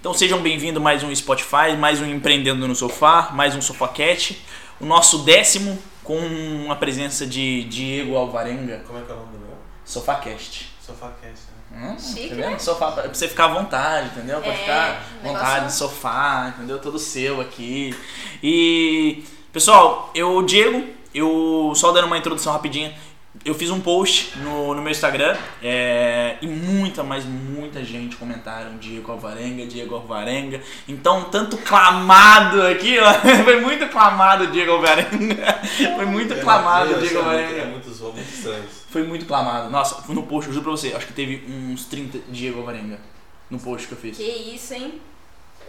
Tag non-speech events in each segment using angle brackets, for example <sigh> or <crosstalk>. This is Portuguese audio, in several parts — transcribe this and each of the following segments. Então sejam bem-vindos mais um Spotify, mais um Empreendendo no Sofá, mais um Sofacat. O nosso décimo com a presença de Diego Alvarenga, Como é que é o nome do meu? Sofacast. Sofacast, né? Hum, Chique, tá né? vendo? Sofá, pra pra você ficar à vontade, entendeu? Pra É, ficar à um negócio- vontade, sofá, entendeu? Todo seu aqui. E, pessoal, eu, Diego, eu só dando uma introdução rapidinha. Eu fiz um post no, no meu Instagram é, e muita, mas muita gente comentaram Diego Alvarenga, Diego Alvarenga. Então, tanto clamado aqui, ó. <laughs> Foi muito clamado Diego Alvarenga. <laughs> Foi muito clamado É, Eu Diego achei muito- É Alvarenga. muitos voos, muitos estranhos. Foi muito clamado. Nossa, no post, eu juro pra você, acho que teve uns 30 Diego Alvarenga no post que eu fiz. Que isso, hein?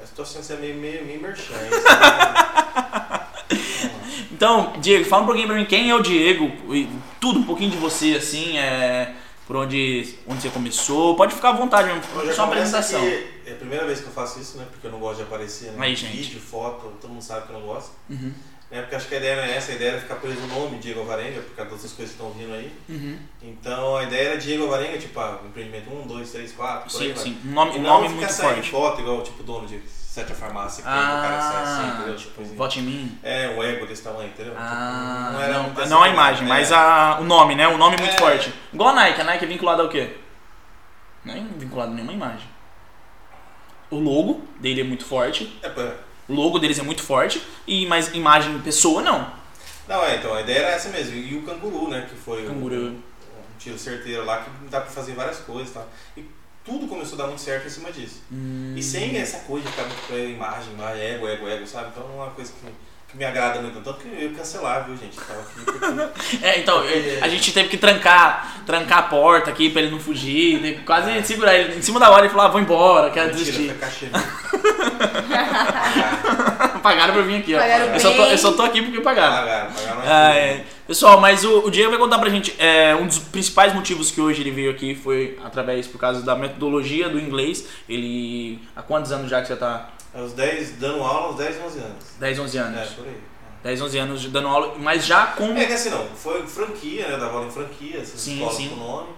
A situação é meio, meio, meio merchan. <laughs> isso, né? Então, Diego, fala um pouquinho pra mim quem é o Diego, e tudo, um pouquinho de você, assim, é, por onde, onde você começou. Pode ficar à vontade, Bom, já só uma começa apresentação. que É a primeira vez que eu faço isso, né? Porque eu não gosto de aparecer, né? Aí, gente. Vídeo, foto, todo mundo sabe que eu não gosto. Uhum, Né? Porque acho que a ideia não é essa, a ideia era ficar preso no nome Diego Alvarenga, por causa das outras coisas que estão vindo aí. uhum. Então a ideia era Diego Alvarenga, tipo, ah, empreendimento 1, 2, 3, 4, por aí Sim, vai. sim, um nome, E um não nome ficar muito saindo forte. foto igual, tipo, dono de sete farmácia, que o cara sai assim, Ah, entendeu? tipo, Coisinha. vote em mim. É, o ego desse tamanho, entendeu? Ah, Tipo, era muito não, essa não a coisa, imagem, né? mas a, o nome, né? O nome muito É. forte. Igual a Nike, a Nike é vinculada ao quê? Não é vinculada a nenhuma imagem. O logo dele é muito forte, É, pô. O logo deles é muito forte, e mas imagem pessoa não. Não, é, então, a ideia era essa mesmo. E o canguru, né? Que foi o- Canguru. um tiro certeiro lá que dá pra fazer várias coisas e tal. E tudo começou a dar muito certo em cima disso. Hum, E sem essa coisa de ficar muito pra imagem, lá, ego, ego, ego, sabe? Então não é uma coisa que, que me agrada muito. Tanto que eu ia cancelar, viu, gente? Eu tava <laughs> aqui porque... É, então, é, a gente teve que trancar, trancar a porta aqui pra ele não fugir, teve que quase segurar ele. Em cima da hora ele falou, ah, vou embora, quero Mentira, desistir. <laughs> foi cachê mesmo. Pagaram pra eu vir aqui, ó. Pagaram Eu só, tô, bem. eu só tô aqui porque pagaram. Pagaram, pagaram. mas Ah, tudo. é. Pessoal, mas o, o Diego vai contar pra gente. é, um dos principais motivos que hoje ele veio aqui foi através, por causa da metodologia do inglês. Ele. Há quantos anos já que você tá? Aos 10, É dando aula aos 10, 11 anos. 10, 11 anos. É, por aí. É. 10, 11 anos de dando aula, mas já com. É que assim não, foi franquia, né? Eu dava aula em franquia, essas Sim, escolas sim. com nome.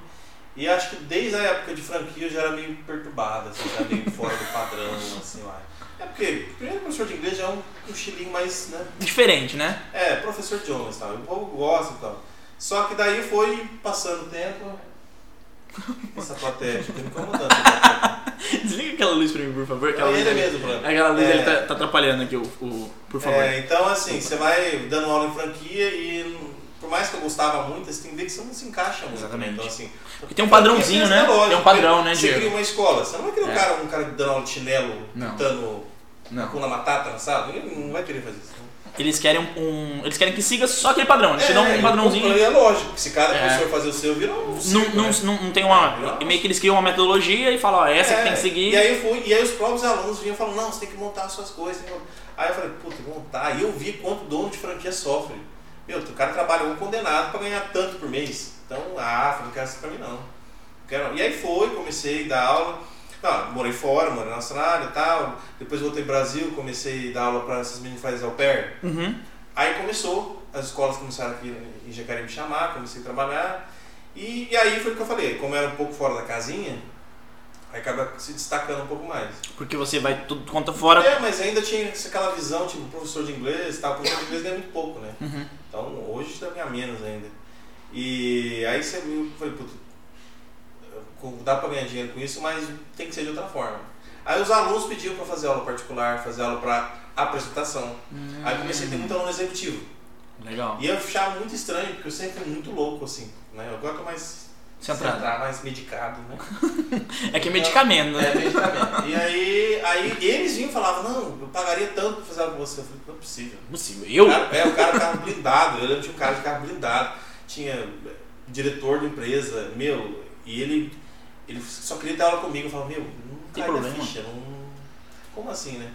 E acho que desde a época de franquia eu já era meio perturbado, assim, já meio <laughs> fora do padrão, assim lá. É porque, primeiro professor de inglês já é um, um estilinho mais, né? Diferente, né? É, professor de homens e tal. O povo gosta e tal. Só que daí foi passando o tempo. Essa plateia fica me incomodando. Desliga aquela luz pra mim, por favor. <laughs> Aquela É luz, ele dele- mesmo, Bruno. aquela luz É. dele tá, tá atrapalhando aqui, o, o- por favor. É, então assim, você vai dando aula em franquia e não- por mais que eu gostava muito, você tem que ver que você não se encaixa muito. Exatamente. Então, assim, é Porque tem um padrãozinho, né? Lógico, Tem um padrão, né, Você cria Diego? uma escola, você não vai querer um É. cara, um cara dando aula de chinelo, Não. pintando Não. cuna matata na sala, ele não vai querer fazer isso. né? Eles querem um, um- Eles querem que siga só aquele padrão. Eles te dão um e padrãozinho. É lógico, se cada É. professor fazer o seu, vira um Não, circo, não, né? não, não tem uma. Não. Meio que eles criam uma metodologia e falam, ó, essa que tem que É, seguir. E aí, eu fui, e aí os próprios alunos vinham falando, não, você tem que montar as suas coisas. tem que montar." Aí eu falei, puta, montar. E eu vi quanto dono de franquia sofre. Meu, o cara trabalhou um condenado pra ganhar tanto por mês. Então, ah, falei, não quero isso pra mim não. Não quero não. E aí foi, comecei a dar aula. Não, morei fora, morei na Austrália e tal. Depois voltei pro Brasil, comecei a dar aula pra essas meninas que fazem au pair. Uhum. Aí começou, as escolas começaram aqui em Jacareí me chamar, comecei a trabalhar. E, e aí foi o que eu falei, como eu era um pouco fora da casinha, aí acaba se destacando um pouco mais. Porque você vai tudo conta fora. É, mas ainda tinha aquela visão, tipo, professor de inglês e tal, professor de inglês ganha muito pouco, né? Uhum. Então hoje dá ganhar menos ainda. E aí você viu, falei, puto, com- dá pra ganhar dinheiro com isso, mas tem que ser de outra forma. Aí os alunos pediam pra fazer aula particular, fazer aula pra apresentação. Aí comecei a ter muito aluno executivo. Legal. E eu achava muito estranho, porque eu sempre fui muito louco, assim, né? Eu gosto mais Centrado. centrado, mais medicado, né? É que é medicamento, né? É, medicamento. E aí, aí eles vinham e falavam, não, eu pagaria tanto pra fazer algo com você. Eu falei, não é possível. Impossível. O Eu? cara, é, o cara de carro blindado, eu lembro de um cara de carro blindado, tinha é, diretor de empresa, meu, e ele, ele só queria dar aula comigo, eu falava, meu, não Tem cai da problema. ficha, não... Como assim, né?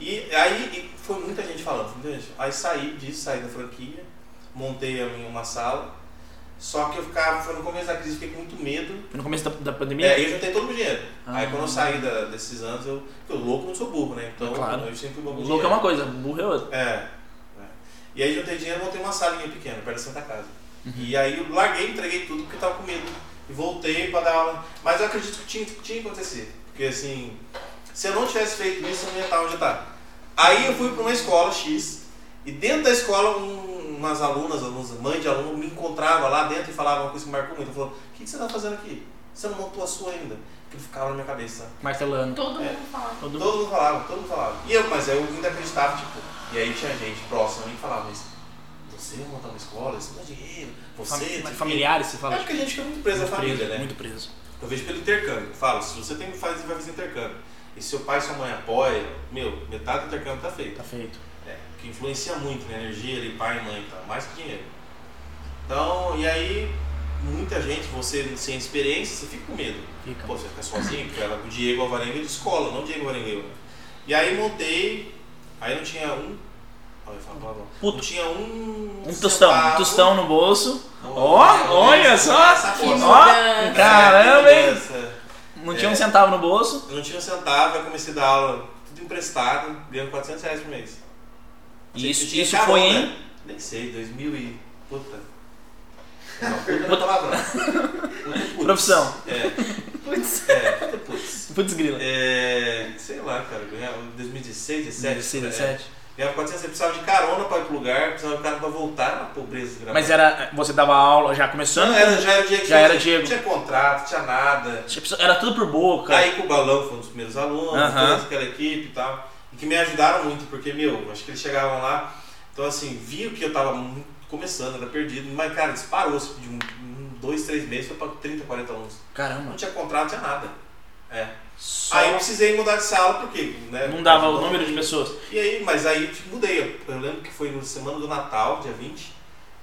E aí e foi muita gente falando, muita gente. Aí saí disso, saí da franquia, montei a minha uma sala, só que eu ficava, foi no começo da crise, eu fiquei com muito medo. No começo da, da pandemia? É, eu juntei todo o meu dinheiro. Aí Ah. quando eu saí da- desses anos, eu, eu louco não sou burro, né? Então Claro. eu sempre fui bom com O louco é dinheiro. uma coisa, burro é outra. É. é. E aí juntei dinheiro e montei uma salinha pequena, perto da Santa Casa. E aí eu larguei, entreguei tudo porque eu tava com medo. E voltei pra dar aula. Mas eu acredito que tinha, que tinha que acontecer. Porque assim, Se eu não tivesse feito isso, eu não ia estar onde eu estava. Aí eu fui para uma escola X, e dentro da escola, um- umas alunas, alunos, mãe de aluno, me encontrava lá dentro e falava uma coisa que me marcou muito. Ela falou: O que, que você está fazendo aqui? Você não montou a sua ainda? Que ficava na minha cabeça. Martelando. Todo É. mundo falava. Todo- Todo mundo falava, todo mundo falava. E eu, mas eu ainda acreditava, tipo. E aí tinha gente próxima a mim que falava: Mas você vai montar uma escola? Isso não é dinheiro. Você. Fam- não sei o quê." familiares, você fala. Acho que a gente fica muito preso à muito família, preso, né? Muito preso. Eu vejo pelo intercâmbio. Eu falo, se você tem, faz, vai fazer intercâmbio. E seu pai e sua mãe apoiam, meu, metade do intercâmbio tá feito. Tá feito. É, que influencia muito, né? Energia ali, pai e mãe, tá? mais que dinheiro. Então, e aí, muita gente, você sem experiência, você fica com medo. Fica. Pô, você fica sozinho, porque era o Diego Alvarenga de escola, não o Diego Alvarenga. E aí montei, aí não tinha um. Olha, eu falo, palavrão. Puto. Não tinha um. Um tostão, um centavo. tostão no bolso. Não, Ó, não, olha não, só! sacola. Que Ó, é mudança. caramba, hein? Essa- Não tinha É. um centavo no bolso. Eu não tinha um centavo, eu comecei a dar aula tudo emprestado, ganhando 400 reais por mês. E isso, Eu tinha isso foi carona. né? em. Nem sei, 2000 e... <laughs> Puta. É uma puta na palavra. Puta putz. Profissão. É, Putz. é, puta putz. Putz, grila. É, sei lá, cara, eu ganhava 2016, 17. 16, é, 17. Ganhava 400, eu precisava de carona pra ir pro lugar, precisava de carro pra voltar na pobreza. desgraçada. Mas era. Você dava aula já começando? Tá Não, era, já era o Diego. Já era não tinha- Diego. Não tinha contrato, não tinha nada. Era tudo por boca. Aí com o Balão foi um dos primeiros alunos, Aham. toda aquela equipe e tal. E que me ajudaram muito, porque, meu, acho que eles chegavam lá, então assim, viam que eu tava muito começando, era perdido, mas, cara, disparou assim, de um, um, dois, três meses, foi pra 30, 40 alunos. Não Caramba. tinha contrato, não tinha nada. É. Só Aí eu precisei mudar de sala, porque, né? não dava o porque- número de pessoas. E aí, mas aí eu te mudei. Eu, eu lembro que foi na semana do Natal, dia 20.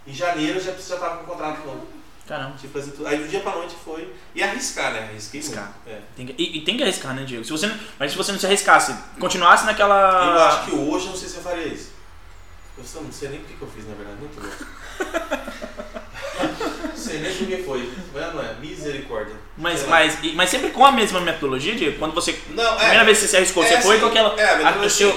Em janeiro eu já, já tava com o contrato novo. Caramba. Tinha que fazer tudo. Aí do dia pra noite foi. E arriscar, né? Arrisquei muito. Arriscar. É. Tem que- e, e tem que arriscar, né, Diego? Se você não- mas se você não se arriscasse, continuasse Eu acho naquela. que hoje eu não sei se eu faria isso. Eu só não sei nem porque que eu fiz, na verdade, muito <laughs> louco. não sei nem por que foi. Mas não é, misericórdia. Mas, Sei lá. mas, e- mas sempre com a mesma metodologia, Diego? Quando você. Não, é. primeira vez que você se arriscou, é você foi assim, com aquela. é, a a- o seu-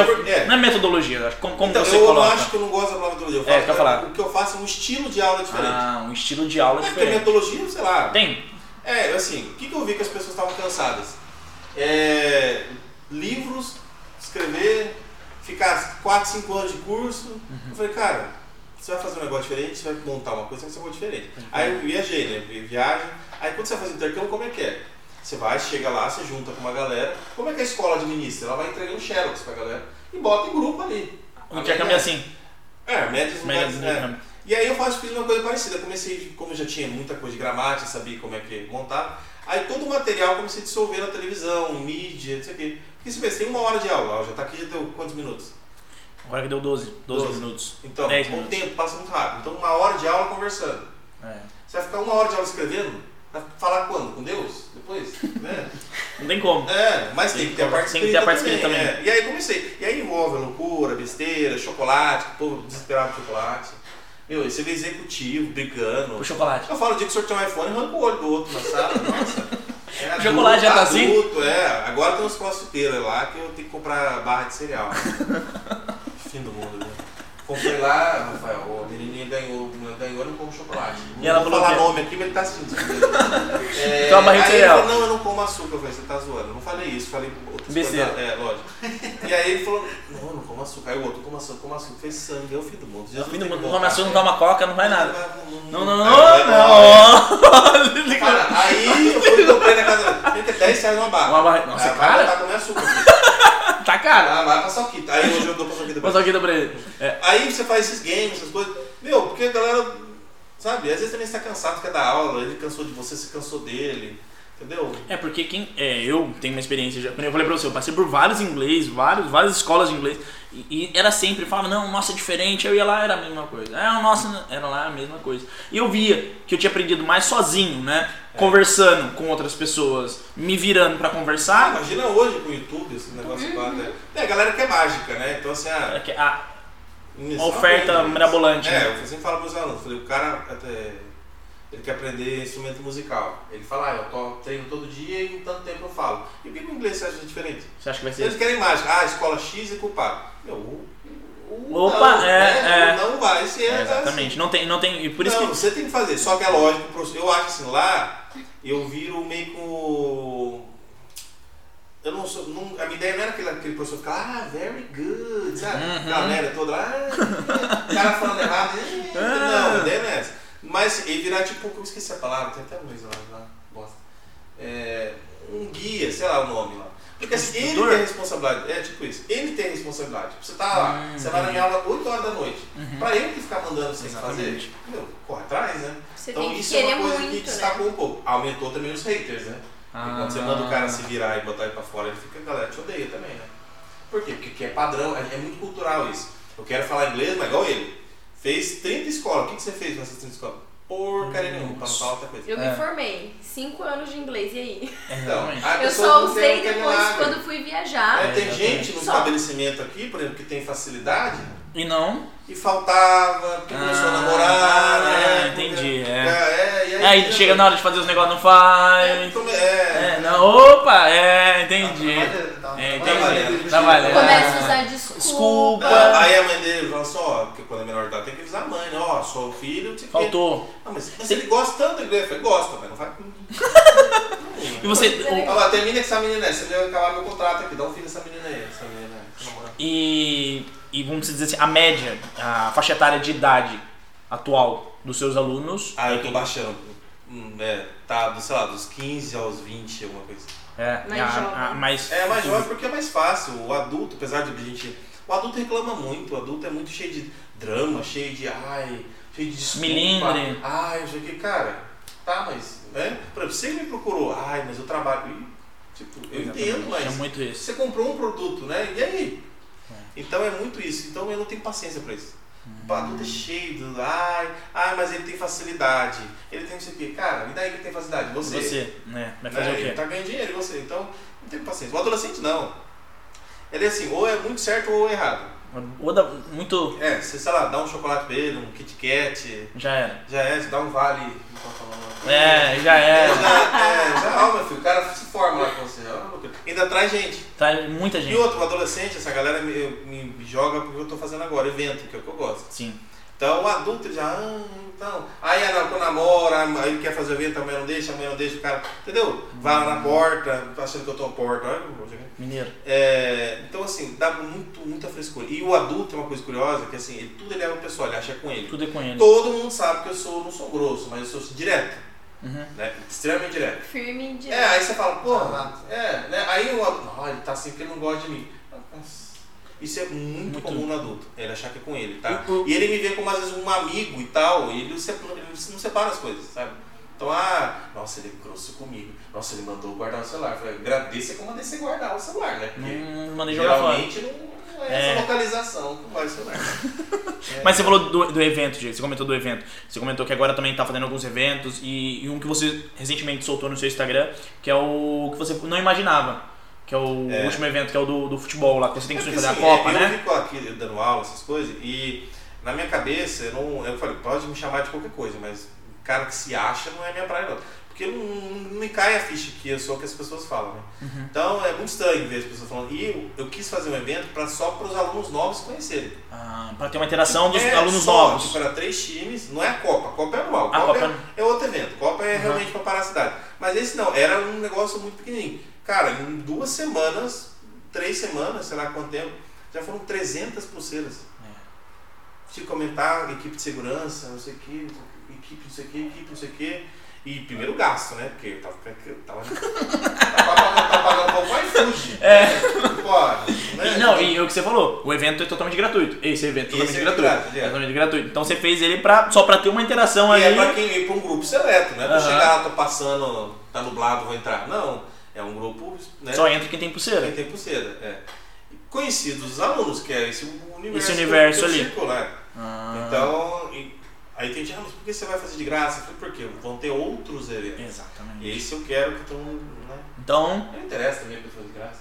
metodologia. Ah, então, por- é. Não é metodologia, eu acho. Como, como então, você eu não coloca. acho que eu não gosto da palavra metodologia. Eu É, quer falar. O que eu faço é um estilo de aula diferente. Ah, um estilo de aula é porque diferente. metodologia, sei lá. Tem? É, assim, o que, que eu vi que as pessoas estavam cansadas? É, livros, escrever, ficar 4, 5 anos de curso. Eu falei, cara, você vai fazer um negócio diferente, você vai montar uma coisa, você vai fazer uma coisa diferente. Aí eu viajei, né? vi- Viagem. Aí quando você vai fazer intercâmbio, como é que é? Você vai, chega lá, você junta com uma galera. Como é que a escola administra? Ela vai entregando xerox pra galera e bota em grupo ali. Não tinha câmbio assim. É, médias, médias, Médias, né? E aí eu faço fiz uma coisa parecida. Eu Comecei, como eu já tinha muita coisa de gramática, sabia como é que montar. Aí todo o material eu comecei a dissolver na televisão, mídia, não sei o quê. Porque você pensa, tem uma hora de aula, ó, já tá aqui, já deu quantos minutos? Agora que deu 12. 12, Doze. minutos. Então, Dez o minutos. tempo passa muito rápido. Então, uma hora de aula conversando. É. Você vai ficar uma hora de aula escrevendo? Vai falar quando? Com Deus? Depois? Né? <laughs> Não tem como. É, mas tem que ter a parte Tem que ter a parte escrita escrita é. E aí comecei. E aí envolve a loucura, besteira, chocolate, o povo desesperado por chocolate. Meu, e você vê executivo, brigando. O chocolate. Eu falo, o dia que o senhor tem um iPhone, arranca o olho do outro <laughs> na sala. Nossa. É O chocolate já tá assim? adulto, é. Agora tem uns crossfiteiros lá que eu tenho que comprar barra <laughs> de cereal. Fim do mundo, né? Comprei lá, Rafael, a menininha ganhou, ganhou não como chocolate. E ela não vou falou falar o quê? nome aqui, mas ele <laughs> tá assistindo. é, Então, a barra de aí cereal. ele falou, não, eu não como açúcar. Eu falei, você tá zoando. Eu não falei isso, falei outras Besteira. coisas. É, lógico. E aí ele falou, não, eu não como açúcar. Aí o outro, como açúcar, como açúcar. Fez sangue, é o fim do mundo. Jesus Fim do tem que mundo, não voltar. toma açúcar, não toma coca, não vai nada. Não, não, não, Aí, <laughs> é. não. Cara, aí eu fui comprei na casa dela. Tem que 10 reais uma barra. Uma barra- nossa, Ah, cara. Vai botar com meu açúcar. filho. Tá caro. Ah, vai passar o kit. Aí hoje eu dou passar o kit. Mas aqui dá pra ele. É. Aí você faz esses games, essas coisas. Meu, porque a galera, sabe, às vezes também você tá cansado, quer dar aula, ele cansou de você, você cansou dele. Entendeu? É porque quem. É, eu tenho uma experiência já. Como eu falei pra você, eu passei por vários inglês, vários, várias escolas de inglês. E, e era sempre, falava, não, nossa, é diferente. Eu ia lá, era a mesma coisa. Ah, nossa, era lá a mesma coisa. E eu via que eu tinha aprendido mais sozinho, né? É. Conversando com outras pessoas, me virando pra Ah, conversar. imagina hoje com o YouTube, esse negócio lá, né? É, a galera que é mágica, né? Então assim, ah, É que a- Uma Uma oferta mirabolante, É, né? eu sempre falo pros alunos, falei, o cara até, ele quer aprender instrumento musical. Ele fala, ah, eu to- treino todo dia e em tanto tempo eu falo. E por que que o inglês você acha diferente? você acha que vai Se ser. eles querem mágica, ah, escola X é culpado. Meu, o, o Opa, não, é, né? é. não vai ser É, assim. exatamente. Não tem. Não tem. E por isso não, que. você tem que fazer. Só que é lógico, pro- eu acho assim, lá eu viro meio com. Eu não sou. Não, a minha ideia não era aquele, aquele professor ficar, ah, very good, sabe? Uhum. Galera toda lá, ah, o cara falando errado, eh, Ah. não, a ideia não é essa. Mas ele virar tipo, eu esqueci a palavra, tem até um Luiz lá, lá, bosta. É, um guia, sei lá o nome lá. Porque assim, ele Instrutor? tem responsabilidade, é tipo isso, ele tem responsabilidade. Você tá lá, Hum, você vai na minha aula 8 horas da noite. Pra ele que ficar mandando você Exatamente. fazer, meu, corre atrás, né? Você então tem que isso é querer uma coisa muito, que né? destacou um pouco. Aumentou também os haters, né? Porque quando você manda o cara assim, se virar e botar ele pra fora, ele fica, a galera te odeia também, né? Por quê? Porque aqui é padrão, é é muito cultural isso. Eu quero falar inglês, mas igual ele. Fez 30 escolas. O que, que você fez nessas 30 escolas? Porcaria nenhuma, pra não falar outra coisa. Eu É. me formei, cinco anos de inglês, e aí? É, Então, realmente. a Eu pessoa só não tem usei aquele depois lado. quando fui viajar. É, tem gente no Só. estabelecimento aqui, por exemplo, que tem facilidade E não. e faltava, porque começou a Ah, namorar, né? entendi, Porque- é. é, e É, aí, aí chega na hora de fazer os negócios, não É, faz. come- É, é, não. Opa, é, Tá entendi. É, valendo. entendi. Tá É. valendo. Começa a usar desculpa. Desculpa. Ah, Aí a mãe dele fala assim, ó, porque quando é menor de idade tem que avisar a mãe, né? Ó, sou filho, te Faltou. Ah, mas, mas ele gosta tanto da igreja, eu falei, gosta, mas não vai. E você. Ah, mas termina com essa menina aí, você vai acabar meu contrato aqui, dá um filho nessa menina aí, essa menina aí, essa namorada. E, e vamos dizer assim, a média, a faixa etária de idade atual dos seus alunos. Ah, eu tô baixando. Hum, é, tá, do, sei lá, dos 15 aos 20, alguma coisa. assim. É, Mais jovem. a, a, mais. É, mais jovem porque é mais fácil. O adulto, apesar de a gente. O adulto reclama muito, o adulto é muito cheio de drama, cheio de. Ai, cheio de desculpa. Milindre. Ai, eu sei que, cara, tá, mas. Né? Por exemplo, você me procurou, ai, mas eu trabalho. E, tipo, eu entendo, mas. É muito isso. Você comprou um produto, né? E aí? Então é muito isso. Então eu não tenho paciência pra isso. Hum. O adulto é cheio do. Ai, ai, mas ele tem facilidade. Ele tem não sei o quê. Cara, me dá aí que ele tem facilidade. Você, né? Vai fazer né? o Ele quê? tá ganhando dinheiro, e você. Então, não tem paciência. O adolescente não. Ele é assim, ou é muito certo ou errado. Ou dá muito. É, você, sei lá, dá um chocolate pra ele, um Kit Kat, Já era. já é, você dá um vale. Não posso falar o nome. É, já É, era. já, é, já, ó, meu filho, o cara se forma lá com você. ó, meu filho. Ainda traz gente. Tá muita E gente. outro, o adolescente, essa galera me, me joga porque eu tô fazendo agora, evento, que é o que eu gosto. Sim. Então o adulto ele já, ah, então. Aí a quando namora, aí quer fazer evento, a mãe não deixa, a mãe não deixa o cara, entendeu? Vai lá Hum. na porta, tá achando que eu tô na porta, olha, eu vou chegar. Mineiro. É, então assim, dá muito, muita frescura. E o adulto é uma coisa curiosa, que assim, ele, tudo ele leva o pessoal, ele acha com ele. Tudo é com ele. Todo mundo sabe que eu sou, não sou grosso, mas eu sou assim, direto, Uhum. né? Extremamente direto. Firme de... É, aí você fala, pô, é, né? Aí o adulto, não, ele tá assim porque ele não gosta de mim. Nossa. Isso é muito, Muito. comum no adulto, ele achar que é com ele, tá? O- o- E ele me vê como às vezes um amigo e tal, e ele, se- ele não separa as coisas, sabe? Então, ah, nossa, ele é grosso comigo. Nossa, ele mandou eu guardar o celular. Eu falei, agradeça que eu mandei você guardar o celular, né? Porque Não mandei jogar fora. Geralmente não é É. essa localização que né? vai ser Mas você falou do, do evento, Diego. Você comentou do evento. Você comentou que agora também tá fazendo alguns eventos e, e um que você recentemente soltou no seu Instagram, que é o que você não imaginava. Que é o É. último evento, que é o do, do futebol lá, que você tem que É porque, fazer a assim, Copa, eu né? fico aqui dando aula, essas coisas, e na minha cabeça, eu, não, eu falei, pode me chamar de qualquer coisa, mas cara que se acha não é minha praia, não. Porque não, não me cai a ficha que eu sou o que as pessoas falam, né? Uhum. Então é muito estranho ver as pessoas falando. E eu, eu quis fazer um evento pra, só para os alunos novos conhecererem. Ah, pra ter uma interação dos é alunos só, novos. Tipo, era três times, não é a Copa, a Copa é anual. A Copa, Copa é, é outro evento, Copa é realmente pra parar a cidade. Mas esse não, era um negócio muito pequenininho. Cara, em duas semanas, três semanas, sei lá quanto tempo, já foram 300 pulseiras. É. Tinha que aumentar equipe de segurança, não sei o que, equipe não sei o que, equipe não sei o que. E primeiro gasto, né? Porque eu tava. Eu tava, tava, pagando- tava pagando um pouco iFood. É. Pô, né? E não, e o que você falou, o evento é totalmente gratuito. Esse evento é totalmente Esse é gratuito. gratuito, é. totalmente gratuito. Então você fez ele pra, só pra ter uma interação E ali. é pra quem ir pra um grupo seleto, não é pra Aham. chegar lá, tô passando, tá nublado, vou entrar. Não, é um grupo, né? Só entra quem tem quem pulseira. tem pulseira, é. E Conhecidos dos alunos, que é esse universo, Esse que eu- universo que eu ali. circulo, né? Ah, Então, e- aí tem gente, ah, mas por que você vai fazer de graça? Eu falei, por quê? Vão ter outros eventos. Exatamente. E esse eu quero que todo mundo, né? Então, Não interessa também a pessoa de graça.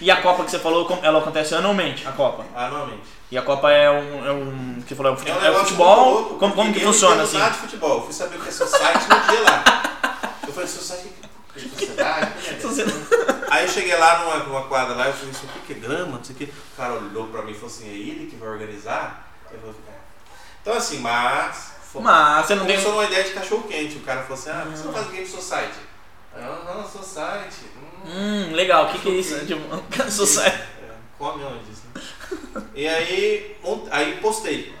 e a Copa que você falou, com- ela acontece anualmente, a Copa. Anualmente. E a Copa é um. É um que você falou, é um É futebol. um É um negócio futebol muito louco, como, como porque que eu não funciona entendo assim? nada de futebol. Eu fui saber o que é society no dia lá. Eu falei, society, o que é sociedade? O que é <laughs> isso? Aí eu cheguei lá numa, numa quadra lá, eu falei, isso aqui que é grama, não sei o que. O cara olhou pra mim e falou assim, é ele que vai organizar? Eu falei, "É." Então assim, mas. Mas você não tem. um Ah. Começou numa ideia de cachorro quente. O cara falou assim, ah, por que você não faz game society? Aí Eu não, society. Hum, Hum, legal, o que, que é isso? De <laughs> society. É, come onde disso, né? E aí, mont- aí postei.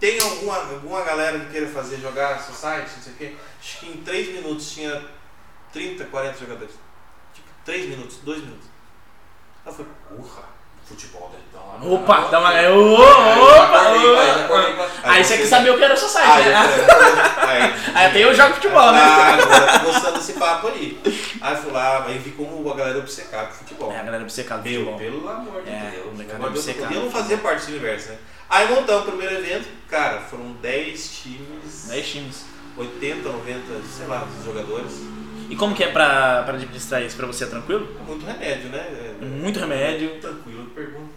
Tem alguma, alguma galera que queira fazer jogar Society, não sei o quê? Acho que em 3 minutos tinha 30, 40 jogadores. Tipo, 3 minutos, 2 minutos. Aí eu falei, porra, futebol né? Então, deve dar uma. Opa, dá uma. é Aí eu Ô, acordei, aí eu Opa! acordei, ô. eu Aí você quer fui- saber o que era Aí society, eu né? falei, aí- Aí até eu jogo futebol, né? Ah, agora tô gostando desse papo aí. Aí eu fui lá, aí vi como a galera obcecada por futebol. É, a galera obcecada com Meu, futebol. pelo amor de É, Deus. o molecada Agora, deve ser eu, caro. eu não fazia parte desse universo, né? Aí montamos o primeiro evento, cara, foram 10 times, 10 times. 80, 90, sei lá, jogadores. E como que é pra, pra administrar isso? Pra você é tranquilo? Muito remédio, né? É, Muito remédio. Tranquilo, pergunta.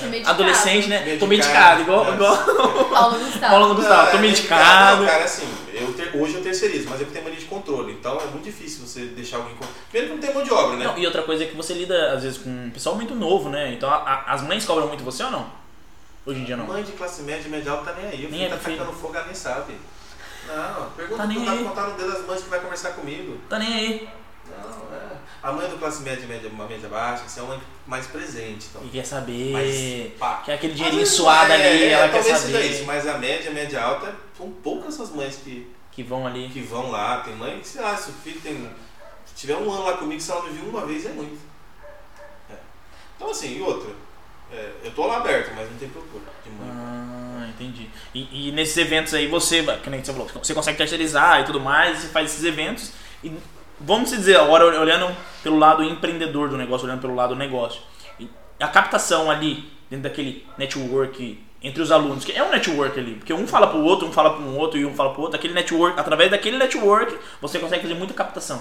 Tô medicado. Adolescente, né? Tô Medicado. medicado, igual, É. igual <laughs> Paulo <laughs> o Gustavo. Paulo Gustavo. Tô Ah, é medicado. Não, cara, assim, eu ter- hoje eu terceirizo, mas eu tenho mania de controle, então é muito difícil você deixar alguém. com- Primeiro que não tem mão de obra, né? Não, e outra coisa é que você lida, às vezes, com um pessoal muito novo, né? Então a- a- as mães cobram muito você ou não? Hoje em dia não. Mãe de classe média e média alta tá nem aí. O Nem filho é tá pro filho. tacando fogo, ela nem sabe. Não, pergunta Tá pra nem tá aí. contar no dedo das mães que vai conversar comigo. Tá nem aí. Não, é. A mãe do classe média, média, uma média baixa, assim, é uma mais presente. Então. E quer saber. Mas, pá. Quer aquele dinheirinho Às vezes, suado é, ali, é, ela quer talvez seja saber. isso, mas a média, média alta, são poucas essas mães que, Que vão ali. que vão lá. Tem mãe que, sei lá, se o filho tem. Se tiver um ano lá comigo, se ela me viu uma vez, é muito. É. Então, assim, e outra. É, eu tô lá aberto, mas não tem procura de mãe. Ah, entendi. E, e nesses eventos aí você, vai- que nem você falou, você consegue terceirizar e tudo mais, você faz esses eventos. E vamos dizer, agora olhando pelo lado empreendedor do negócio, olhando pelo lado do negócio. E a captação ali, dentro daquele network entre os alunos, que é um network ali, porque um fala pro outro, um fala pro outro e um fala pro outro, aquele network, através daquele network, você consegue fazer muita captação.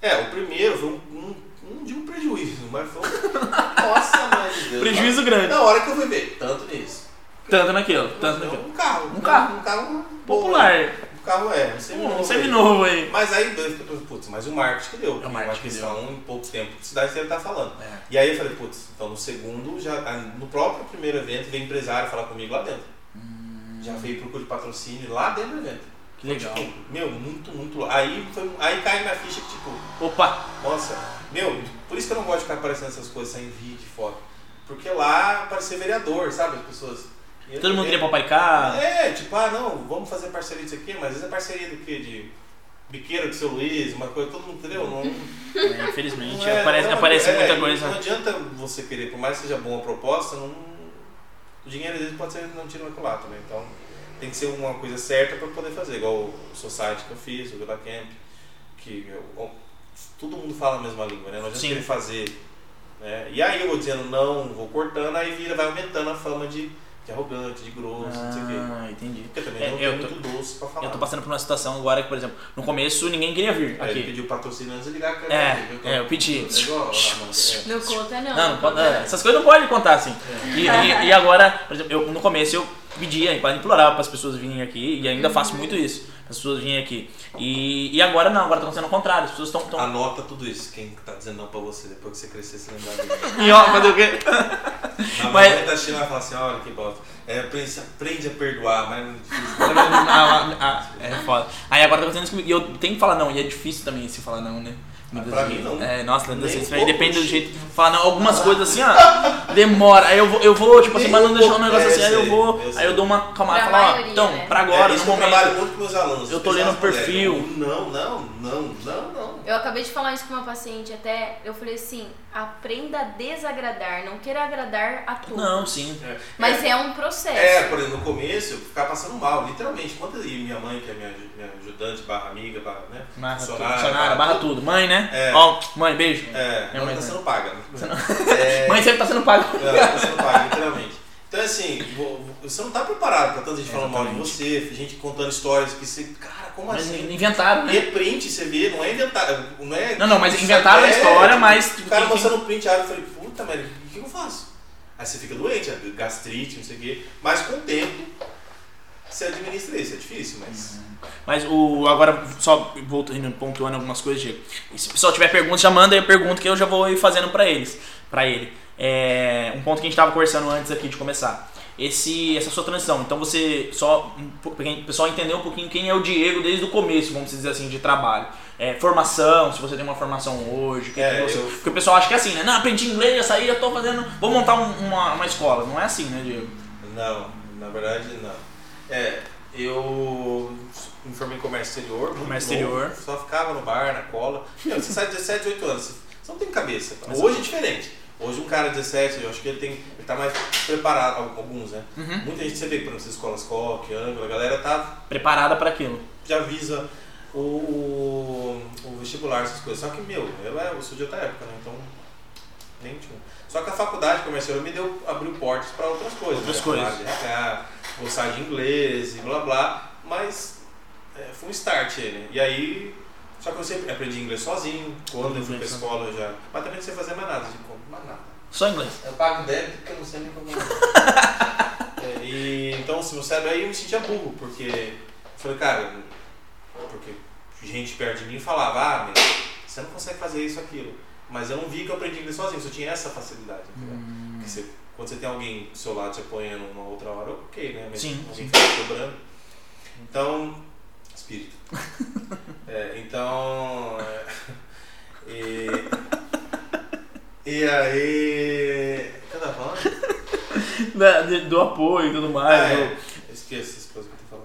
É, o primeiro foi um, um, um de um prejuízo, mas foi um. <laughs> Nossa, mãe de Deus. Prejuízo grande. Na hora que eu fui ver, tanto nisso. Tanto naquilo, tanto Não, naquilo. Um carro. Um carro. Um carro Popular, bom, Um carro é, um seminovo. um seminovo aí. Mas aí, dois, eu falei, putz, mas o marketing que deu. É o marketing que questão em pouco tempo. A cidade inteira tá falando. É. E aí eu falei, putz, então no segundo, já, no próprio primeiro evento, veio empresário falar comigo lá dentro. Hum. Já veio procura de patrocínio lá dentro do evento. Que legal. Tipo, meu, muito, muito. louco. Aí, foi, aí cai minha ficha que, tipo, Opa, nossa, meu, por isso que eu não gosto de ficar aparecendo essas coisas sem vídeo, foto. Porque lá parecia vereador, sabe? As pessoas. E todo mundo eu- queria paparicar. é, tipo, ah, não, vamos fazer parceria disso aqui, mas às vezes é parceria do quê? De biqueiro com o seu Luiz, uma coisa, todo mundo, entendeu? Não, É, infelizmente, não é- aparece, não é- aparece é, muita e Não coisa. adianta você querer, por mais que seja boa a proposta, não, o dinheiro às vezes pode ser não tira no colato, né? Então tem que ser uma coisa certa para poder fazer, igual o Society que eu fiz, o Vila Camp, que eu- o- todo mundo fala a mesma língua, né? Não adianta Sim. querer fazer. Né? E aí eu vou dizendo não, vou cortando, aí vira, vai aumentando a fama de, de arrogante, de grosso, não sei o quê. Ah, entendi. Porque também É, não eu tem tô- muito doce pra falar. Eu tô passando por uma situação agora que, por exemplo, no começo ninguém queria vir Aí ele aqui. pediu patrocínio antes de ligar a É, câmera. viu? é, eu pedi. É igual lá, mano, é. Não conta, não. Não, não pode- é, essas coisas não podem contar assim. E, e- e agora, por exemplo, eu, no começo eu pedia, quase implorava para as pessoas virem aqui, e ainda faço muito isso, as pessoas virem aqui. E, e agora não, agora tá acontecendo o contrário, as pessoas estão. Tão... Anota tudo isso, quem tá dizendo não pra você, depois que você crescer, você lembrar <laughs> dele. E ó, fazer o quê? Na Mas- mãe da China vai falar assim, olha que bosta. É, aprende, aprende a perdoar, mas não é difícil. Ah, ah, ah, é foda. Aí agora tá acontecendo isso comigo. E eu tenho que falar não, e é difícil também se falar não, né? Meu Deus Ah, Pra do mim, céu. não. É, nossa, Nem Deus, um isso aí pouco. depende do jeito. Falar não, algumas coisas assim, <laughs> ó, demora. Aí eu vou, eu vou tipo assim, Nem mas um não deixar um pouco. negócio É, assim, aí eu eu sei, vou. eu sei. Aí eu dou uma calma, Pra falar, ó, maioria, então, né? pra <laughs> agora, é no isso que eu trabalho momento. muito com meus alunos. Eu tô lendo especialmente mulheres. perfil. Não, não, não, não, não. Eu acabei de falar isso com uma paciente até. Eu falei assim: aprenda a desagradar, não queira agradar a todos. Não, sim. É. Mas é um processo. É, por exemplo, no começo eu ficava passando mal, literalmente. Quantas, e minha mãe, que é minha, minha ajudante, barra amiga, barra, né? Barra tudo, funcionária, funcionária, barra tudo. Mãe, né? É. Ó, mãe, beijo. É, Minha ela mãe tá também. sendo paga. né? <laughs> Mãe sempre tá sendo paga. Não, tá sendo pago, literalmente. Então, assim, vo- vo- você não tá preparado pra tanta gente falando mal de Exatamente. você, gente contando histórias que você. Cara, como Mas assim? <laughs> inventaram, né? Reprinte, você vê, não é inventar. Não, é, Não, não, mas inventaram a história, mas. O tipo, quem- cara quem- mostrando o print, aí eu falei, puta merda, o que eu faço? Aí você fica doente, é gastrite, não sei o quê. Mas com o tempo, você administra isso, é difícil, Uhum. mas. Mas o. Agora, só voltando, pontuando algumas coisas, Diego. E se o pessoal tiver perguntas, já manda aí a pergunta que eu já vou ir fazendo pra eles. para ele. É, um ponto que a gente tava conversando antes aqui de começar. esse, essa sua transição. Então você só um pra quem- o pessoal entender um pouquinho quem é o Diego desde o começo, vamos dizer assim, de trabalho. É, formação, se você tem uma formação hoje, o que, É, que você- eu- porque o pessoal acha que é assim, né? Não, aprendi inglês, já saí, já tô fazendo, vou montar um- uma, uma escola. Não é assim, né, Diego? Não, na verdade não. É, eu me formei em comércio exterior. muito Comércio novo, exterior. Só ficava no bar, na cola. Meu, você sai de 17, 18 anos, você você não tem cabeça. Exato. Hoje é diferente. Hoje um cara de 17, eu acho que ele tem. Ele tá mais preparado, al- alguns, né? Uhum. Muita gente você vê, por exemplo, essas escolas Coque, Angola, a galera tá, Preparada para aquilo. já visa o, o, o vestibular, essas coisas. Só que, meu, eu, é- eu sou de outra época, né? Então. Nem tinha. Só que a faculdade comercial me deu, abriu portas para outras coisas. Outras né? coisas. Falar de RH, gostar de inglês e blá blá. Mas é, foi um start ele. E aí. Só que eu sempre aprendi inglês sozinho. Quando eu fui pra Inglês, né? escola eu já. Mas também não sei fazer mais nada, tipo, mais nada. Só inglês. Eu pago débito porque eu não sei nem como. <laughs> é, e, então, se você sabe, aí eu me sentia burro, porque eu falei, cara, porque gente perto de mim falava, ah, mas você não consegue fazer isso, aquilo. Mas eu não vi que eu aprendi inglês sozinho, só tinha essa facilidade. tá entendeu? Uhum. Porque você- quando você tem alguém do seu lado te apoiando uma outra hora, ok, né? Mas Sim, alguém fica te cobrando. Então, <laughs> espírito. É, então. é, <laughs> e, e aí. O que eu tava falando? Da- né, de- do apoio e tudo mais. Ah, do- é, eu esqueço as coisas que eu Tá tô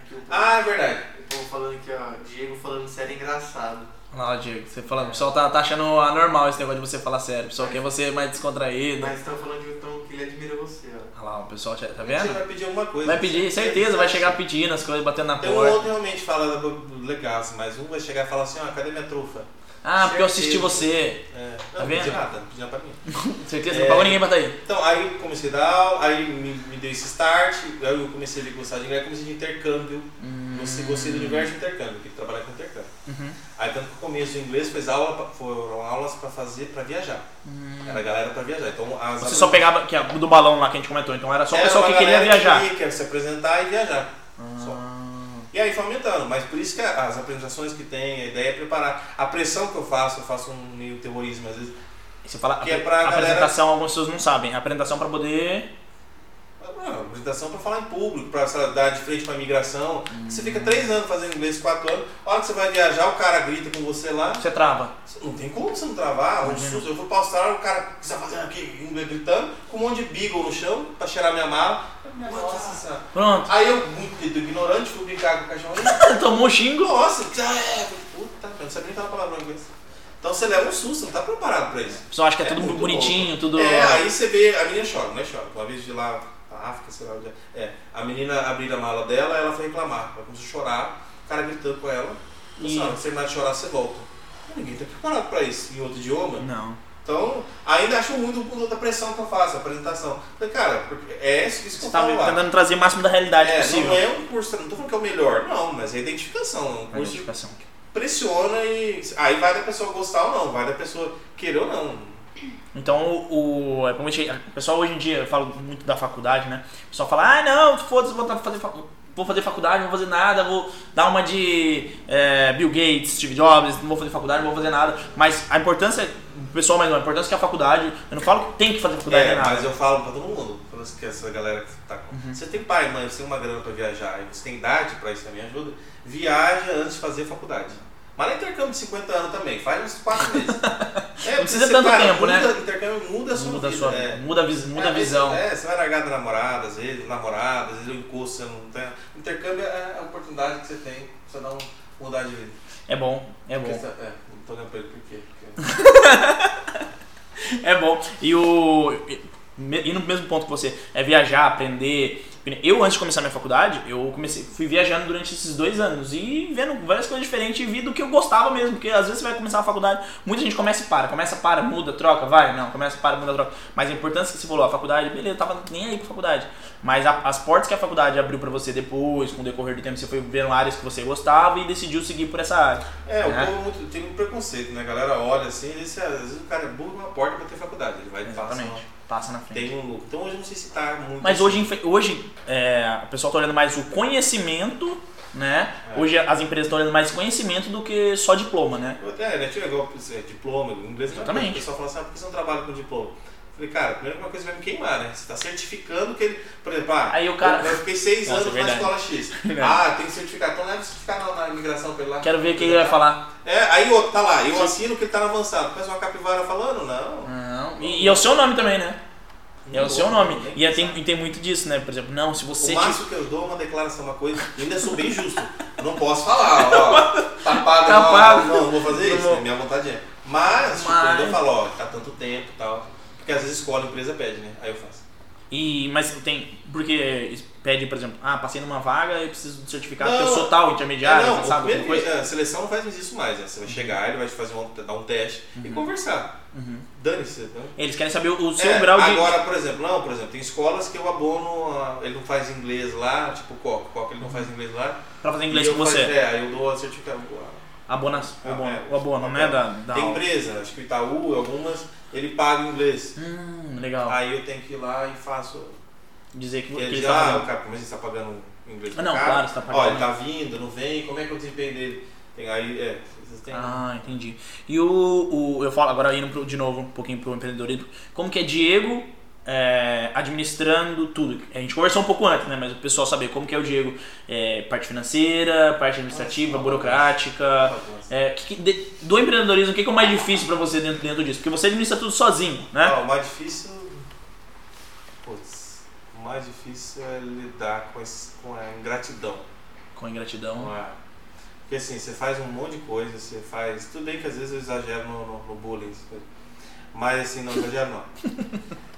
falando. Aqui o povo, Ah, é verdade. o povo falando aqui, ó. Diego falando sério é engraçado. Olha lá, Diego, você falando, o pessoal tá, tá achando anormal esse negócio de você falar sério. O pessoal quer você mais descontraído. Mas estão falando que, o Tom- que ele admira você, ó. Olha lá, o pessoal já- tá Você vendo? vai pedir alguma coisa. Vai pedir, certeza, vai chegar pedindo as coisas, batendo na Tem um outro porta. que realmente fala legal, assim, mas um vai chegar e falar assim: ó, cadê minha trufa? Ah, porque eu assisti você. É, Tá não, não pedi vendo? nada, não pedi nada pra mim. Certeza, É. não pagou ninguém pra tá aí. Então, aí comecei a dar aula, aí me, me deu esse start, aí eu comecei a gostar de inglês, comecei de intercâmbio. Hum. Gostei, gostei do universo de intercâmbio, que trabalhar com intercâmbio. Uhum. Aí tanto que o começo do inglês fez aula, pra- foram aulas pra fazer, pra viajar. Era a galera pra viajar. Então, as Uhum. Hum. Você só pegava que é, do balão lá que a gente comentou, então era só o pessoal que queria viajar. Ah. Que quer se apresentar e viajar. Só. E aí foi aumentando, mas por isso que as apresentações que tem, a ideia é preparar. A pressão que eu faço, eu faço um meio terrorismo às vezes. Você fala Que é pra galera- apresentação, algumas pessoas não sabem. Apresentação pra poder. Mas, Mano, Ah, apresentação pra falar em público, pra sei lá, dar de frente pra imigração. Você fica três anos fazendo inglês, quatro anos. A hora que você vai viajar, o cara grita com você lá. Você trava. Você- Não tem como você não travar. Onde Imagina. eu vou pra Austrália, o cara, o que você tá fazendo aqui? Em Inglês gritando, com um monte de beagle no chão, pra cheirar minha mala. Nossa senhora. Pronto. <laughs> Aí eu, muito ignorante, fui brincar com o cachorro. Tomou um xingo. Nossa, que- é, puta, eu não sabia nem falar palavrão em inglês. Então você leva um susto, você não tá preparado pra isso. O pessoal acha que é, É tudo muito bonitinho, tudo. É, aí você vê, a menina chora, não é chora. Uma vez de lá, na África, sei lá onde é. É, a menina abriu a mala dela, ela foi reclamar. Ela começou a chorar, o cara gritando com ela. E- Falou assim, "Ah, se terminar de chorar, você volta. Ninguém tá preparado pra isso em outro idioma. Não. Então, ainda acho muito por outra pressão que eu faço, a apresentação. Falei, cara, porque é isso, isso que Você eu tá falo lá. tentando trazer o máximo da realidade É, possível. não é um curso, não tô falando que é o melhor, não, mas é identificação. É um A curso identificação. pressiona e aí vai da pessoa gostar ou não, vai da pessoa querer ou não. Então, o, o, é, principalmente, o pessoal hoje em dia, eu falo muito da faculdade, né? O pessoal fala, ah, não, foda-se, vou tá- fazer, facu- vou fazer faculdade, não vou fazer nada, vou dar uma de é, Bill Gates, Steve Jobs, não vou fazer faculdade, não vou fazer nada. Mas a importância, o pessoal, mas não, a importância é que a faculdade, eu não falo que tem que fazer faculdade, É, nem nada. mas eu falo pra todo mundo, falando assim que essa galera que tá com. Uhum. Você tem pai, mãe, você tem uma grana pra viajar, e você tem idade pra isso também ajuda, viaja antes de fazer faculdade. Mas não é intercâmbio de 50 anos também, faz uns <laughs> 4 meses. É, Não precisa você, tanto cara, tempo, né? muda, Intercâmbio muda a sua Muda a vida, sua é. muda a, vis- muda É, a às vezes- visão. É, você vai largar da namorada, às vezes, namorada, às vezes o encosto você não tem. Intercâmbio é a oportunidade que você tem pra você dar um, mudar de vida. É bom, é bom. Porque você- é, não tô lembrando por quê. porque- É bom. E o. me- E no mesmo ponto que você, é viajar, aprender. Eu, antes de começar minha faculdade, eu comecei, fui viajando durante esses dois anos e vendo várias coisas diferentes e vi do que eu gostava mesmo, porque às vezes você vai começar a faculdade, muita gente começa e para, começa, para, muda, troca, vai, não, começa, para, muda, troca. Mas a importância que você falou, a faculdade, beleza, eu tava nem aí pra faculdade. Mas a- as portas que a faculdade abriu pra você depois, com o decorrer do tempo, você foi vendo áreas que você gostava e decidiu seguir por essa área. É, o né? povo muito- tem um preconceito, né? A galera olha assim, e diz, "Ah, às vezes o cara é burro na porta pra ter faculdade, ele vai e passa. Exatamente. Passa na não. frente. Tem um lucro. Então hoje eu não sei se tá muito. Mas assim. hoje, infe- hoje é, o pessoal está olhando mais o conhecimento, né? É. Hoje as empresas estão olhando mais conhecimento do que só diploma, né? É, né? Tinha igual é, diploma, inglês não é Exatamente. coisa. O pessoal fala assim, ah, por que você não trabalha com diploma? Eu Falei, cara, primeiro uma coisa vai me queimar, né? Você tá certificando que ele. Por exemplo, ah, Aí o cara- eu, eu fiquei seis Nossa, é anos na verdade. É escola <laughs> X. Verdade. ah, tem que certificar. Então leva o certificado lá na imigração pra ele lá. Quero ver o que ele vai falar. É, aí outro tá lá, eu assino que ele tá no avançado. Mas uma capivara falando, não. Não. E, e é o seu nome também, né? É o seu nome. Nem E é- pensar. tem, e tem muito disso, né? Por exemplo, não, se você. O tiver- máximo que eu dou é uma declaração, uma coisa, e ainda sou bem justo. Eu não posso falar, ó, tapado, <laughs> Tá pago. não, não, não vou fazer isso, Não. né? minha vontade é. Mas, tipo, Mas- quando eu falo, ó, tá tanto tempo e tal. Porque às vezes escola, a empresa pede, né? Aí eu faço. E, mas tem. Porque pede, por exemplo, ah, passei numa vaga, eu preciso do certificado, porque eu Não. sou tal, Ah, intermediário, não, o sabe? primeiro alguma coisa. que- é. a seleção não faz mais isso mais, né? Você vai chegar, ele vai te fazer um, dar um teste e conversar. Uhum. Dane-se, né? Eles querem saber o o seu É, grau de. Agora, por exemplo, não, por exemplo, tem escolas que o abono, ah, ele não faz inglês lá, tipo o Coca, o Coca ele não faz inglês lá. pra fazer inglês E com eu você. faço- é, aí eu dou a certificação. Abonas, o Ah, abono, é. o abono, né? Da, da Tem aula. empresa, acho que o Itaú, algumas, ele paga o inglês. Hum, legal. Aí eu tenho que ir lá e faço. Dizer que, E que ele ele diz, tá ah, fazendo. cara, mas você tá pagando o inglês Ah, não, pro cara? claro, você tá Ó, pagando. ele tá vindo, não vem, como é que eu desempenho dele? Tem, aí, é, vocês têm. Ah, entendi. E o, o- eu falo agora indo pro- de novo um pouquinho pro empreendedorismo, como que é Diego é, administrando tudo? A gente conversou um pouco antes, né? Mas o pessoal saber como que é o Diego, é, parte financeira, parte administrativa, Nossa, burocrática. Bagunça. É, que que- de- do empreendedorismo, o que, que é o mais difícil pra você dentro, dentro disso? Porque você administra tudo sozinho, né? Ah, o mais difícil. Putz, o mais difícil é lidar com, esse- com a ingratidão. Com ingratidão. com a- Porque assim, você faz um monte de coisa, você faz. Tudo bem que às vezes eu exagero no, no, no bullying. essas coisas. Mas assim, não exagero não.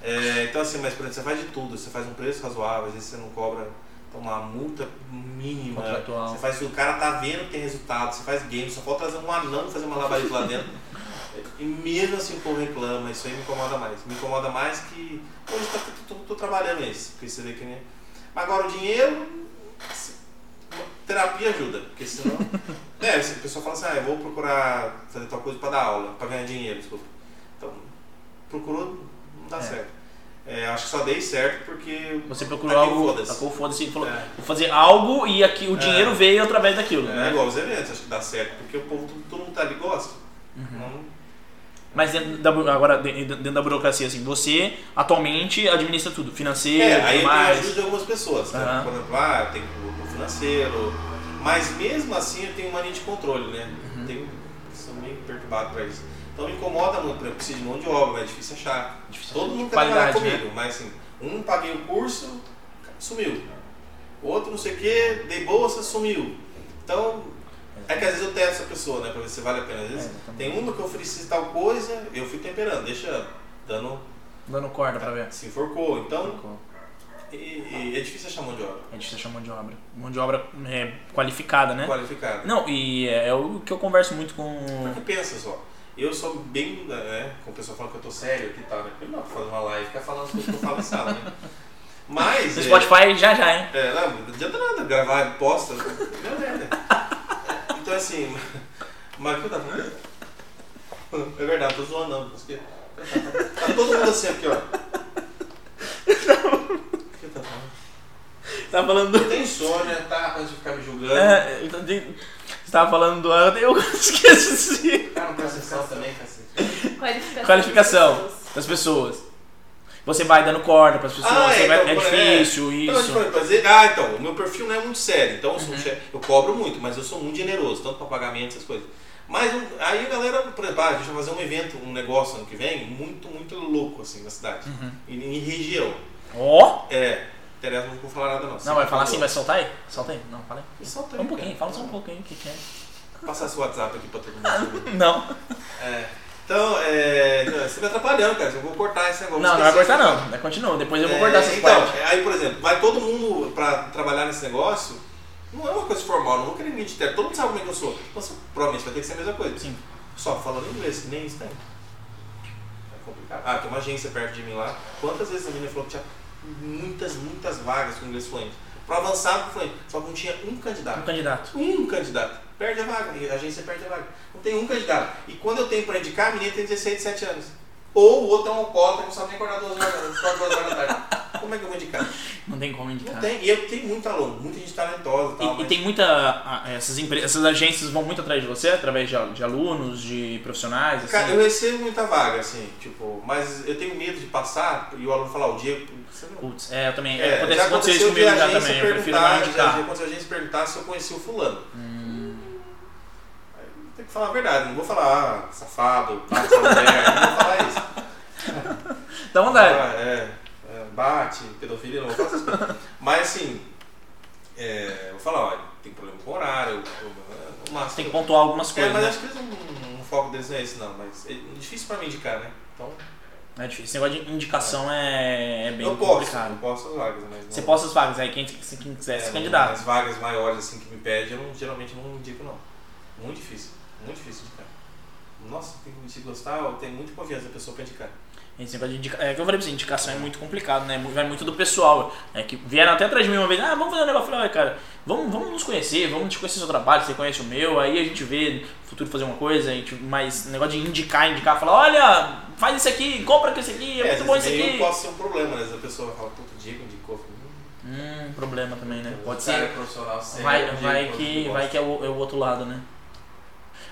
É, então assim, mas por exemplo, você faz de tudo, você faz um preço razoável, às vezes você não cobra então, uma multa mínima. Contratual. Você faz o cara tá vendo que tem resultado, você faz game, só falta trazer um anão pra fazer uma labareda lá dentro. E mesmo assim o povo reclama, isso aí me incomoda mais. Me incomoda mais que hoje tá, tô, tô- tô trabalhando isso, porque você vê que nem. Mas agora o dinheiro. se- Terapia ajuda, <laughs> porque senão. é, se a pessoa fala assim, ah, eu vou procurar fazer tal coisa pra dar aula, pra ganhar dinheiro, desculpa. Então, procurou, não dá É. certo. É, acho que só dei certo porque. Você procurou Tacou algo, foda-se. tacou o foda-se e falou, É. vou fazer algo e aqui, o dinheiro veio através daquilo, É né? igual os eventos, acho que dá certo, porque o povo, todo, todo mundo tá ali gosta. Uhum. Então, Não- Mas dentro da, bu- agora, de- dentro da burocracia, assim, você atualmente administra tudo, financeiro, É, aí tudo tem a ajuda mais. de algumas pessoas, né? Aham. Por exemplo, ah, tem o financeiro. Mas mesmo assim eu tenho mania de controle, né? Uhum. Tenho, sou meio perturbado pra isso. Então me incomoda muito, por exemplo, preciso de mão de obra, mas é difícil achar. Difícil Todo de mundo quer trabalhar qualidade, né? comigo, mas assim, um paguei o curso, sumiu. O outro não sei o que, dei bolsa, sumiu. Então, é que às vezes eu testo essa pessoa, né? Pra ver se vale a pena. Às vezes É, também. tem uma que eu ofereci tal coisa, eu fui temperando, deixando, dando. Dando corda pra ver. Se enforcou. Então, e- e é difícil achar mão de obra. A gente se chama mão de obra. Mão de obra é, qualificada, né? qualificado. Não, e é, é o que eu converso muito com. Porque pensa só, eu sou bem, né, com o pessoal falando que eu tô sério aqui e tal, né? Eu não dá pra fazer uma live e ficar falando as coisas que eu falo em <laughs> sala, né? Mas... No é, Spotify já já, hein? É, não, não adianta nada gravar posta, não merda. Então assim, mas o que eu tava falando? É verdade, eu tô zoando não, porque... Tá todo mundo assim aqui, ó. O que eu tava falando? Tá falando do. Eu tenho insônia, tá? Antes de ficar me julgando. É, eu tô de- você tava falando do. Eu <laughs> esqueci. Cara, não presta atenção também, cacete. Qualificação. Qualificação das pessoas. Você vai dando corda pras pessoas, Ah, você é, vai- é, então, é. difícil, Então, isso. Uhum. tipo, fazer, ah, então, o meu perfil não é muito sério, então eu, sou um chefe- eu cobro muito, mas eu sou muito generoso, tanto para pagamento, essas coisas. Mas um- aí a galera, por exemplo, ah, a gente vai fazer um evento, um negócio ano que vem, muito, muito louco, assim, na cidade, Uhum. e em, região. Ó! É, interessa, não vou falar nada não. Não, vai falar assim, vai soltar aí? Solta aí. Não, fala aí. Solta Só aí, um pouquinho, cara. fala só um pouquinho o que, que é. Passar seu WhatsApp aqui para todo mundo. Não. é. Então, é, não, você me atrapalhando, cara, eu vou cortar esse negócio. Não, não vai esqueci. cortar não. Vai, Continua, depois eu vou cortar É, essas então, partes. Aí, por exemplo, vai todo mundo pra trabalhar nesse negócio, não é uma coisa formal, não vou querer ninguém de terno, todo mundo sabe como é que eu sou. Você provavelmente vai ter que ser a mesma coisa. Sim. Só falando inglês, que nem isso tem. É complicado. Ah, tem uma agência perto de mim lá. Quantas vezes a menina falou que tinha muitas, muitas vagas com inglês fluente? Pro avançado fluente, só que não tinha um Um candidato. candidato. Um candidato. Perde a vaga, e a agência perde a vaga. Não tem um candidato. E quando eu tenho pra indicar, a menina tem 16, 17 anos. Ou o outro é um alcoólatra, não sabe nem acordar duas horas, quatro horas da tarde. Como é que eu vou indicar? Não tem como Não indicar. tem. E eu tenho muito aluno, muita gente talentosa e Tá. E, tal. e mas- tem muita. a- Essas, empre- essas agências vão muito atrás de você, através de, al- de alunos, de profissionais, assim. Cara, eu recebo muita vaga, assim, tipo, mas eu tenho medo de passar e o aluno falar, o Diego, você não Putz, é, eu também. É, acontece, já aconteceu isso aconteceu de comigo já agência também. Eu prefiro perguntar, não já, já indicar. aconteceu a gente perguntar se eu conhecia o fulano. Hum. Aí Tem que falar a verdade, não vou falar ah, safado, bate essa mulher, não vou falar <laughs> isso. Dá vontade. Ah, é, é, bate, pedofilia, não vou falar essas coisas. Mas assim, é, eu vou falar, olha, tem problema com horário, eu- eu- o máximo. Tem que pontuar algumas É, coisas, mas né? acho que eles não- o foco deles não é esse não, mas é difícil pra mim indicar, né? Então, É difícil. Esse negócio de indicação é, é bem eu posso, eu complicado. posso as vagas, mas Você não- posta as vagas aí, quem, se- quem quiser se É, candidatar. As vagas maiores assim que me pedem, eu não- geralmente não indico não. Muito difícil, muito difícil indicar. Nossa, tem que se gostar, eu tenho muita confiança na pessoa pra indicar. Esse negócio de indica... É que eu falei pra você, indicação é muito complicado, né? Vai muito do pessoal. É que vieram até atrás de mim uma vez, ah, vamos fazer um negócio. Eu falei, "Olha, cara, vamos, vamos nos conhecer, vamos te conhecer seu trabalho, você conhece o meu, aí a gente vê no futuro fazer uma coisa, a gente... mas negócio de indicar, indicar, falar, olha, faz isso aqui, compra com esse aqui, é, às muito vezes bom isso meio aqui. pode ser um problema, né? Às vezes A pessoa fala, puta, o Diego indicou. Eu falo, "Hum, Hum, problema também, né? Pode Cara, ser. é profissional sério. Vai, Diego, vai, quando que, você vai gosta. que é o, é o outro lado, né?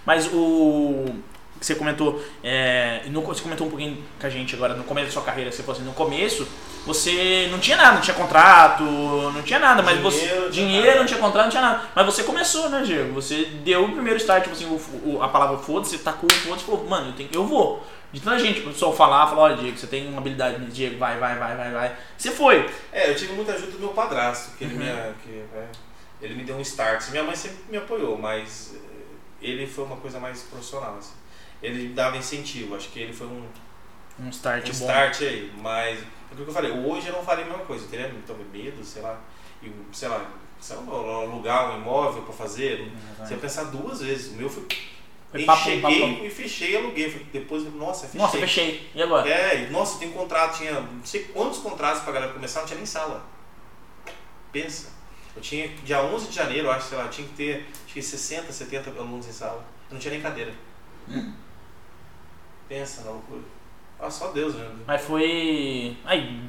Mas o que você comentou, é, no- você comentou um pouquinho com a gente agora, no começo da sua carreira, você falou assim, no começo você não tinha nada, não tinha contrato, não tinha nada, mas Dinheiro, você. não tinha Dinheiro, nada. não tinha contrato, não tinha nada. Mas você começou, né, Diego? Você deu o primeiro start, tipo assim, o- o- a palavra foda-se, tacou o foda-se e falou, mano, eu, tenho, eu vou. De tanta gente, o pessoal falar, falar, olha, Diego, você tem uma habilidade, nisso, Diego, vai, vai, vai, vai, vai. Você foi. É, eu tive muita ajuda do meu padrasto, que ele, Uhum. me, que, né, ele me deu um start. Minha mãe sempre me apoiou, mas eh, ele foi uma coisa mais profissional. assim. Ele me dava incentivo, acho que ele foi um Um start um bom. start aí, mas é aquilo que eu falei, hoje eu não faria a mesma coisa, eu teria então, medo, sei lá, e um, sei lá, sei lá, alugar um imóvel pra fazer, você ia pensar duas vezes, o meu foi, Foi eu papum, cheguei papum. e fechei, aluguei, Falei, depois, nossa, fechei. Nossa, fechei. E agora? É, e, nossa, tem um contrato, tinha não sei quantos contratos pra galera começar, não tinha nem sala. Pensa. Eu tinha, dia 11 de janeiro, eu acho, sei lá, eu tinha que ter, acho que 60, 70 alunos em sala. Eu não tinha nem cadeira. Hum. Pensa na loucura. Ah, só Deus, né? Mas foi. Aí.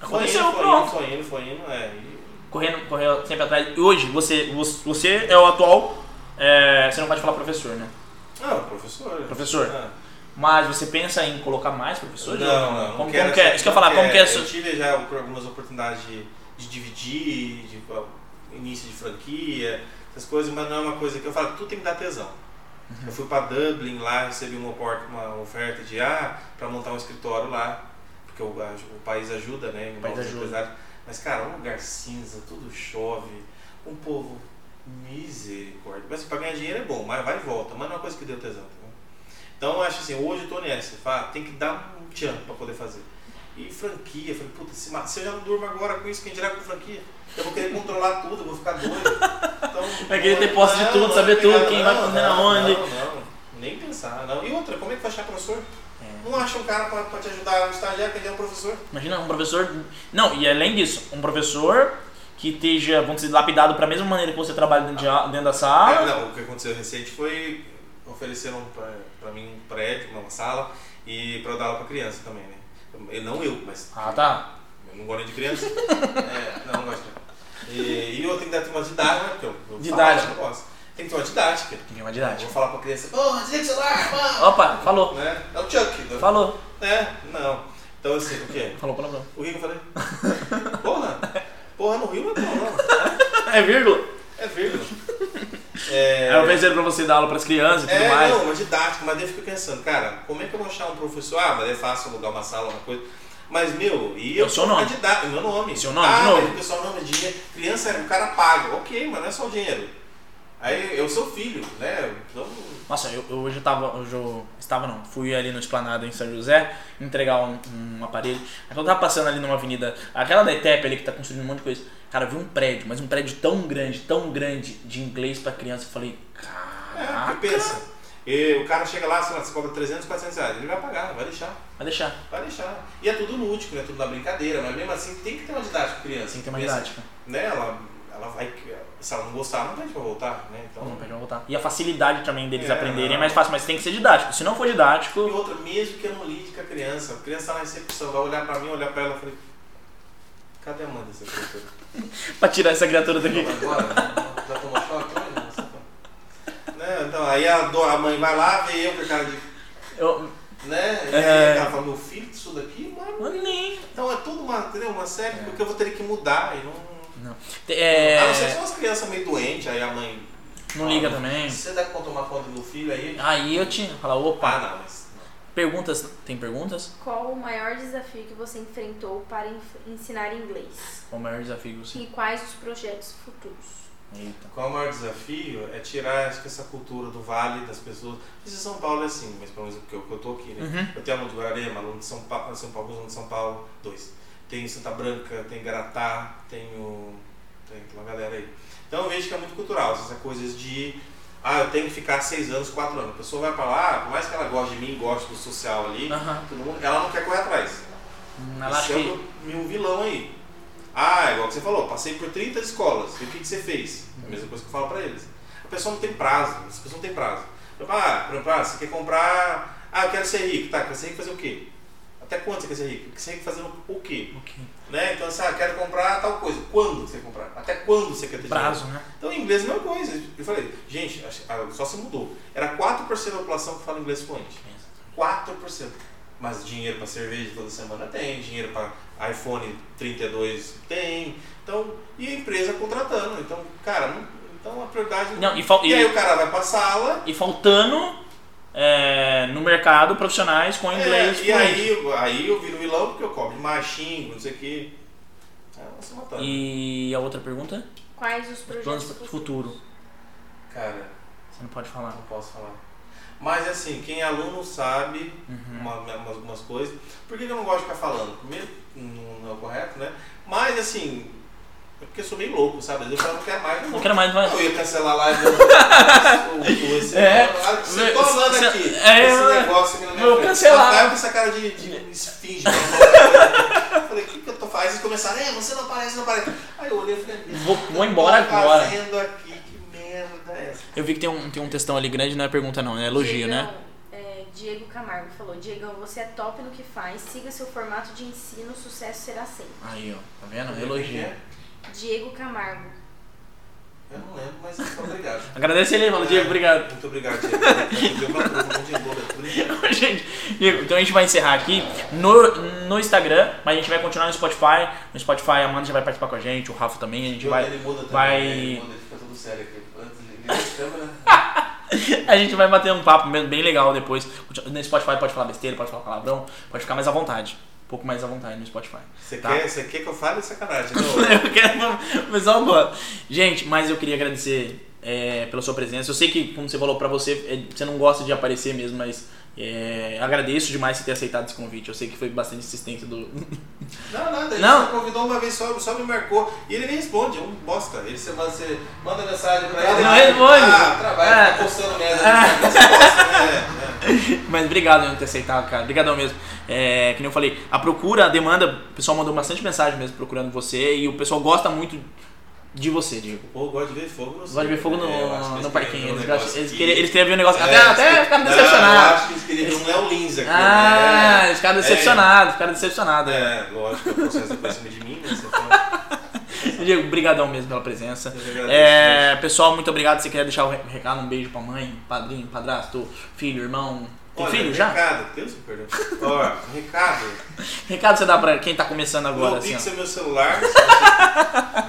Foi Aconteceu, indo, foi indo, pronto. foi indo, foi indo, é. E Correndo, correu sempre atrás. E Hoje, você, você é o atual. é, você não pode falar professor, né? Ah, professor. Professor. Ah. Mas você pensa em colocar mais professores? Não, não, não Como, quero como que é? essa- Isso que eu ia falar, como que é Eu isso? tive já algumas oportunidades de, de dividir, de ó, início de franquia, essas coisas, mas não é uma coisa que eu falo, tudo tem que dar tesão. Uhum. Eu fui pra Dublin lá, recebi uma, oportun- uma oferta de ah, pra montar um escritório lá, porque o, a- o país ajuda, né? O país os ajuda. empresários. Mas, cara, um lugar cinza, tudo chove, um povo misericórdia. Mas assim, pra ganhar dinheiro é bom, mas vai e volta, mas não é uma coisa que deu tesão, tá bom? Então eu acho assim, hoje eu tô nessa, fala, tem que dar um tchan pra poder fazer. E franquia, eu falei, puta, se, ma- se eu já não durmo agora com isso, quem dirá com franquia? Eu vou querer controlar tudo, eu vou ficar doido. <laughs> Então, Vai querer ter posse de tudo, saber tudo, quem vai fazer aonde. Não, não, nem pensar, não. E outra, como é que vai achar professor? É. Não acha um cara pra, pra te ajudar a estagiar, que ele é um professor? Imagina um professor. Não, e além disso, um professor que esteja, vamos dizer, lapidado pra mesma maneira que você trabalha dentro, de a- dentro da Ah, sala. não, o que aconteceu recente foi ofereceram pra, pra mim um prédio, uma sala, e pra eu dar aula pra criança também, né? Eu, não eu, mas Ah, tá. Eu não gosto nem de criança. é, não, não gosto. de criança. E, e eu tenho que dar ter uma didática, né, porque eu, eu Didática. falo, eu gosto. Tem que ter uma didática. Tem que ter uma Eu vou didática. falar pra criança, ô, oh, desliga o celular, mano! Opa, falou. Né? É o Chuck. né? Falou. É, não. Então assim, o quê? Falou palavrão. O que que eu falei? Porra! Porra, no Rio não é porra, É vírgula. não. É vírgula. É, Aí eu pensei pra você dar aula pras crianças e tudo É, mais. não, uma didática, mas daí eu fico pensando, cara, como é que eu vou achar um professor? Ah, mas é fácil alugar uma sala, uma coisa. Mas, meu, e É o eu seu sou uma nome. didá- meu nome. Seu nome, ah, de novo. mas o pessoal não é dinheiro. Criança, o cara paga. Ok, mas não é só o dinheiro. Aí eu sou filho, né? Então, Nossa, eu, eu hoje eu tava. Hoje eu estava não. Fui ali no esplanado em São José entregar um, um aparelho. Aí quando eu tava passando ali numa avenida, aquela da ETEP ali que tá construindo um monte de coisa. Cara, eu vi um prédio, mas um prédio tão grande, tão grande de inglês pra criança. Eu falei, é, caraca. porque pensa. E o cara chega lá, sei lá, você cobra 300, 400 reais. Ele vai pagar, vai deixar, Vai deixar. vai deixar. E é tudo lúdico, né? Tudo na brincadeira, mas mesmo assim tem que ter uma didática com criança. Assim que tem uma Criança, didática. Né? Ela, ela vai. Se ela não gostar, não tem pra voltar, né? Então. Não, não, pede pra voltar. E a facilidade também deles É, aprenderem é não. mais fácil, mas tem que ser didático. Se não for E didático. outra, mesmo que eu não lide com a criança, a criança tá na recepção, vai olhar pra mim, olhar pra ela e falei, Cadê a mãe dessa criatura? pra tirar essa criatura daqui. Agora? Já tomou choque? Olha, tá nossa. Né, Então, aí a, do- a mãe vai lá, vê eu com a cara de. Eu, Né? E É. aí ela fala, meu filho, isso daqui, mano. eu nem. Então é tudo uma, entendeu? uma série porque eu vou ter que mudar. E não... É, A não ser se são umas crianças meio doentes, aí a mãe. não liga também. Você dá conta tomar conta do meu filho aí? Aí eu tinha. Falar, Ah, opa. não, mas. Perguntas. Tem perguntas? Qual o maior desafio que você enfrentou para enf- ensinar inglês? Qual o maior desafio assim. que você. E quais os projetos futuros? Eita. Qual é o maior desafio? É tirar acho que essa cultura do vale, das pessoas. Isso em São Paulo é assim, mas pelo menos porque eu, que eu tô aqui, né? Uhum. Eu tenho aluno de Guararema, aluno de São Paulo, São Paulo, aluno de São Paulo, dois. Tenho Santa Branca, tenho Garatá, tenho. Tem uma galera aí. Então eu vejo que é muito cultural, essa coisa de. Ah, eu tenho que ficar seis anos, quatro anos. A pessoa vai pra lá, ah, por mais que ela goste de mim, goste do social ali, Aham. todo mundo, ela não quer correr atrás. Ela acha Esse é que. o meu vilão aí. Ah, igual que você falou, passei por 30 escolas. E o que, que você fez? É a mesma coisa que eu falo pra eles. A pessoa não tem prazo, as pessoas não tem prazo. Tipo, Ah, por exemplo, ah, você quer comprar. Ah, eu quero ser rico. Tá, quer ser rico fazer o quê? Até quando você quer ser rico? Quer ser rico fazendo o quê? o que- Né? Então, assim, ah, quero comprar tal coisa. Quando você quer comprar? Até quando você quer ter dinheiro? Prazo, né? Então, em inglês é a mesma coisa. Eu falei, gente, acho- ah, só se mudou. Era 4% da população que fala inglês fluente. 4%. Mas dinheiro para cerveja toda semana tem, dinheiro para iPhone 32 tem. Então, e a empresa contratando. Então, cara, não- então a prioridade. Não, e, fal- E aí e, o cara vai pra sala. e faltando é, no mercado profissionais com inglês é, e fluente. aí, eu- aí eu viro vilão porque eu cobro demais, xingo, não sei o quê. É uma se matando. E a outra pergunta? Quais Os os projetos planos futuros? futuro. Cara, Você não pode falar. não posso falar. Mas assim, quem é aluno sabe Uhum. uma- uma- algumas coisas. Por que que eu não gosto de ficar falando? Primeiro, não, não é o correto, né? Mas assim, é porque eu sou meio louco, sabe? Às vezes Eu falo, não quero mais, não. Não quero mais. mais. Eu ia cancelar a live. eu- o- o- esse- É. Ah, Você tá falando Você- aqui. é, esse eu- negócio aqui na minha vou frente. cancelar. Só tava com essa cara de, de esfinge. né? Eu Falei, o que, que eu tô fazendo? Eles começaram, é, você não aparece, não aparece. Aí eu olhei e falei, Vou, vou embora "O que eu tô agora. fazendo aqui, que merda é essa? Eu vi que tem um, tem um textão ali grande, não é pergunta não, é elogio, Diegão, né? é, Diego Camargo falou: Diegão, você é top no que faz, siga seu formato de ensino, sucesso será sempre. Aí, ó. Tá vendo? Elogio. é. Diego Camargo. Eu não lembro, mas obrigado. Agradece ele, mano. Diego, obrigado. Muito obrigado, Diego. Deu pra um tudo, bom dia, boa leitura. <laughs> Gente, Diego, então a gente vai encerrar aqui no, no Instagram, mas a gente vai continuar no Spotify. No Spotify a Amanda já vai participar com a gente, o Rafa também, a gente vai. <laughs> Ele muda também, vai- Ele muda, ele fica todo sério aqui. Antes ele liga a câmera. A gente vai bater um papo mesmo bem legal depois. No Spotify pode falar besteira, pode falar palavrão, pode ficar mais à vontade. Um pouco mais à vontade no Spotify. <laughs> Você Tá. quer, você quer que eu fale <laughs> é sacanagem? Não. Eu quero pessoal gosta. Gente, mas eu queria agradecer é, pela sua presença. Eu sei que, como você falou pra você, é, você não gosta de aparecer mesmo, mas é, agradeço demais você ter aceitado esse convite. Eu sei que foi bastante insistência do. Não, nada, ele Não. só convidou uma vez só, só me marcou. E ele nem responde, é um bosta. Ele, você, manda, você manda mensagem pra ele. Não ele- responde. Ah, trabalha, É. tá postando merda. Você <laughs> bosta, né? É, é. mas obrigado por ter aceitado, cara. Obrigadão mesmo. É, que nem eu falei, a procura, a demanda, o pessoal mandou bastante mensagem mesmo procurando você e o pessoal gosta muito de você, Diego. O povo gosta de ver fogo no Gosta de ver fogo no, É, eu acho que no eles parquinho. queriam Eles, ver um gostam- negócio eles, que- queriam- eles queriam ver um negócio. É, até até eles- ficaram Não, decepcionados. Eu acho que eles queriam ver um Léo Lins aqui. Ah, eles ficaram É. decepcionados, ficaram decepcionados. né? É, lógico, o processo é pra cima de mim, né? Você fala, Diego, brigadão mesmo pela presença. Eu que agradeço, né? É, pessoal, muito obrigado. Você quer deixar o re- recado? Um beijo pra mãe, padrinho, padrasto, filho, irmão. Tem Olha, um filho já? Recado, Deus me perdoe. Ó, um recado. Recado você dá pra quem tá começando agora, Meu assim, Pix ó. é meu celular.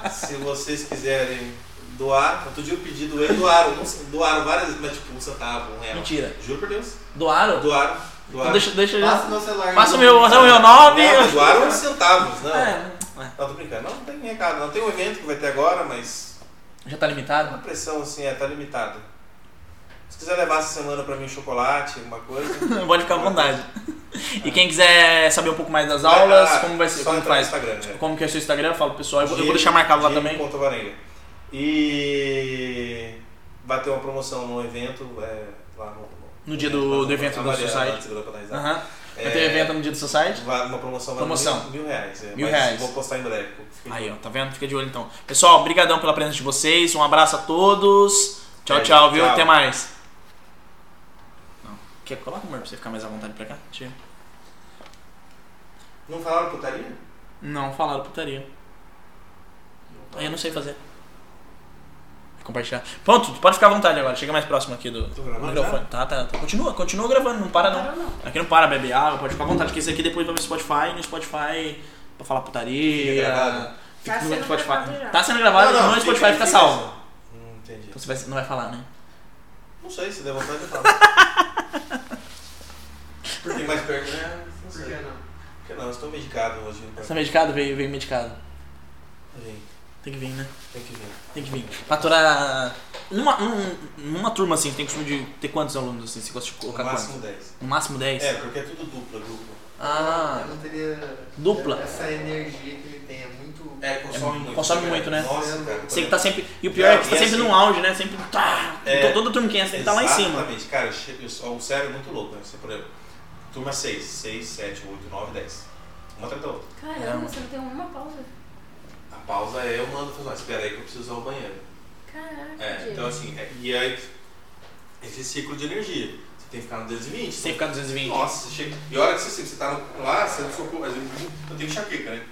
Se vocês, se vocês quiserem doar, outro dia eu pedi, doei, doaram. um- Doaram várias, mas tipo um centavo, um real. Mentira. Juro por Deus. Doaram? Doaram, Então doaram. deixa, deixa Passa já. o meu celular. Passa o meu, passa o meu nome. Não, doaram uns centavos, não. É, é, Não, tô brincando. Não tem recado, não. Tem um evento que vai ter agora, mas já tá a limitado? pressão assim é, tá limitada. Se quiser levar essa semana pra mim um chocolate, alguma coisa. <laughs> Pode ficar à <laughs> vontade. E quem quiser saber um pouco mais das aulas, Ah, como vai ser, só como entrar no faz, Instagram, né? como que é o seu Instagram, fala pro pessoal. Eu vou, eu vou Diego- deixar marcado lá Diego também. Ponto Varenga. E vai ter uma promoção no evento é, lá no, No dia do- do evento da Society. Society. Aham. É. Vai ter evento no dia do Society? Uma promoção, vai Promoção. mil, mil reais. é, Mil mas reais. Vou postar em breve. fica de Aí, ó, olho. tá vendo? Fica de olho então. Pessoal, brigadão pela presença de vocês. Um abraço a todos. Tchau, É, tchau, viu? tchau. Até mais. Não. Quer coloca o amor pra você ficar mais à vontade pra cá? Deixa eu... Não falaram putaria? Não falaram putaria. Aí eu não sei fazer. Compartilhar. Pronto, pode ficar à vontade agora. Chega mais próximo aqui do Tô do gravando microfone. Tá, tá, tá. Continua, continua gravando, não para não. Parou não. Aqui não para, bebe água, pode ficar à vontade, porque esse aqui depois vai pro Spotify, no Spotify pra falar putaria. Fica gravado. Fica Tá no sendo Spotify. gravado já. Tá sendo Ah, gravado, não, no Spotify fica salvo. Hum, entendi. Então você vai- não vai falar, né? Não sei, se der vontade <laughs> eu falo. Por que mais perto, né? Não Por sei. que não? Por que não? Eu estou medicado hoje. então Você tá medicado? Veio, veio medicado. Gente, Tem que vir, né? tem que vir. Tem que vir. Faturar. Numa, num- numa turma assim, tem costume de ter quantos alunos assim? Você gosta de No colocar máximo 10. quantos? No máximo 10? É, porque é tudo dupla, grupo. Ah, Eu não teria Dupla. essa energia que ele tem. É muito. É, consome É, muito. consome cara. muito, né? Nossa, cara. Você que tá sempre. E o pior é que você tá Não, e sempre assim- num auge, né? Sempre. Tá, É. to- toda turma que entra tem que tá lá em cima. Exatamente. Cara, eu chego- eu sou- o cérebro é muito louco, né? Você, por exemplo, turma 6, 6, 7, 8, 9, 10. Uma atrás da outra. Caramba, você não tem uma pausa? A pausa é eu mando falar, espera aí que eu preciso ir ao banheiro. Caraca, É, Diego. então assim, é- e aí esse ciclo de energia. Você tem que ficar no 220. Você fica 220. né? Nossa, você chega. E olha que você, você tá no- lá, você não socorro. Às vezes eu tenho enxaqueca, né?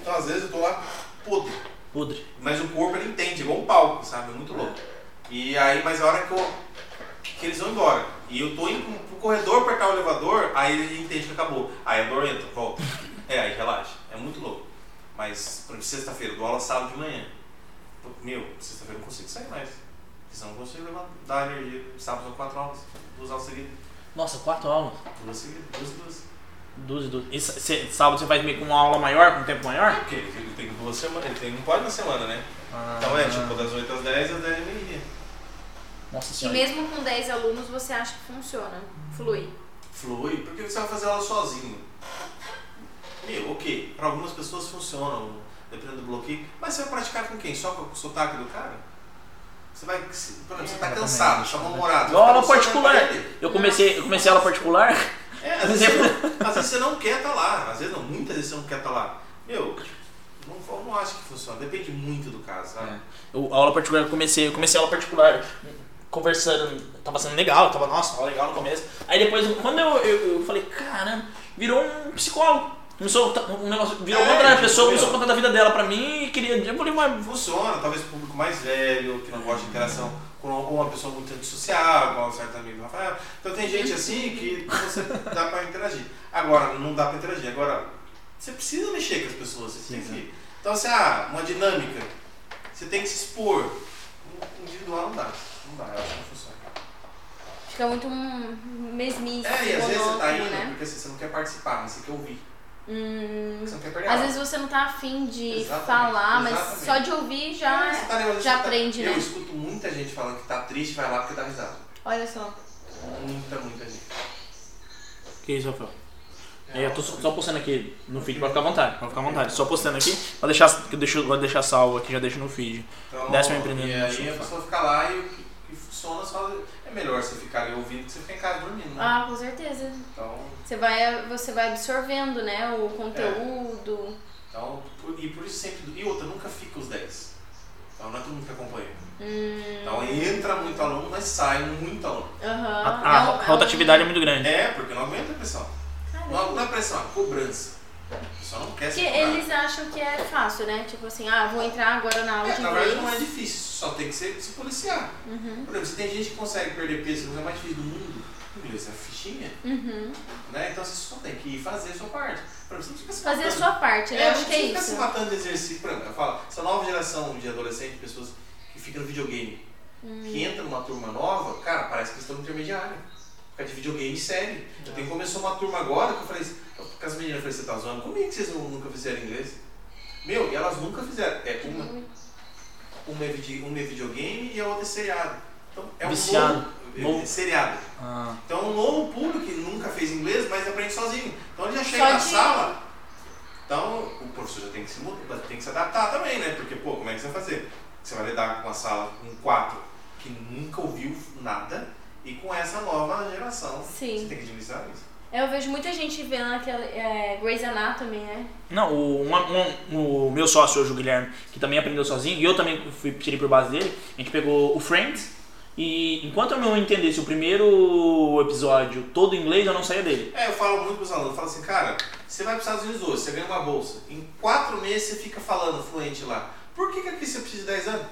Então às vezes eu tô lá podre. Podre. Mas o corpo ele entende, é igual um palco, sabe? É muito louco. E aí, mas a hora que, eu, que eles vão embora. E eu tô indo pro, pro corredor apertar o elevador, aí ele entende que acabou. Aí a dor entra, volta. É, aí relaxa. É muito louco. Mas, por exemplo, sexta-feira, eu dou aula sábado de manhã. Pô, Meu, sexta-feira eu não consigo sair mais. Porque senão eu não consigo levantar, dar energia. Sábado são quatro aulas, duas aulas seguidas. Nossa, quatro aulas. Duas seguidas, duas, duas. 12, 12. E sa- cê- sábado você faz meio com uma aula maior, com um tempo maior? Porque ele ele tem duas semanas, ele tem, não pode na semana, né? Ah, Então é tipo das 8 às 10 às 10 e meio-dia. Nossa E então, senhora. mesmo com 10 alunos, você acha que funciona? Flui. Flui, porque você vai fazer aula sozinho. Meu, ok, para algumas pessoas funcionam, dependendo do bloqueio, mas você vai praticar com quem? Só com o sotaque do cara? Você vai, se- por exemplo, você tá Exatamente. cansado, chama um namorado. Igual aula você vai particular. perder. Eu comecei, eu comecei aula particular. <laughs> É, às vezes, você não, às vezes você não quer estar lá, às vezes não, muitas vezes você não quer estar lá. Meu, não, eu não acho que funciona, depende muito do caso, sabe? Eu, a aula particular eu comecei, eu comecei a aula particular conversando, tava sendo legal, tava, nossa, tava legal no começo. Aí depois, quando eu, eu, eu falei, caramba, virou um psicólogo. Começou a- um negócio, virou É, outra tipo, pessoa, começou a meu. contar da vida dela pra mim e queria. Eu falei, mas. Funciona, talvez o público mais velho, que não gosta de interação com alguma pessoa muito antissocial, igual um certo amigo do Rafael. Então tem gente assim que você dá pra interagir. Agora, não dá pra interagir. Agora, você precisa mexer com as pessoas. Você tem Sim, que, então, assim, ah, uma dinâmica. Você tem que se expor. Um Individual não dá. Não dá, eu acho que não funciona. Fica muito um mesmice, É, e às vezes você tá monótono, indo, né? porque assim, você não quer participar, mas você quer ouvir. Hum, Você não quer perder às aula. vezes você não tá afim de É. Exatamente, falar, mas exatamente. só de ouvir já. é. Você tá lembrando, já você tá- aprende, Eu né? escuto muita gente falando que tá triste, vai lá porque tá risado. Olha só. Muita, muita gente. Que isso, Rafael? É, eu tô só só postando aqui no feed, pode ficar à vontade, pode ficar à vontade. Só postando aqui, vou deixar, que eu deixo, vou deixar salvo aqui, já deixo no feed. Então, Décimo empreendedor E no aí a sofá. pessoa fica lá e o que, que funciona só. É melhor você ficar ali ouvindo que você ficar em casa dormindo. Né? Ah, com certeza. Então, Você vai, você vai absorvendo, né? O conteúdo. então por- e por isso sempre. E outra, nunca fica os 10. Então não é todo mundo que acompanha. Hum, Então entra muito aluno, mas sai muito aluno. aham. A, É um- a é um- rotatividade é muito grande. É, porque não aguenta a pressão. Não Caramba. aguenta a pressão, a cobrança. O pessoal não quer Porque se cobrar. eles acham que é fácil, né? Tipo assim, ah, vou entrar agora na aula É, de na verdade inglês. não é difícil, só tem que ser, se policiar. Uhum. Por exemplo, se tem gente que consegue perder peso, que é a coisa mais difícil do mundo, inglês é fichinha, Uhum. né? Então você só tem que ir fazer a sua parte. Por exemplo, você não fica se Fazer a matando. sua parte, né? É, Acho que é você fica se isso. matando de exercício. Por exemplo, eu falo, essa nova geração de adolescentes, pessoas que ficam no videogame, Hum. que entra numa turma nova, cara, parece que eles estão no intermediário. Fica de videogame e É. série. Eu tenho, começou uma turma agora que eu falei, assim, eu- com as meninas, eu falei, você tá zoando? Como é que vocês nu- nunca fizeram inglês? Meu, e elas nunca fizeram. É, Uhum. uma, uma, é, vide- uma é videogame e a outra é seriado. Então, é um Viciado. novo, é, Novo. seriado. Ah, Então, é um novo público que nunca fez inglês, mas aprende sozinho. Então, ele já chega Só na de- sala. Então, o professor já tem que se mudar, tem que se adaptar também, né? Porque, pô, como é que você vai fazer? Você vai lidar com uma sala com quatro que nunca ouviu nada e com essa nova geração. Sim. Você tem que administrar isso. É, Eu vejo muita gente vendo aquela é, Grey's Anatomy, né? Não, o, uma- um- o meu sócio hoje, o Guilherme, que também aprendeu sozinho, e eu também fui, tirei por base dele, a gente pegou o Friends, e enquanto eu não entendesse o primeiro episódio todo em inglês, eu não saía dele. É, eu falo muito pros alunos, eu falo assim, cara, você vai para os Estados Unidos hoje, você ganha uma bolsa. Em quatro meses você fica falando fluente lá. Por que, que aqui você precisa de 10 anos?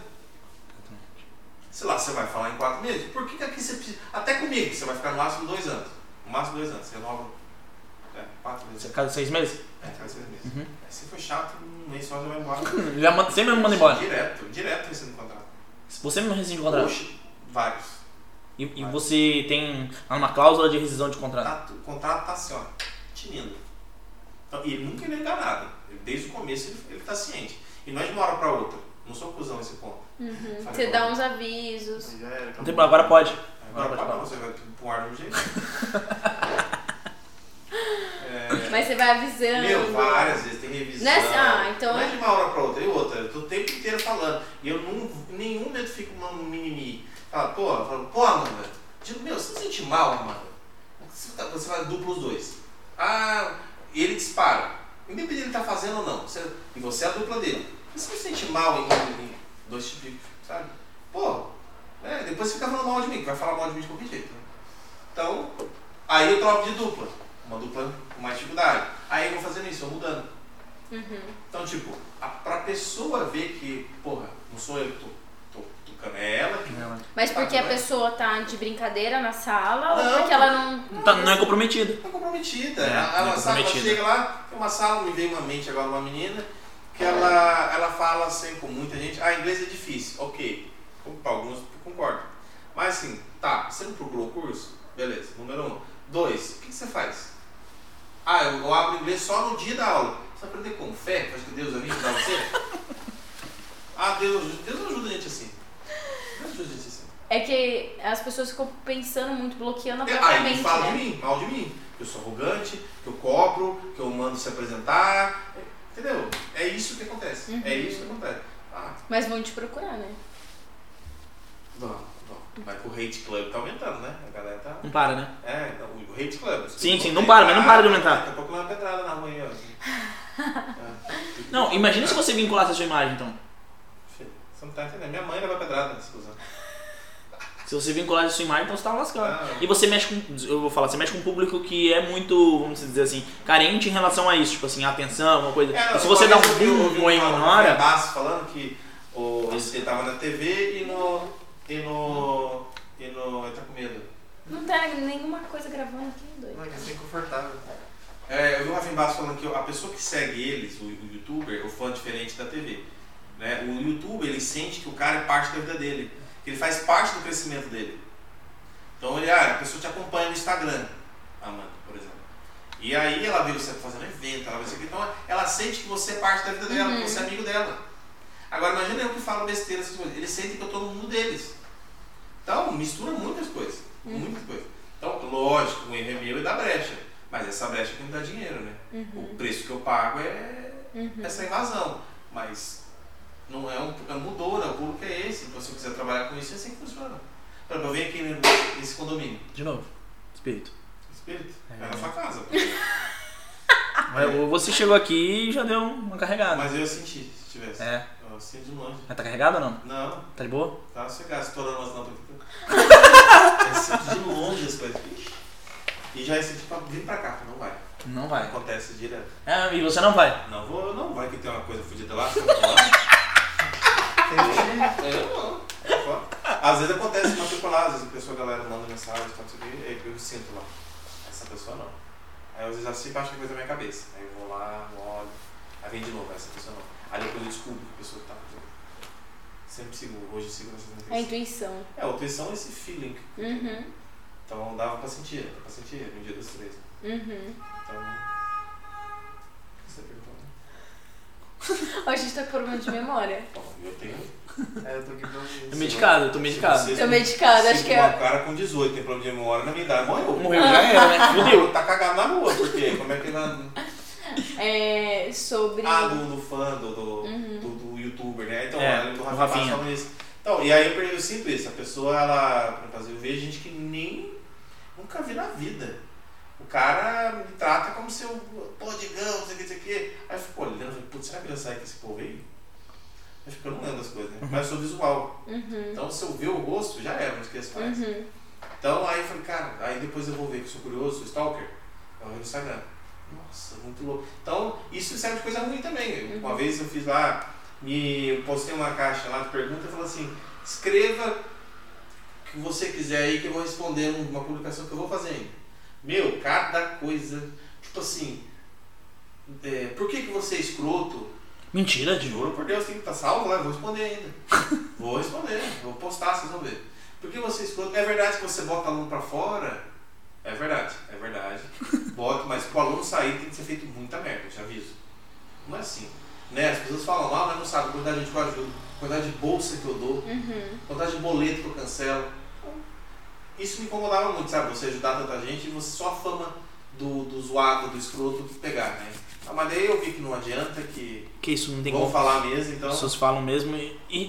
Sei lá, você vai falar em 4 meses? Por que, que aqui você precisa. Até comigo, você vai ficar no máximo 2 anos. No máximo 2 anos, você renova. É, 4 Você meses. casa seis meses? É, faz 6 meses. Aí se for chato, um mês só já vai embora. Já manda, você mesmo manda embora. Direto, direto esse no contrato. Você mesmo rescinde o contrato. Oxe, vários. E, e você tem uma cláusula de rescisão de contrato. Tá- o contrato tá assim, ó, tinindo. Então, e ele nunca é enganado. Ele, desde o começo ele, ele tá ciente. E não é de uma hora pra outra. Não sou cuzão nesse ponto. Uhum. Fala Você agora. dá uns avisos. Já Não era, tem problema, agora pode. Agora Agora pode não, pode você vai pro ar <laughs> do jeito. É, Mas você vai avisando. meu, várias vezes, tem revisão. Não é assim, ah, então- Não é de uma hora pra outra, e outra, eu tô o tempo inteiro falando. E eu não, em nenhum momento fico uma mimimi. Fala, pô, eu falo, pô, Amanda, digo, meu, você se sente mal, Amanda? Você, tá, você vai dupla os dois. Ah, ele dispara. Independente ele tá fazendo ou não. Você, e você é a dupla dele. Você não se sente mal em, em dois tipos de. Sabe? Pô, né, depois fica falando mal de mim, que vai falar mal de mim de qualquer jeito. né? Então, aí eu troco de dupla. Uma dupla com mais dificuldade. Aí eu vou fazendo isso, eu mudando. Uhum. Então, tipo, a, pra pessoa ver que, porra, não sou eu que tô, tô tocando, é ela que. Mas porque a pessoa tá de brincadeira na sala ou Não. porque ela não. Não, tá- não é comprometido. Tá comprometida. É, ela tá ela sabe, ela comprometida. chega lá, tem uma sala, me veio uma mente agora uma menina, É. que ela, ela fala assim com muita gente, ah, inglês é difícil, ok. Pra alguns eu concordo. Mas assim, tá, você não procurou o curso? Beleza, número um. Dois, o que, que você faz? Ah, eu, eu abro inglês só no dia da aula. Você vai aprender com fé? Faz que Deus ajuda dá você? <laughs> ah, Deus, Deus ajuda a gente assim. Deus ajuda a gente assim. É que as pessoas ficam pensando muito, bloqueando a É, própria Aí mente. fala de né? mim, mal de mim. Que eu sou arrogante, que eu cobro, que eu mando se apresentar. é- Entendeu? É isso que acontece. Uhum. É isso que acontece. Ah, Mas vão te procurar, né? não, não. Mas o hate club tá aumentando, né? A galera tá. Não para, né? É, não, o hate club. Sim, sim, não para, mas não para de aumentar. Tá procurando uma pedrada na rua aí, ó. É. Não, imagina se você vinculasse a sua imagem, então. Filho, Você não tá entendendo. Minha mãe leva pedrada nessa coisa. Se você vincular a sua imagem, então você tá lascado. Ah. E você mexe com. Eu vou falar, você mexe com um público que é muito, vamos dizer assim, carente em relação a isso, tipo assim, atenção, uma coisa. É, E se você dá um eu vi- eu vi boom em cara, uma um hora. Basso falando que o, ele tava na TV e no. e no. e no. ele tá com medo. Não tá nenhuma coisa gravando aqui, doido. Não, que assim é confortável. É, eu vi o Rafinha Basso falando que a pessoa que segue eles, o, o youtuber, o fã diferente da TV. Né? O youtuber, ele sente que o cara é parte da vida dele, que ele faz parte do crescimento dele. Então, ele, ah, a pessoa te acompanha no Instagram, a Amanda, por exemplo. E aí ela vê você fazendo evento, ela vê isso aqui, então ela sente que você é parte da vida dela, que você é amigo dela. Agora, imagina eu que falo besteira, essas coisas. Eles sentem que eu tô no mundo deles. Então, mistura muitas coisas, muitas coisas. Então, lógico, o erro é meu e da brecha. Mas essa brecha que me dá dinheiro, né? O preço que eu pago é essa invasão. Mas não é um. é- Mudou, né? O público é esse. Então, se eu quiser trabalhar com isso, é assim que funciona. Por exemplo, eu venho aqui ne- nesse condomínio. De novo. Espírito. Espírito, É. é na sua casa. Mas Você chegou aqui e já deu uma carregada. Mas eu ia sentir se tivesse. É. Eu sinto de longe. Mas tá carregado ou não? Não, Tá de boa? tá sossegado, estourando as lâmpadas. Eu sinto de longe as coisas. Ixi. E já é senti pra vir pra cá, não vai. Não vai. Acontece direto. Ah, e você não vai. Não vou, não vai que tem uma coisa fodida lá. fica fora. Tem Eu não. fica fora. Às vezes acontece uma tipo lá, às vezes a pessoa, a galera manda mensagem, tá tal, não sei o quê, aí eu sinto lá. Essa pessoa não. Aí às vezes eu sinto e acho que é coisa da minha cabeça. Aí eu vou lá, olho, aí vem de novo, essa pessoa não. Aí depois eu descubro que a pessoa tá. Sempre sigo, hoje eu sigo essas A notícias. intuição. É, a intuição é esse feeling. que- Uhum. Então dava pra sentir, dava pra sentir no dia dos três. Uhum. Então. Você perguntou, né? Ó, a gente tá com problema <laughs> de memória. Bom, eu tenho. É, eu tô aqui pra Tô ouvir. medicado, eu tô medicado. Se você- Tô medicada, acho se que uma é. cara com 18 tem problema de memória na minha idade, morreu. Morreu já era, né? Fudeu. Tá cagado na rua, porque como é que na. É sobre. Ah, do, do fã, do, do, Uhum. do, do youtuber, né? Então, É, olha, do do Rafa Bastos Rafinha. falando isso. Então, e aí eu, per- eu sinto isso, a pessoa, ela. Por exemplo, eu vejo gente que nem. nunca vi na vida. O cara me trata como se eu. pô, digão, não sei o que, não sei o que. Aí eu fico olhando, eu fico, putz, será que eu saí com esse povo aí? Eu fico, eu não lembro das coisas, né? Mas eu sou visual. Uhum. Então, se eu ver o rosto, já era, não esqueço mais. Uhum. Então aí eu falei, cara, aí depois eu vou ver que eu sou curioso, sou stalker, eu vou no Instagram. Nossa, muito louco. Então, isso serve de coisa ruim também. Uma vez eu fiz lá, E eu postei uma caixa lá de pergunta e falou assim: escreva o que você quiser aí que eu vou responder numa publicação que eu vou fazer ainda. Meu, cada coisa. Tipo assim, é, por que, que você é escroto? Mentira, Diogo. Juro por Deus, tem que estar salvo lá, eu vou responder ainda. Vou responder, vou postar, vocês vão ver. Porque você escuta. É verdade que você bota aluno pra fora? É verdade, é verdade. Bota, mas pro aluno sair tem que ser feito muita merda, eu te aviso. Não é assim. Né? As pessoas falam, ah, mas não sabe a quantidade de gente que eu ajudo, a quantidade de bolsa que eu dou, Uhum. a quantidade de boleto que eu cancelo. Então, Isso me incomodava muito, sabe? Você ajudar tanta gente e você só a fama do, do zoado, do escroto pegar, né? Ah, Mas daí eu vi que não adianta, que Que isso, não tem um- vão como. falar mesmo, então. As pessoas falam mesmo e. e,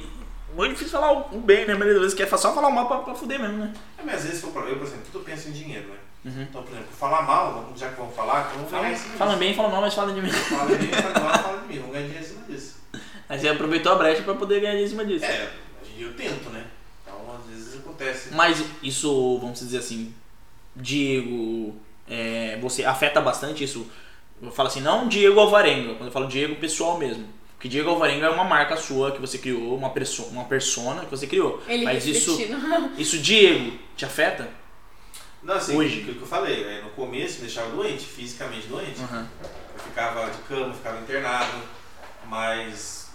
e... Muito difícil falar o o bem, né? A maioria das vezes quer só falar o mal pra, pra fuder mesmo, né? É, mas às vezes, eu, por exemplo, tudo pensa em dinheiro, né? Uhum. Então, por exemplo, falar mal, vamos- já que vão falar, então vamos falar em cima Falam bem, falam mal, mas falam de mim. <laughs> disso. Fala de mim, fala de mal, fala de mim, vamos ganhar dinheiro em cima disso. Aí você aproveitou a brecha pra poder ganhar dinheiro em cima disso. É, eu tento, né? Então, às vezes acontece. Mas isso, vamos dizer assim, Diego, é, você afeta bastante isso. Eu falo assim, não Diego Alvarenga, quando eu falo Diego, pessoal mesmo. Porque Diego Alvarenga é uma marca sua que você criou, uma, perso uma persona que você criou. Ele Mas isso, <laughs> refletindo. isso, Diego, te afeta? Não, assim, Hoje. aquilo que eu falei, é, no começo me deixava doente, fisicamente doente. Uhum. Eu ficava de cama, ficava internado, mas,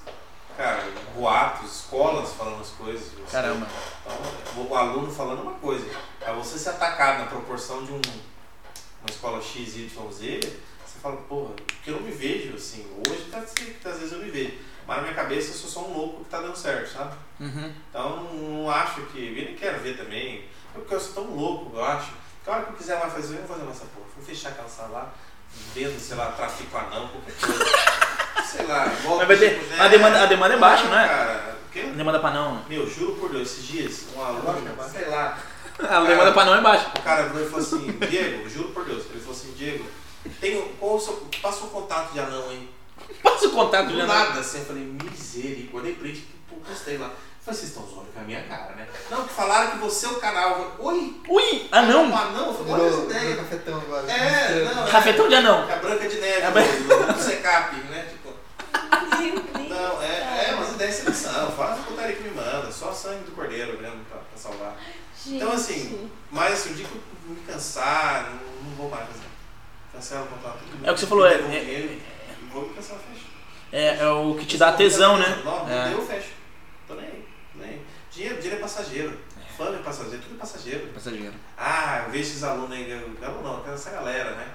cara, boatos, escolas falando as coisas. você- Caramba. Então, o aluno falando uma coisa. Pra você ser atacado na proporção de um, uma escola X, Y, Z, você fala, porra, porque eu não me vejo assim. Hoje, tá, assim, às vezes eu me vejo. Mas na minha cabeça eu sou só um louco que tá dando certo, sabe? Uhum. Então não, não acho que. Eu nem quero ver também. É porque eu sou tão louco, eu acho. Que a hora que eu quiser mais fazer, eu não vou fazer mais essa porra. Vou fechar aquela sala lá, vendo, sei lá, tráfico anão, qualquer coisa. sei lá, volta. Mas vai ter- a demanda- a demanda é baixa, não é? Cara, porque Não demanda pra não. né? meu, juro por Deus, esses dias, um Lógico, aluno, mas- sei lá, A demanda pra não é baixa. o cara virou e falou assim, Diego, juro por Deus, ele falou assim, Diego, tem um, qual o seu, passa o contato de anão aí. Passa o contato, Do Leonardo. nada, assim, eu falei, misericórdia, eu dei print, pô, postei lá. Eu falei, vocês estão zoando com a minha cara, né? Não, que falaram que você é o canal. Eu falei, Oi, um Ui, Ah, anão. anão? Eu falei, olha essa Virou virou ideia. cafetão agora. É, não, é, Cafetão de anão. é a Branca de É a Neve, Bran- do, do Secap, né? Tipo, Meu Deus. não, é, é umas ideias sem noção, fala as putaria que me manda, só sangue do cordeiro mesmo pra, pra salvar. Gente. Então, assim, Mas assim, o dia que eu me cansar, eu não vou mais fazer. Cancela o contrato. É o que você falou, é- Eu vou é- dinheiro, eu Vou cancelar, fecho. É, é o que te dá tesão, né? Não, É. não deu, fecho. Tô nem aí, nem aí. Dinheiro, dinheiro é passageiro. Fã é passageiro, tudo é passageiro. Passageiro. Ah, eu vejo esses alunos aí, eu- aluno não, aquela- essa galera, né?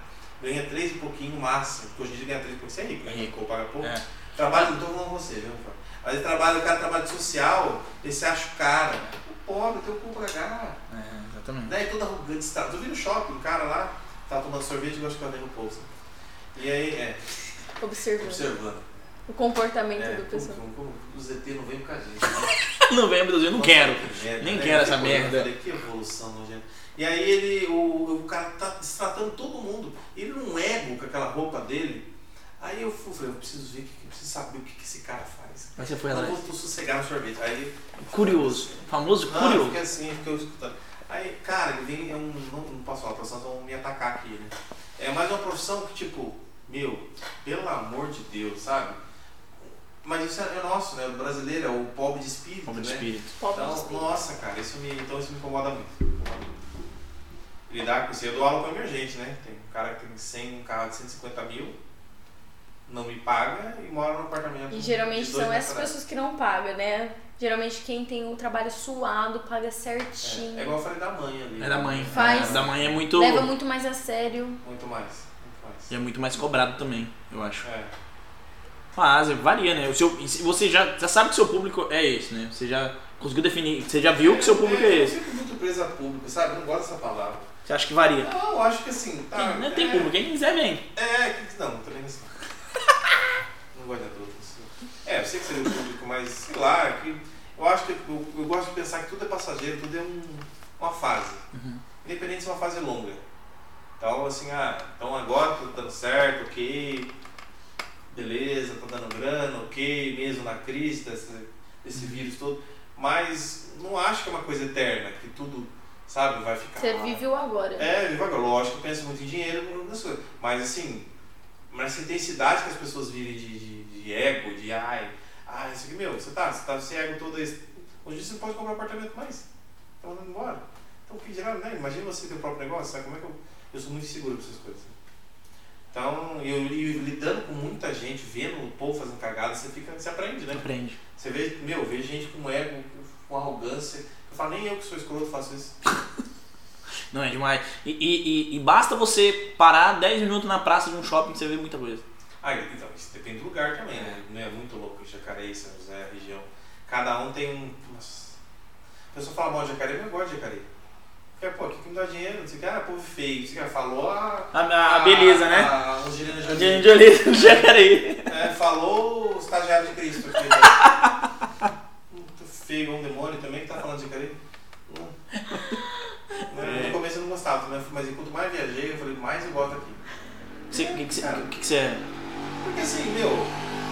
Ganha três e pouquinho no máximo, porque hoje em dia ganha três e pouquinho, você é rico, né? É rico. Ou paga pouco. É. Trabalho, não tô falando com você, viu? Fábio? Mas ele trabalha, o cara trabalha de social, ele se acha o cara. O pobre, tem o cu pra pagar. É, exatamente. <laughs> Daí toda Né, arrogante estava. Eu vi no shopping, um cara lá, tava tomando sorvete e eu acho que eu andei no posto. E aí, é, Observando observando. o comportamento É, do como, pessoal. como, como os ET não vêm com a gente. né? Não vem, Brasil, eu não quero. Que merda, Nem né? quero essa Eu merda. Falei, que evolução, nojenta. E aí ele, o, o cara tá destratando todo mundo. Ele num ego com aquela roupa dele. Aí eu fui, falei, eu preciso ver, o que- eu preciso saber o que, que esse cara faz. Mas você foi Eu atrás. vou vou sossegar no sorvete. Aí ele Curioso. Famoso Não, eu curioso. fiquei assim, eu fiquei escutando. Aí, cara, ele vem, é um, não, não posso falar profissão, então vão me atacar aqui, né? É mais uma profissão que, tipo, meu, pelo amor de Deus, sabe? Mas isso é, é nosso, né? O brasileiro é o pobre de espírito, Como de né? espírito. Pobre Então, espírito. nossa, cara, isso me, então isso me incomoda muito. me incomoda muito. Lidar com isso. Eu dou aula para emergente, né? Tem um cara que tem 100, um carro de 150 mil, não me paga e mora no apartamento. E de geralmente dois são metros essas quadrados. pessoas que não pagam, né? Geralmente quem tem o trabalho suado paga certinho. É, é igual eu falei da mãe ali. É da mãe. Faz. É Da mãe é muito. Leva muito mais a sério. Muito mais, muito mais. E é muito mais cobrado também, eu acho. É. Faz, varia, né? O seu, e se- você já, já sabe que seu público é esse, né? Você já conseguiu definir, você já viu que seu público é Eu esse. fico muito preso a público, sabe? Eu não gosto dessa palavra. Você acha que varia. Não, eu acho que assim, tá. Quem, né? Tem é, público, quem quiser vem. É, que- não, também assim. não gosto de adultos. É, eu sei que seria o público, mas sei lá, é que eu acho que eu, eu gosto de pensar que tudo é passageiro, tudo é um- uma fase. Independente se é uma fase longa. Então, assim, ah, então agora tá dando certo, ok. Beleza, tá dando grana, ok, mesmo na crise desse, desse vírus todo. Mas não acho que é uma coisa eterna, que tudo, sabe, vai ficar. Você lá. <laughs> vive o agora. É, devagar, lógico, eu penso muito em dinheiro, nas coisas. mas assim, mas essa intensidade que as pessoas vivem de, de, de ego, de ai, ai, isso aqui, meu, você tá, você tá sem ego todo esse. Hoje em dia você não pode comprar um apartamento mais. Tá mandando embora. Então, que geral, né? Imagina você ter o próprio negócio, sabe? Como é que eu. Eu sou muito inseguro com essas coisas. Então, eu, e lidando com muita gente, vendo o povo fazendo cagada, você fica, você aprende, né? Aprende. Você vê, meu, vê gente com ego, com arrogância. Eu falo, nem eu que sou escroto faço isso. Não, é demais. E, e- e- e basta você parar 10 minutos na praça de um shopping que você vê muita coisa. Ah, então, isso depende do lugar também, né? Não é muito louco, Jacareí, São José, a região. Cada um tem um. Nossa. A pessoa fala mal de Jacareí, mas eu gosto de Jacareí. Porque, pô, aqui que me dá dinheiro, não sei o que, ah, povo feio, não sei o que, falou a. A, a- a beleza, né? A Ah, Angelina A Jolie. <laughs> gente ali no Jacareí. É, falou o estagiário de Cristo aqui. né? Muito feio, igual um demônio também, que tá falando de Jacareí. <laughs> Hum. É. No começo eu não gostava, também, mas enquanto mais viajei, eu falei, mais eu gosto aqui. Você- O que que você- o que que você é? Porque assim, meu,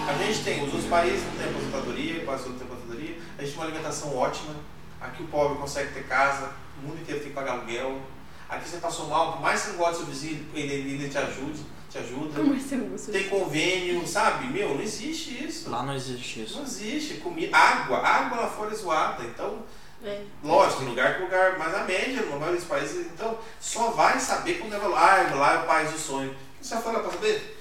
a gente tem, os outros países não tem aposentadoria, quase todo tem aposentadoria, a gente tem uma alimentação ótima, aqui o pobre consegue ter casa, o mundo inteiro tem que pagar aluguel, aqui você passou mal, por mais que você não goste do seu vizinho, ele, ele te ajude, te ajuda, é tem convênio, sabe? Meu, não existe isso. Lá não existe isso. Não existe comida, água, água lá fora é zoada, então, É. lógico, tem lugar que lugar, mas a média, na maioria dos países, então, só vai saber quando ela ah, lá é o país do sonho. Você já foi lá pra saber?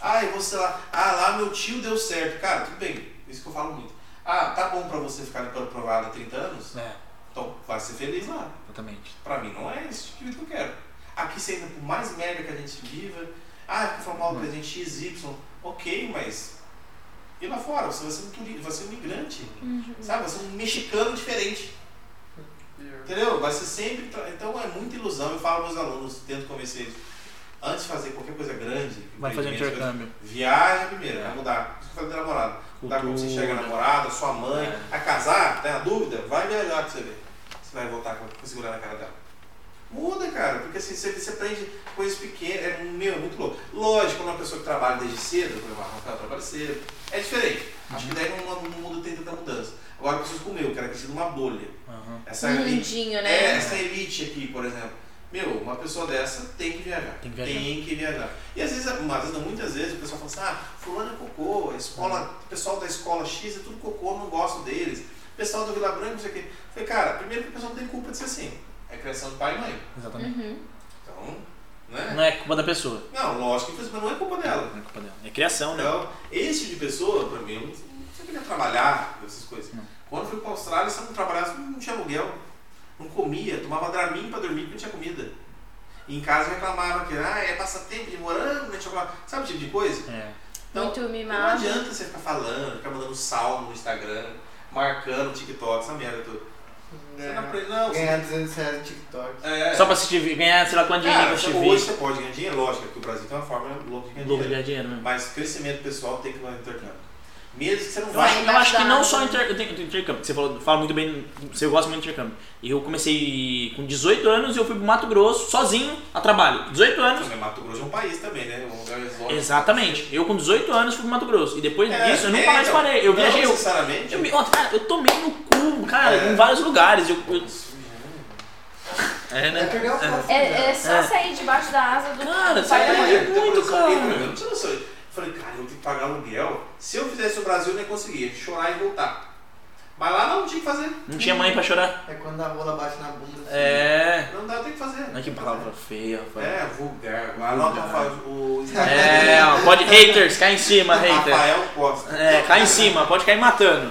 Ah, eu vou, sei lá, ah, lá meu tio deu certo. Cara, tudo bem, isso que eu falo muito. Ah, tá bom pra você ficar limpando provado há 30 anos? É, Então, vai ser feliz lá. exatamente. Pra mim não é esse tipo de vida que eu quero. Aqui você ainda, por mais merda que a gente viva, ah, que foi mal o presidente XY, ok, mas. E lá fora, você vai ser um turista, vai ser um imigrante. Sabe? Vai ser um mexicano diferente. Pior. Entendeu? Vai ser sempre. tra- Então é muita ilusão. Eu falo aos meus alunos, tento convencer eles. Antes de fazer qualquer coisa grande, Vai fazer um empreendimento, intercâmbio. Viagem é primeiro, vai mudar. Isso que eu falei da namorada. Mudar como você enxerga a Cultura. namorada, sua mãe. É. A casar, tem a dúvida? Vai viajar pra você ver. Você vai voltar com, com segurar na cara dela. Muda, cara, porque assim, você, você aprende coisas pequenas, é meu, muito louco. Lógico, quando uma pessoa que trabalha desde cedo, por exemplo, a Rafael trabalha cedo, é diferente. Uhum. Acho que daí no, no mundo tem tanta mudança. Agora, pessoas como eu, que era crescido numa bolha. Aham. Essa elite, Um Mundinho, é, né? essa elite aqui, por exemplo. Meu, uma pessoa dessa tem que viajar. Tem que viajar. que viajar. E às vezes, mas, não, muitas vezes, o pessoal fala assim, ah, fulano é cocô, a escola, Uhum. o pessoal da escola X é tudo cocô, não gosto deles. O pessoal do Vila Branca, não sei o quê. Eu Falei, cara, primeiro que o pessoal não tem culpa de ser assim. É criação de pai e mãe. Exatamente. Uhum. Então, né? Não é culpa da pessoa. Não, lógico que mas não é culpa dela. Não é culpa dela. É criação, né? Então, esse tipo de pessoa, pra mim, eu não não queria trabalhar, essas coisas. Não. Quando eu fui pra Austrália, se eu não trabalhasse, não não tinha aluguel, não comia, tomava Dramin pra dormir porque não tinha comida. E em casa eu reclamava que ah, é passatempo de morango, né, chocolate, sabe o tipo de coisa? É. Então, Muito Não mimado. adianta você ficar falando, ficar mandando salmo no Instagram, marcando TikTok, essa merda toda. Você não Ganhar- aprende, não. Você... Ganhar 200 reais no TikTok. É, É. Só pra assistir, ganhar sei lá quanto dinheiro pra cara, hoje assistir. você pode ganhar dinheiro, lógico, que o Brasil tem uma forma louca de ganhar Louco né? de dinheiro. ganhar dinheiro mesmo. Mas crescimento pessoal tem que ir no intercâmbio. Mesmo que você não Eu vá. acho, eu acho que não só inter, eu tenho- eu tenho intercâmbio, que você falou, fala muito bem, você gosta muito de intercâmbio. Eu comecei com 18 anos e eu fui pro Mato Grosso sozinho a trabalho. 18 anos. Mas Mato Grosso é um país também, né? Um lugar exótico. Exatamente. Eu com 18 anos fui pro Mato Grosso. E depois É, disso eu é, nunca mais então, parei. Eu não viajei. Eu, Necessariamente. eu, me- ó, cara, eu tomei no cu, cara, É. em vários lugares. Eu, eu- é, Vai né? pegar o foto. É, é só É. sair debaixo da asa do. Cara, do sai pai da daí. mãe. muito, cara. Eu não tinha noção. Eu Falei, cara, eu tenho que pagar aluguel. Se eu fizesse o Brasil, eu nem conseguia. Chorar e voltar. Mas lá não tinha o que fazer. Não tinha mãe pra chorar. É quando a bola bate na bunda. assim. É. Não dá, tem que fazer. Ai, que palavra feia, rapaz. É, vulgar. Anota Vulgar. o Instagram. É, ó, pode haters, cai em cima, hater. Rafael Costa. É, cai em cima, pode cair matando.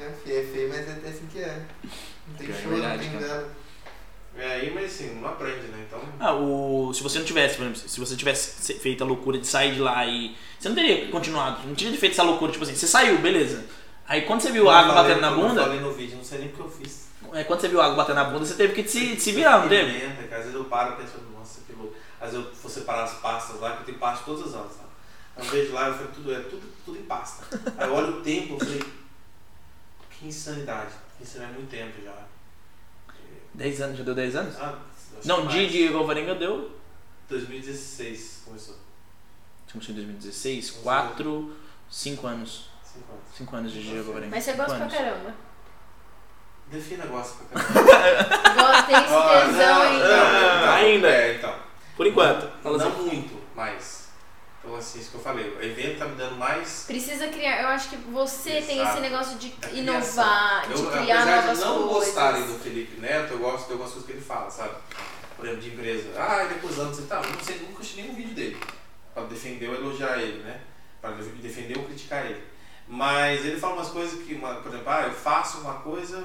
É feio, é feio, mas é assim que é. Não tem Pior, é choro, não verdade, tem cara. dano. É aí, mas assim, não aprende, né? Então. Ah, o, se você não tivesse, por exemplo, se você tivesse se- feito a loucura de sair de lá e. Você não teria continuado, não teria feito essa loucura, tipo assim, você saiu, beleza. Aí quando você viu a Como eu água falei- batendo na como Eu bunda, falei no vídeo, não sei nem o que eu fiz. é, quando você viu a água batendo na bunda, você teve que se, se virar, não teve? Experimenta, cara. Às vezes eu paro pensando, nossa, que louco. Às vezes eu vou separar as pastas lá, que eu tenho pasta de todas as aulas. Tá? Aí eu vejo lá, eu falei, tudo, é tudo, tudo em pasta. Aí eu olho o tempo, eu falei, que insanidade. Isso não é muito tempo já. É, 10 anos, já deu 10 anos? Ah, acho que Não, de mais. Diego Alvarenga deu. 2016 começou. Tinha um em 2016, 4, 5 anos. Cinco anos. 5 anos de Diego Alvarenga. Mas você Cinco gosta pra anos. caramba. Defina gosto pra caramba. Gosta, tem esse Ah, tesão não, aí. não, não, Ainda. É, então. Por enquanto. Não, Fala assim. muito, mas. Então, assim, isso que eu falei, o evento tá me dando mais. Precisa criar. Eu acho que você tem Exato. esse negócio de a inovar, criação. de Eu, criar apesar novas de não coisas. gostarem do Felipe Neto, eu gosto de algumas coisas que ele fala, sabe? Por exemplo, de empresa. Ah, ele acusando você, tá, eu não sei, nunca assisti nenhum vídeo dele. Pra defender ou elogiar ele, né? Pra defender ou criticar ele. Mas ele fala umas coisas que, uma- por exemplo, ah, eu faço uma coisa,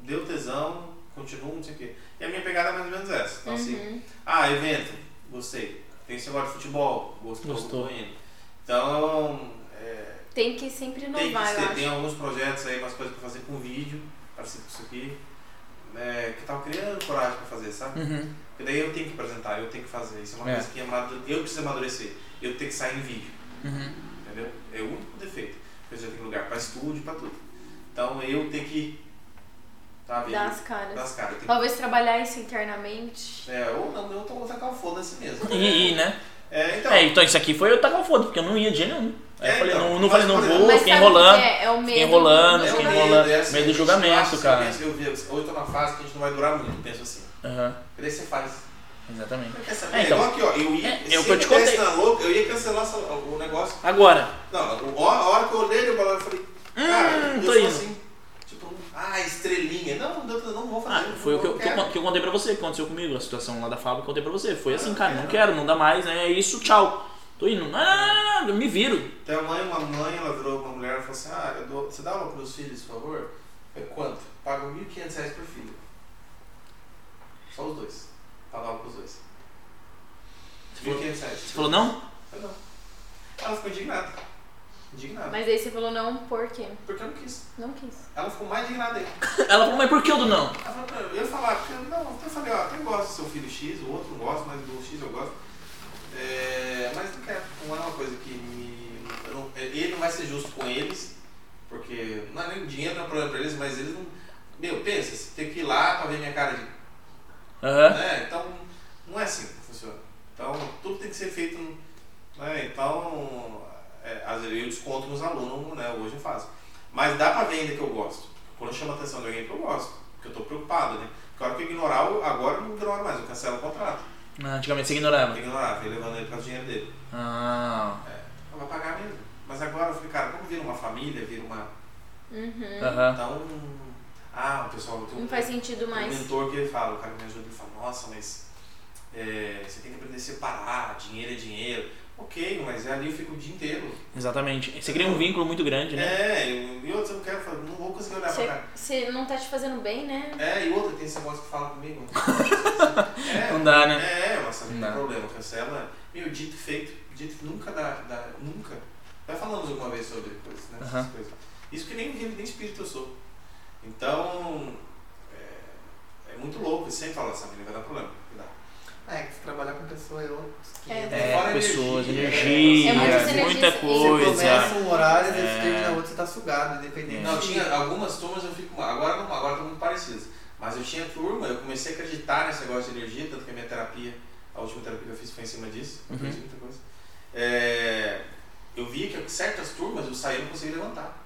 deu tesão, continuo, não sei o quê. E a minha pegada é mais ou menos essa. Então, assim, Uhum. ah, evento, gostei. Tem esse negócio de futebol, gostou, Gostou. tô indo. Então, é, Tem que sempre tem, que inovar, eu ser, acho. tem alguns projetos aí, umas coisas pra fazer com vídeo, parecido com isso aqui. né, que eu tava criando coragem pra fazer, sabe? Uhum. Porque daí eu tenho que apresentar, eu tenho que fazer. Isso é uma É. coisa que amadu- eu preciso amadurecer. Eu tenho que sair em vídeo, Uhum. entendeu? É o único defeito. Porque eu já tenho lugar pra estúdio, pra tudo. Então eu tenho que. Sabe? Dar as caras. dar as caras. Eu tenho Talvez trabalhar isso internamente. que- É, ou não, eu tô tacar o foda-se mesmo. E, e, né? É, então. É, então isso aqui foi eu tacar o foda, porque eu não ia de jeito nenhum. Aí eu É, falei, então, não, não mas falei, não por vou, exemplo- Uh, fiquei sabe o que enrolando. É, é o medo. fiquei enrolando, do fiquei julgamento. enrolando. é assim, medo do eu julgamento, acho que cara. Eu, penso, eu, vi- hoje eu tô na fase que a gente não vai durar muito, eu penso assim. Aham, E daí você faz. exatamente. Quer saber? É, então. Igual aqui, ó. Eu ia, É, se é o que eu te eu tivesse contei. na louca, eu ia cancelar essa- o negócio. Agora, Não, a hora- a hora que eu olhei no balão, eu falei, cara, hum, eu tô sou indo. assim. Tipo, ah, estrelinha. Não, não, não vou Ah, fazer. não foi o que eu, que, eu, quero. con- que eu contei pra você, que aconteceu comigo, a situação lá da fábrica, eu contei pra você. Foi assim, Ah, cara, é. não quero, não dá mais, né? É isso, tchau. Tô indo. Ah, me viro. Tem uma Então, mãe, uma mãe, ela virou uma mulher e falou assim, ah, eu dou, você dá aula pros filhos, por favor? Eu falei, quanto? Pago 1.500 reais por filho. Só os dois. Pago aula pros dois. falou- 1.500 reais. Você falou, não? Eu não. Ela ficou indignada. Indignada. Mas aí você falou não, por quê? Porque eu não quis. Não quis. Ela ficou mais indignada ainda. Ela falou, mas por que eu do não? Ela falou pra eu, eu ia falar, porque eu, não, eu falei, ó, até gosto do seu filho X, o outro não gosta, mas do X eu gosto. É, mas não quero, não é uma coisa que me. eu não- é, ele não vai ser justo com eles, porque não é nem dinheiro, não é problema pra eles, mas eles não. Meu, pensa, você tem que ir lá pra ver minha cara de. Aham. Né? Então, não é assim que funciona. Então, tudo tem que ser feito. Né? Então, é, às vezes eu desconto nos alunos, né? Hoje eu faço. Mas dá pra ver ainda que eu gosto. Quando chama a atenção de alguém que eu gosto, que eu tô preocupado, né? Porque a hora que eu ignorar, eu- agora eu não ignoro mais, eu cancelo o contrato. Ah, Antigamente você Eu ignorava. ignorava, eu levando ele para o dinheiro dele. Ah. Eu vou pagar mesmo. Mas agora eu falei, cara, como vira uma família, vira uma. Uhum. Aham. Então. Ah, o pessoal. tem um- Não faz sentido O mais. mentor que ele fala, o cara que me ajuda, ele fala, nossa, mas é, você tem que aprender a separar, dinheiro é dinheiro. Ok, mas é ali eu fico o dia inteiro. Exatamente. Você cria um vínculo muito grande, né? É, eu- e outro eu não quero falar, não vou conseguir olhar Você, pra cara. você não tá te fazendo bem, né? É, e outra, tem esse negócio que fala <laughs> comigo. né? Não dá, né? É, é, nossa, não tem Não. problema, cancela. Meu, dito e feito, dito e nunca dá, dá- nunca. Já falamos alguma vez sobre coisas, né? essas Aham. coisas. Isso que nem, nem espírito eu sou. Então, é, é muito louco, eu sempre falo, essa menina vai dar problema. vai dar. É, que se trabalhar com pessoa é outros É. 500. É, Fora pessoas, energia, energia, é muita muita energia. Você coisa. começa um horário, É. você termina outro, você tá sugado, independente. Não, tinha algumas turmas eu fico. Agora não, agora estão muito parecidas. Mas eu tinha turma, eu comecei a acreditar nesse negócio de energia, tanto que a minha terapia, a última terapia que eu fiz foi em cima disso, eu Uhum. aprendi muita coisa. É, eu vi que certas turmas eu saí e não consegui levantar.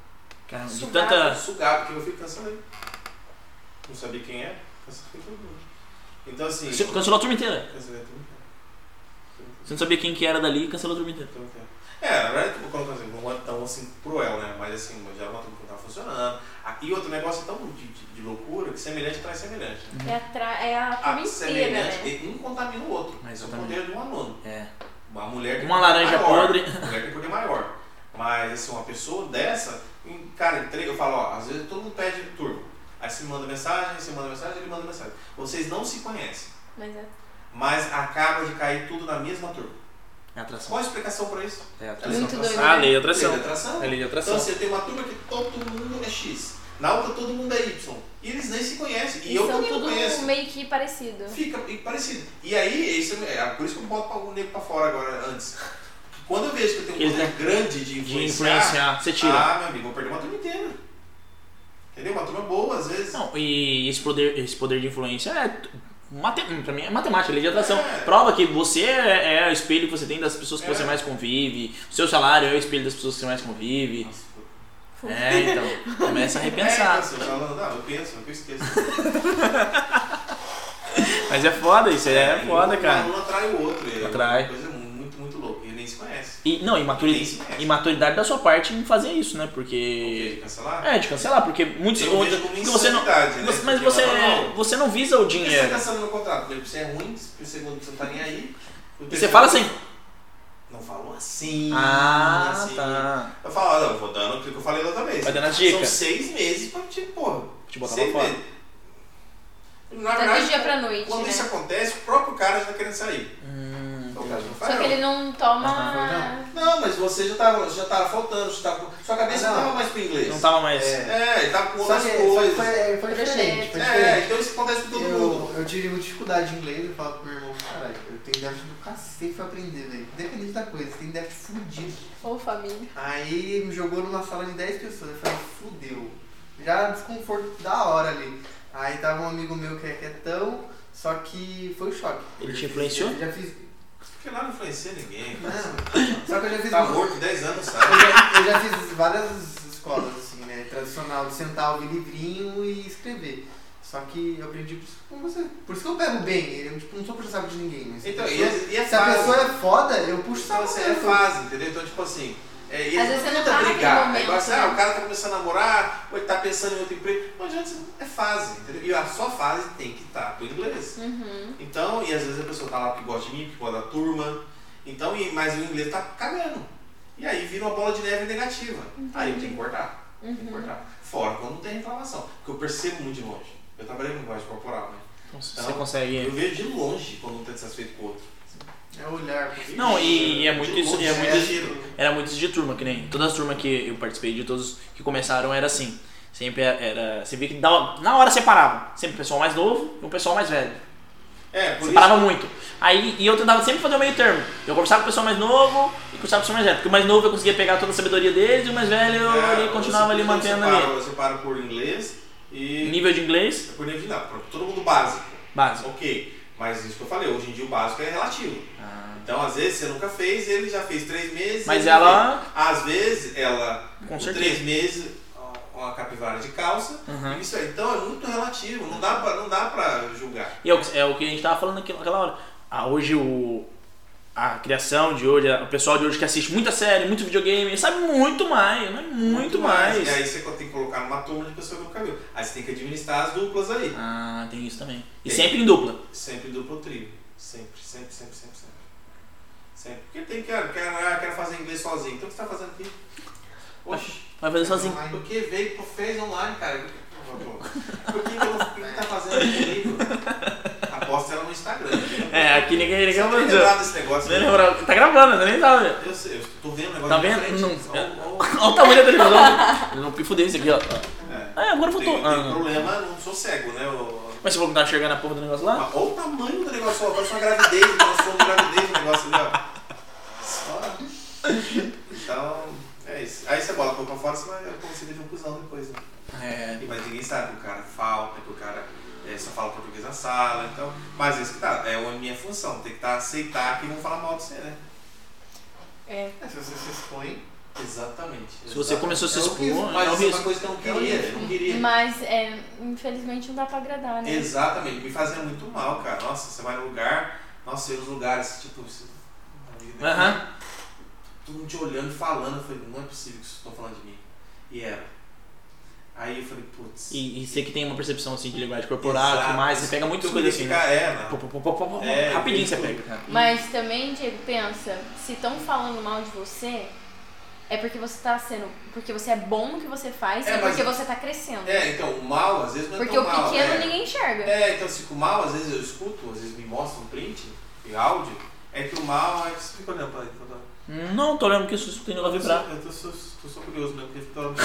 Cara, de Sugado. tanta. Sugar, porque eu fico cancelei. Não sabia quem é, cancelei todo mundo. Então assim. é Você Cancelou a turma inteira. Cancelei todo mundo. né? Você não sabia quem que era dali e cancelou a turma inteira. Então, É, É, na verdade, eu tô colocando assim, não é tão assim cruel, né? Mas assim, já era uma turma que não tava funcionando. Ah, E outro negócio é tão de, de- de loucura que semelhante traz semelhante. né? Uhum. É a, tra... é a Ah, turma inteira, semelhante, né? e um contamina o outro. Mas Isso é o exatamente. poder de um aluno. É. Uma mulher tem Uma poder laranja maior. podre. Uma mulher tem poder maior. Mas assim, uma pessoa dessa, em- cara, entrega, eu falo, ó, às vezes todo mundo pede turma. Aí você manda mensagem, você manda mensagem, ele manda mensagem. Vocês não se conhecem, Mas é. mas acaba de cair tudo na mesma turma. É atração. Qual a explicação pra isso? É atração. Muito assim. doido, Ah, lei né? de Lei da atração. atração. É lei de Então atração. você tem uma turma que todo mundo é X, na outra todo mundo é Y. E eles nem se conhecem. E, E eu são também não tudo um conheço. meio que parecido. Fica e parecido. E aí, isso é, é por isso que eu boto o nego pra fora agora antes. Quando eu vejo que eu tenho um Eles poder grande de De influenciar, influenciar. Você tira. ah, meu amigo, eu vou perder uma turma inteira. Entendeu? Uma turma boa, às vezes. Não, e esse poder, esse poder de influência é. t- Mate, hum, pra mim é matemática, lei de atração. É. Prova que você é, é o espelho que você tem das pessoas que É. você mais convive. O seu salário é o espelho das pessoas que você mais convive. Nossa, pô. É, então. Começa a É, <laughs> repensar. então, você fala, não, eu penso, eu esqueço. Mas é foda isso, é e foda, um cara. aluno atrai o outro. É Atrai. uma coisa muito, muito louca. E nem se E, não, e maturi- Isso mesmo. e maturidade da sua parte em fazer isso, né? Porque. Ok, cancelar? É, de cancelar, porque muitos. Eu vejo hoje- como que você não, insanidade, né? você- mas Porque você, é, ela fala, não, você não visa o Por que você dinheiro. tá assinando meu contrato? Porque você é ruim, porque segundo você não tá nem aí. O E você terceiro- fala assim. Não falou assim. Ah, assim. tá. Eu falo, olha, eu vou dando aquilo que eu falei da outra vez. Vai dando as São dicas. seis meses pra te, porra. Te botar pra seis fora. meses. Na Tá do verdade, dia pra noite, quando isso né? acontece, o próprio cara já tá querendo sair. Hum, Então, o cara não faz Só que não. ele não toma. Aham. Não, mas você já tava, já tava faltando, já tava, com- sua cabeça não Não. tava mais pro inglês. Ah, não tava mais. É. É, ele tava com Só outras que foi, coisas. foi, foi Projeto. diferente, foi É, diferente. então isso acontece com todo mundo. Eu, eu tive muita dificuldade de inglês, eu falo pro meu irmão, caralho, eu tenho déficit do cacete pra aprender, velho. Independente da coisa, tem déficit fudido. Ou família. Aí me jogou numa sala de 10 pessoas. Eu falei, fudeu. Já desconforto da hora ali. Aí tava um amigo meu que é quietão, só que foi um choque. Ele te influenciou? Eu já fiz. Porque lá não influencia ninguém. Não, só que eu já fiz. Tá morto 10 anos, Eu sabe? já, eu já fiz várias escolas, assim, né? Tradicional, de sentar, ouvir livrinho e escrever. Só que eu aprendi por isso com você. Por isso que eu pego bem. Eu tipo, não sou puxado de ninguém. Mas Então, se e a é, e é pessoa, se a fase. pessoa é foda, eu puxo Então, saco assim, é mesmo. fase, entendeu? Então, tipo assim. É, e ele Às vezes você não tenta tá naquele brigar. momento, Aí fala assim, né? ah, o cara tá começando a namorar, ou ele tá pensando em outro emprego. Não adianta, é fase, entendeu? E a sua fase tem que estar pro inglês. Uhum. Então, e às vezes a pessoa tá lá porque gosta de mim, porque gosta da turma. Então, e, mas o inglês tá cagando. E aí vira uma bola de neve negativa. Aí tem que cortar. Tem Uhum. que cortar. Fora quando não tem reclamação. Porque eu percebo muito de longe. Eu trabalhei com linguagem corporal, né? Nossa, Então, você Eu consegue. vejo de longe quando um tá satisfeito com o outro. É olhar. Não, e é De muito isso- e é longe, muito giro. Era muito de turma, que nem. Todas as turmas que eu participei, de todos que começaram, era assim. Sempre era. Você via que da- na hora separava. Sempre o pessoal mais novo e o pessoal mais velho. É, por isso. Separava muito. Aí e eu tentava sempre fazer o meio termo. Eu conversava com o pessoal mais novo e conversava com o pessoal mais velho. Porque o mais novo eu conseguia pegar toda a sabedoria deles e o mais velho eu É, ali continuava você ali mantendo separa, ali. Você para por inglês e. é Nível de inglês, Por nível de nada. Pronto, Todo mundo básico. básico. Ok. Mas isso que eu falei, hoje em dia o básico é relativo. Então, às vezes, você nunca fez, ele já fez três meses. Ah. Mas ele ela- fez. Às vezes, ela. Com com certeza. Três meses, uma capivara de calça. Uhum. e Isso aí. Então, é muito relativo. Não dá pra, não dá pra julgar. E é o, que- é o que a gente tava falando aqui naquela hora. Ah, hoje o. A criação de hoje, o pessoal de hoje que assiste muita série, muito videogame, sabe muito mais, mas muito, mais. né? E aí você tem que colocar numa turma de pessoa que nunca viu. Aí você tem que administrar as duplas aí. Ah, tem isso também. E Tem. sempre em dupla. Sempre duplo ou trio. Sempre, sempre, sempre, sempre, sempre. Sempre. Porque tem cara, quero, ah, quero fazer inglês sozinho. Então o que você tá fazendo aqui? Oxe, Vai fazer sozinho. porque veio, pô, fez online, cara. Por que, que, eu, não- por que que tá fazendo comigo? Aposto ela no Instagram. né? É, aqui ninguém ninguém vai dizer. lembrado desse negócio. Nem aí. lembra- Tá gravando, você nem sabe. Eu sei, eu tô vendo o negócio Tá de vendo? frente. Não. Ó, ó, Olha o tamanho da <laughs> televisão. Eu não me fudei isso aqui, ó. É. Ah, agora Tem, faltou. tem Ah, não. problema, não sou cego, né? Eu- mas você falou que tá enxergando a porra do negócio lá? Olha o tamanho do negócio, ó, parece uma gravidez, um transtorno de gravidez do negócio ali, ó. Só. Então, é isso. Aí você bota a pra fora, você vai conseguir de um cuzão depois, né? É. Mas ninguém sabe que o cara falta, que o cara é, só fala português na sala, então. Mas isso que tá, é a minha função, tem que tá, aceitar que vão falar mal de você, né? É. É, Se você se expõe, Exatamente. Se você começou a se É o expor, risco, é o Mas isso é uma risco. coisa que eu não queria, eu não queria. Mas, é, infelizmente, não dá pra agradar, né? Exatamente, me fazia muito mal, cara. Nossa, você vai no lugar, nossa, e os lugares, tipo, você- É. Aham. todo mundo te olhando, falando. Eu falei, não é possível que vocês estão falando de mim. E era. Aí eu falei, putz. E, e você que tem uma percepção assim de linguagem corporal e tudo mais, você pega muitas Eu coisas assim. queria Né? ficar- É, né? Pô, pô, pô, pô, pô, pô, É, Rapidinho tem você pega, tudo. cara. Mas também, Diego, pensa, se estão falando mal de você, é porque você tá sendo. Porque você é bom no que você faz É, e mas- porque você tá crescendo. É, então, o mal às vezes não é porque tão o mal. pequeno né? ninguém enxerga. É, então, assim, o mal às vezes eu escuto, às vezes me mostram um print e áudio. É que o mal. É... Você fica olhando pra ele, pra ele. Não, tô lembrando que isso tem lá vibrar. Eu tô, só- tô só curioso mesmo, porque eu tô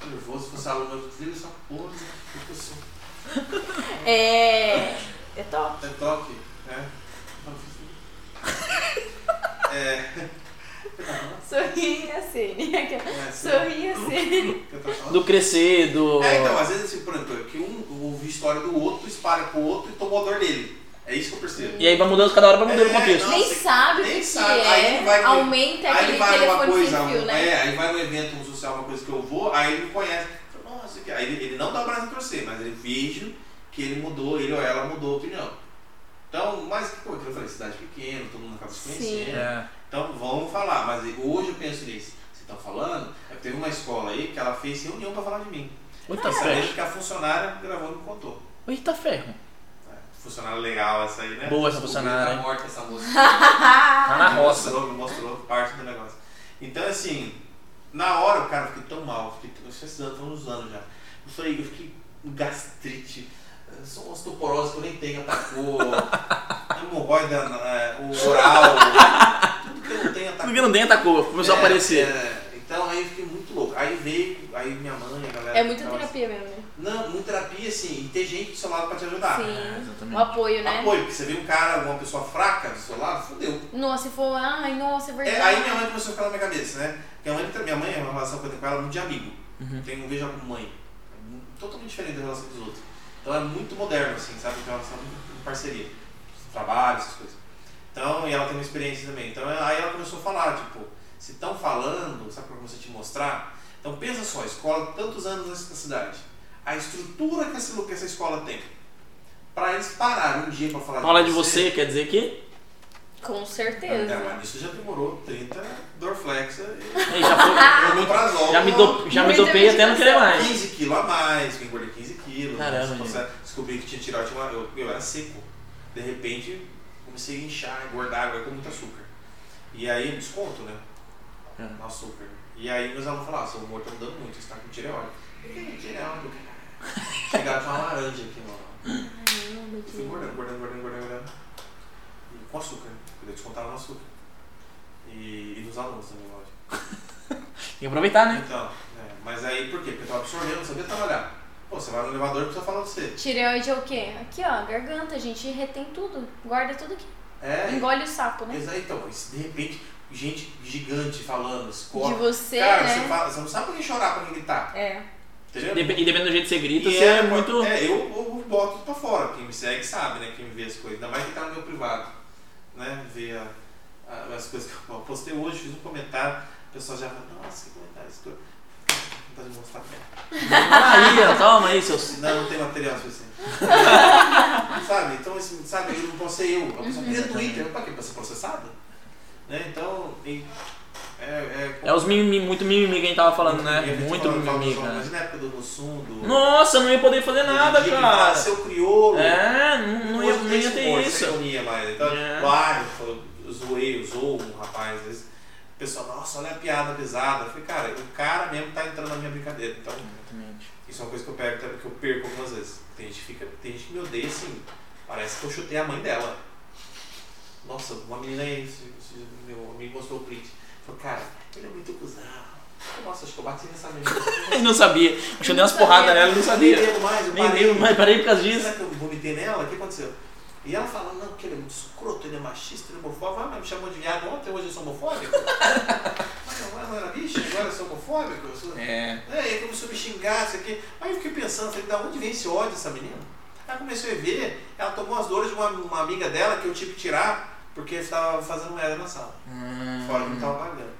tô nervoso, se fosse aluno, eu desligo essa porra, eu tô só- É. É top. É toque, né? É. Sorri assim. é assim. Sorri assim. Que eu tô falando. Do crescer, do. É, então, às vezes, assim, por exemplo, que um eu ouvi história do outro, espalha pro outro e tomou a dor dele. É isso que eu percebo. Hum. E aí vai mudando cada hora vai mudando o É, contexto. não. Nem Nossa, sabe o nem que, que sabe. Aí é. ele vai- Aumenta aí aquele ele vai numa telefone coisa, sem fio, um- né? é, aí vai num evento um social, uma coisa que eu vou, aí ele me conhece. Fala, Nossa, que... aí ele, ele não dá o braço a torcer, mas ele vejo que ele mudou, ele ou ela mudou a opinião. Então, mas pô, aquilo eu falei, cidade pequena, todo mundo acaba se Sim. conhecendo. É. Então vamos falar, mas hoje eu penso nisso. Vocês estão falando? É que teve uma escola aí que ela fez reunião pra falar de mim. Eita Sabendo ferro. que a funcionária gravou e me contou. Eita ferro. Funcionária legal essa aí, né? Boa essa Descobriu funcionária, que hein? Tá morta essa moça. Tá <laughs> na roça. Mostrou, mostrou parte do negócio. Então, assim, na hora, cara, eu fiquei tão mal. Fiquei, eu sei se foi uns anos já. Eu falei, eu fiquei com gastrite. eh, Só uma osteoporose que eu nem tenho, atacou. <laughs> Hemorroida na- na- o oral. tudo que eu não tenho atacou. Porque não tem atacou, começou a É, aparecer. é, então aí eu fiquei muito louco. Aí veio, aí minha mãe, a galera. É que muita tava- terapia mesmo, né? Não, muita terapia, assim, e ter gente do seu lado pra te ajudar. É, Sim. O exatamente. apoio, né? Apoio, porque você vê um cara, uma pessoa fraca do seu lado, fodeu. Nossa, se for, ai, nossa, é É, verdade. aí minha mãe começou a ficar na minha cabeça, né? Minha mãe, minha mãe é uma relação que eu tenho com ela é muito de amigo. Uhum. Tem um vejo com mãe. É mu- Totalmente diferente da relação dos outros. Então é muito moderno, assim, sabe? Tem uma relação muito de parceria. Trabalho, essas coisas. Então, e ela tem uma experiência também. Então aí ela começou a falar, tipo, se estão falando, sabe como você te mostrar? Então pensa só, escola tantos anos nessa cidade. A estrutura que essa, que essa escola tem. Pra eles pararem um dia pra falar Fala de você, quer dizer que. Com É, certeza. mas isso já demorou 30 Dorflexa e Ei, já foi. eu Omeprazol, Já me, do, já me Muita dopei até não querer mais. 15 quilos a mais, que eu engordei né? 15 quilos. Caramba, Nossa, Descobri que tinha tiroide, uma- eu, eu era seco. De repente, comecei a inchar, engordar, agora com muito açúcar. E aí, desconto, né? É. No açúcar. E aí, meus alunos falaram, ah, seu humor tá mudando muito, você tá com tireoide. Eu falei, tireoide, <laughs> cara. Chegaram com uma laranja aqui, mano. Eu fui engordando, engordando, engordando, engordando, engordando. E com açúcar, né? eu descontava no açúcar. E, e nos alunos também, lógico. Tem que aproveitar, Ah. né? Então, é, mas aí por quê? Porque eu tava absorvendo, não sabia trabalhar. Pô, você vai no elevador e precisa falar de você. Tireoide é o quê? Aqui, ó, garganta, a gente retém tudo. Guarda tudo aqui. É, Engole o sapo, né? exa- então, isso, de repente, gente gigante falando, De escola. você, Cara, né? você, fala- você não sabe pra quem chorar, pra quem gritar. É. Entendeu? Dep- E dependendo do jeito que você grita, E você é é, muito. é, eu, eu boto pra fora. Quem me segue sabe, né? Quem me vê as coisas. Ainda mais que tá no meu privado. Né? Vê a- a- as coisas que eu postei hoje, fiz um comentário. O pessoal já fala, nossa, que comentário escuro. Não tá de mostrar pra Aí, ó, toma aí, seus. Não, não tem material suficiente. sabe? Então, assim, sabe, eu não posso ser eu. A pessoa cria Twitter, pra quê? Pra ser processada? Né? Então, e- é. É, É os mimimi, muito mimimi que a gente tava falando, né? Eu Muito falo- falo mimimi, dos cara. homens, na é época do Mussum, do. Nossa, não ia poder fazer do nada, Didi, que fala, cara. Seu crioulo. É, não, não ia, Hoje não tem ia esse ter humor, isso. Essa ironia mais. Então, É. Vários, falou, eu zoei, usou um rapaz, às vezes. O pessoal, nossa, olha a piada pesada. Eu falei, cara, o cara mesmo tá entrando na minha brincadeira. Então, Exatamente. Isso é uma coisa que eu pego também, que eu perco algumas vezes. Tem gente, que fica, tem gente que me odeia assim. Parece que eu chutei a mãe dela. Nossa, uma menina é aí, esse- esse meu amigo mostrou o print. Falou, cara, ele é muito cuzão. Nossa, acho que eu bati nessa menina. Ele não sabia. Acho que eu dei umas Não sabia. porradas nela, ele não <laughs> nem sabia. lembro mais, eu Nem parei. lembro, mas parei por causa disso. Será né, que eu vomitei nela? O que aconteceu? E ela fala, não, porque ele é muito escroto, ele é machista, ele é homofóbico. Ah, mas me chamou de viado ontem, hoje eu sou homofóbico? <laughs> mas não, não era bicho, agora eu sou homofóbico? Eu sou... É. É, ele começou a me xingar, isso aqui. Aí eu fiquei pensando, falei, da onde vem esse ódio dessa menina? Aí comecei a ver, ela tomou as dores de uma, uma amiga dela que eu tive que tirar, porque estava fazendo merda na sala. Fora então. que não estava pagando.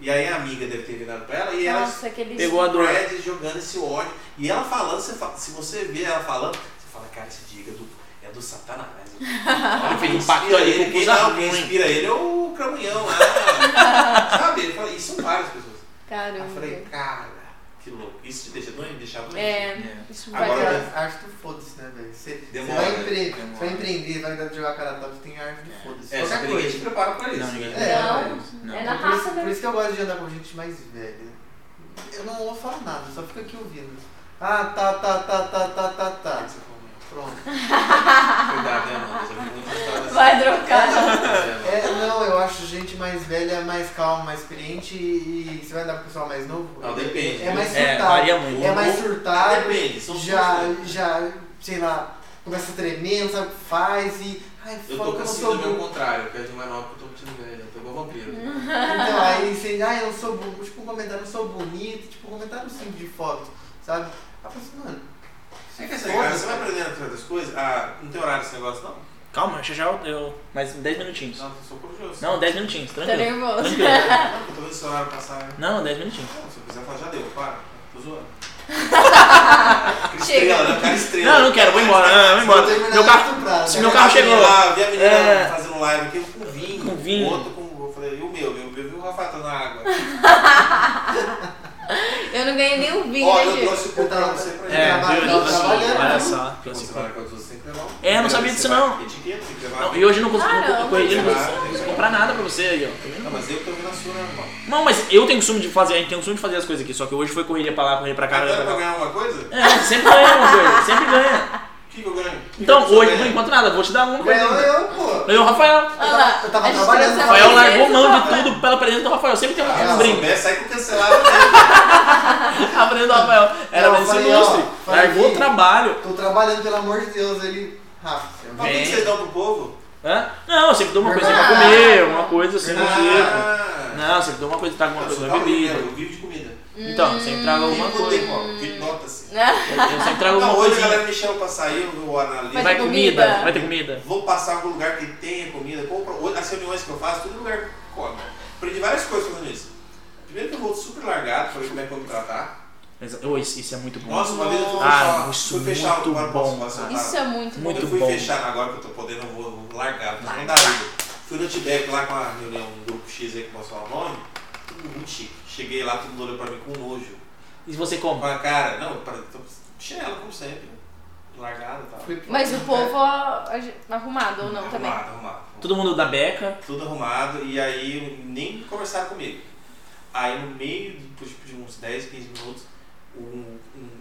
E aí a amiga deve ter virado pra ela e ela Nossa, aquele Pegou a dor. Fred jogando esse ódio. E ela falando, você fa- se você vê ela falando, você fala, cara, esse diga é do, é do satanás. <laughs> Olha, fez um inspira pacto ali com o quem, Cusarão, não, quem hein? inspira ele é o Cramunhão lá. <laughs> Sabe? Ele fala, isso são várias pessoas. Aí Eu Caramba. falei, cara, que louco. Isso te deixa doente? Deixar doente? É, É. É. isso Agora- Porque vai Olha. a arte do foda-se, né, velho? Você você Demora, vai, né? empre... você Demora. vai empreender, vai dar de jogar cara a tapa, tem arte do foda-se. É, só que Qualquer ninguém coisa. te prepara pra isso. Não, ninguém né? É, Não, Não. é na por, isso, raça por mesmo. isso que eu gosto de andar com gente mais velha. Eu não vou falar nada, só fico aqui ouvindo. Ah, tá, tá, tá, tá, tá, tá, tá. Pronto. Cuidado, né, mano? Você viu muitas histórias Vai trocar. assim. É, não, eu acho gente mais velha, mais calma, mais experiente e e você vai andar com o pessoal mais novo? Não, depende. É mais É, surtado. varia É, muito. mais surtado. Depende, são já, pessoas, né? já, sei lá, começa a tremer, não sabe o que faz e. Ai, Eu tô foda que eu com assim não síndrome sou <laughs> ao burro. contrário, eu quero de mais nova porque eu tô curtindo velho, eu tô igual vampiro. Então, aí você, ai, eu não sou burro. Tipo, um comentário, eu sou bonito. Tipo, um comentário simples de foto, sabe? Aí eu falo assim, mano. É que assim, cara, você vai aprendendo a fazer as coisas, ah, não tem horário esse negócio, não? Calma, já já eu- eu. Mais 10 minutinhos. Não, eu sou curioso. Não, 10 minutinhos, Tá tranquilo. nervoso. Tranquilo. Não, porque eu tô vendo esse horário passar. né? Não, 10 minutinhos. <laughs> Não, se eu quiser falar, já deu, para. Tô zoando. Chega. Estrela, né? Cara estrela. Não, eu não quero, vou embora, não, eu vou embora. Meu carro, se né?" meu carro Cheguei chegou. lá, vi a menina É. fazendo live aqui um com vinho, Com vinho. o outro com. Eu falei, e o meu? Eu bebi o rafatão na água. Eu não ganhei nem o vinho, Ó, né, eu Diego? trouxe o pouco pra tava- você pra gente. É, Trabalhando, viu? Então, assim, trabalhando. Olha só. Quando você fala com as duas, tem que levar um. É, eu não sabia Você disso, vai não. com Etiqueta, tem que levar. Não, e hoje eu não consigo Caramba, é corrigir, Ah, não que consigo absurdo. comprar nada pra você aí, ó. Tá vendo? Não, mas eu tô vendo a sua, né, irmão? Não, mas eu tenho costume de fazer, a gente tem costume de fazer as coisas aqui, só que hoje foi correria pra lá, correria pra cá, Agora correria pra pra cá. ganhar alguma coisa? É, sempre ganha uma coisa, sempre ganha. O que que eu ganho? Então, O que que eu hoje, ganho? por enquanto, nada, vou te dar uma coisa. Ganhou ainda. eu, pô. Ganhou o Rafael. Olha lá. Eu tava a gente trabalhando. trouxe a Rafael presença largou mão do de tudo pela presença do Rafael, sempre tem Ah, um se brinde. souber, sai com cancelado. né? <laughs> A presença do Rafael era Não, eu desse falei, ó, ilustre, falei largou o que- trabalho. Tô trabalhando, pelo amor de Deus, ele. Rafa, <laughs> você é Mas o que Vem. que vocês dão pro povo? Hã? né? Não, eu sempre dou uma coisa pra Ah. comer, uma coisa assim, não sei. Ah, Não, eu sempre dou uma coisa, trago uma eu coisa sou pra bebida. bebida. Eu vivo de comida. Então, sempre trago alguma Vivo de coisa. ó, vivo- Nota-se. Né? Eu sempre trago Hum. Não, alguma hoje a coisa. galera me chama pra sair, eu vou analisar. Vai Vai ter comida, comida. vai ter comida. Vou passar em algum lugar que tenha comida. Compro, hoje, as reuniões que eu faço, todo lugar que come. Aprendi várias coisas fazendo isso. Primeiro que eu vou super largado, falei como é que eu vou me tratar. Exa- Ô, isso, isso é muito bom. Nossa, uma vez eu fui Ah, fechar, isso fui fechar muito agora bom, posso passar. Isso é muito bom. Muito eu fui bom. fechar, agora que eu tô podendo, eu vou, eu vou largar, mas não dá vida. Fui no Tibete lá com a reunião um grupo X aí que posso falar o nome, tudo muito chique. Cheguei lá, todo mundo olhou pra mim com nojo. E você Com compra? a cara, não, pra, tô, chinelo como sempre, largado e tal. Mas o povo ó, arrumado ou não também. Arrumado, arrumado. Todo mundo da beca. tudo arrumado, e aí nem conversaram comigo. Aí no meio tipo, de uns 10, 15 minutos, o um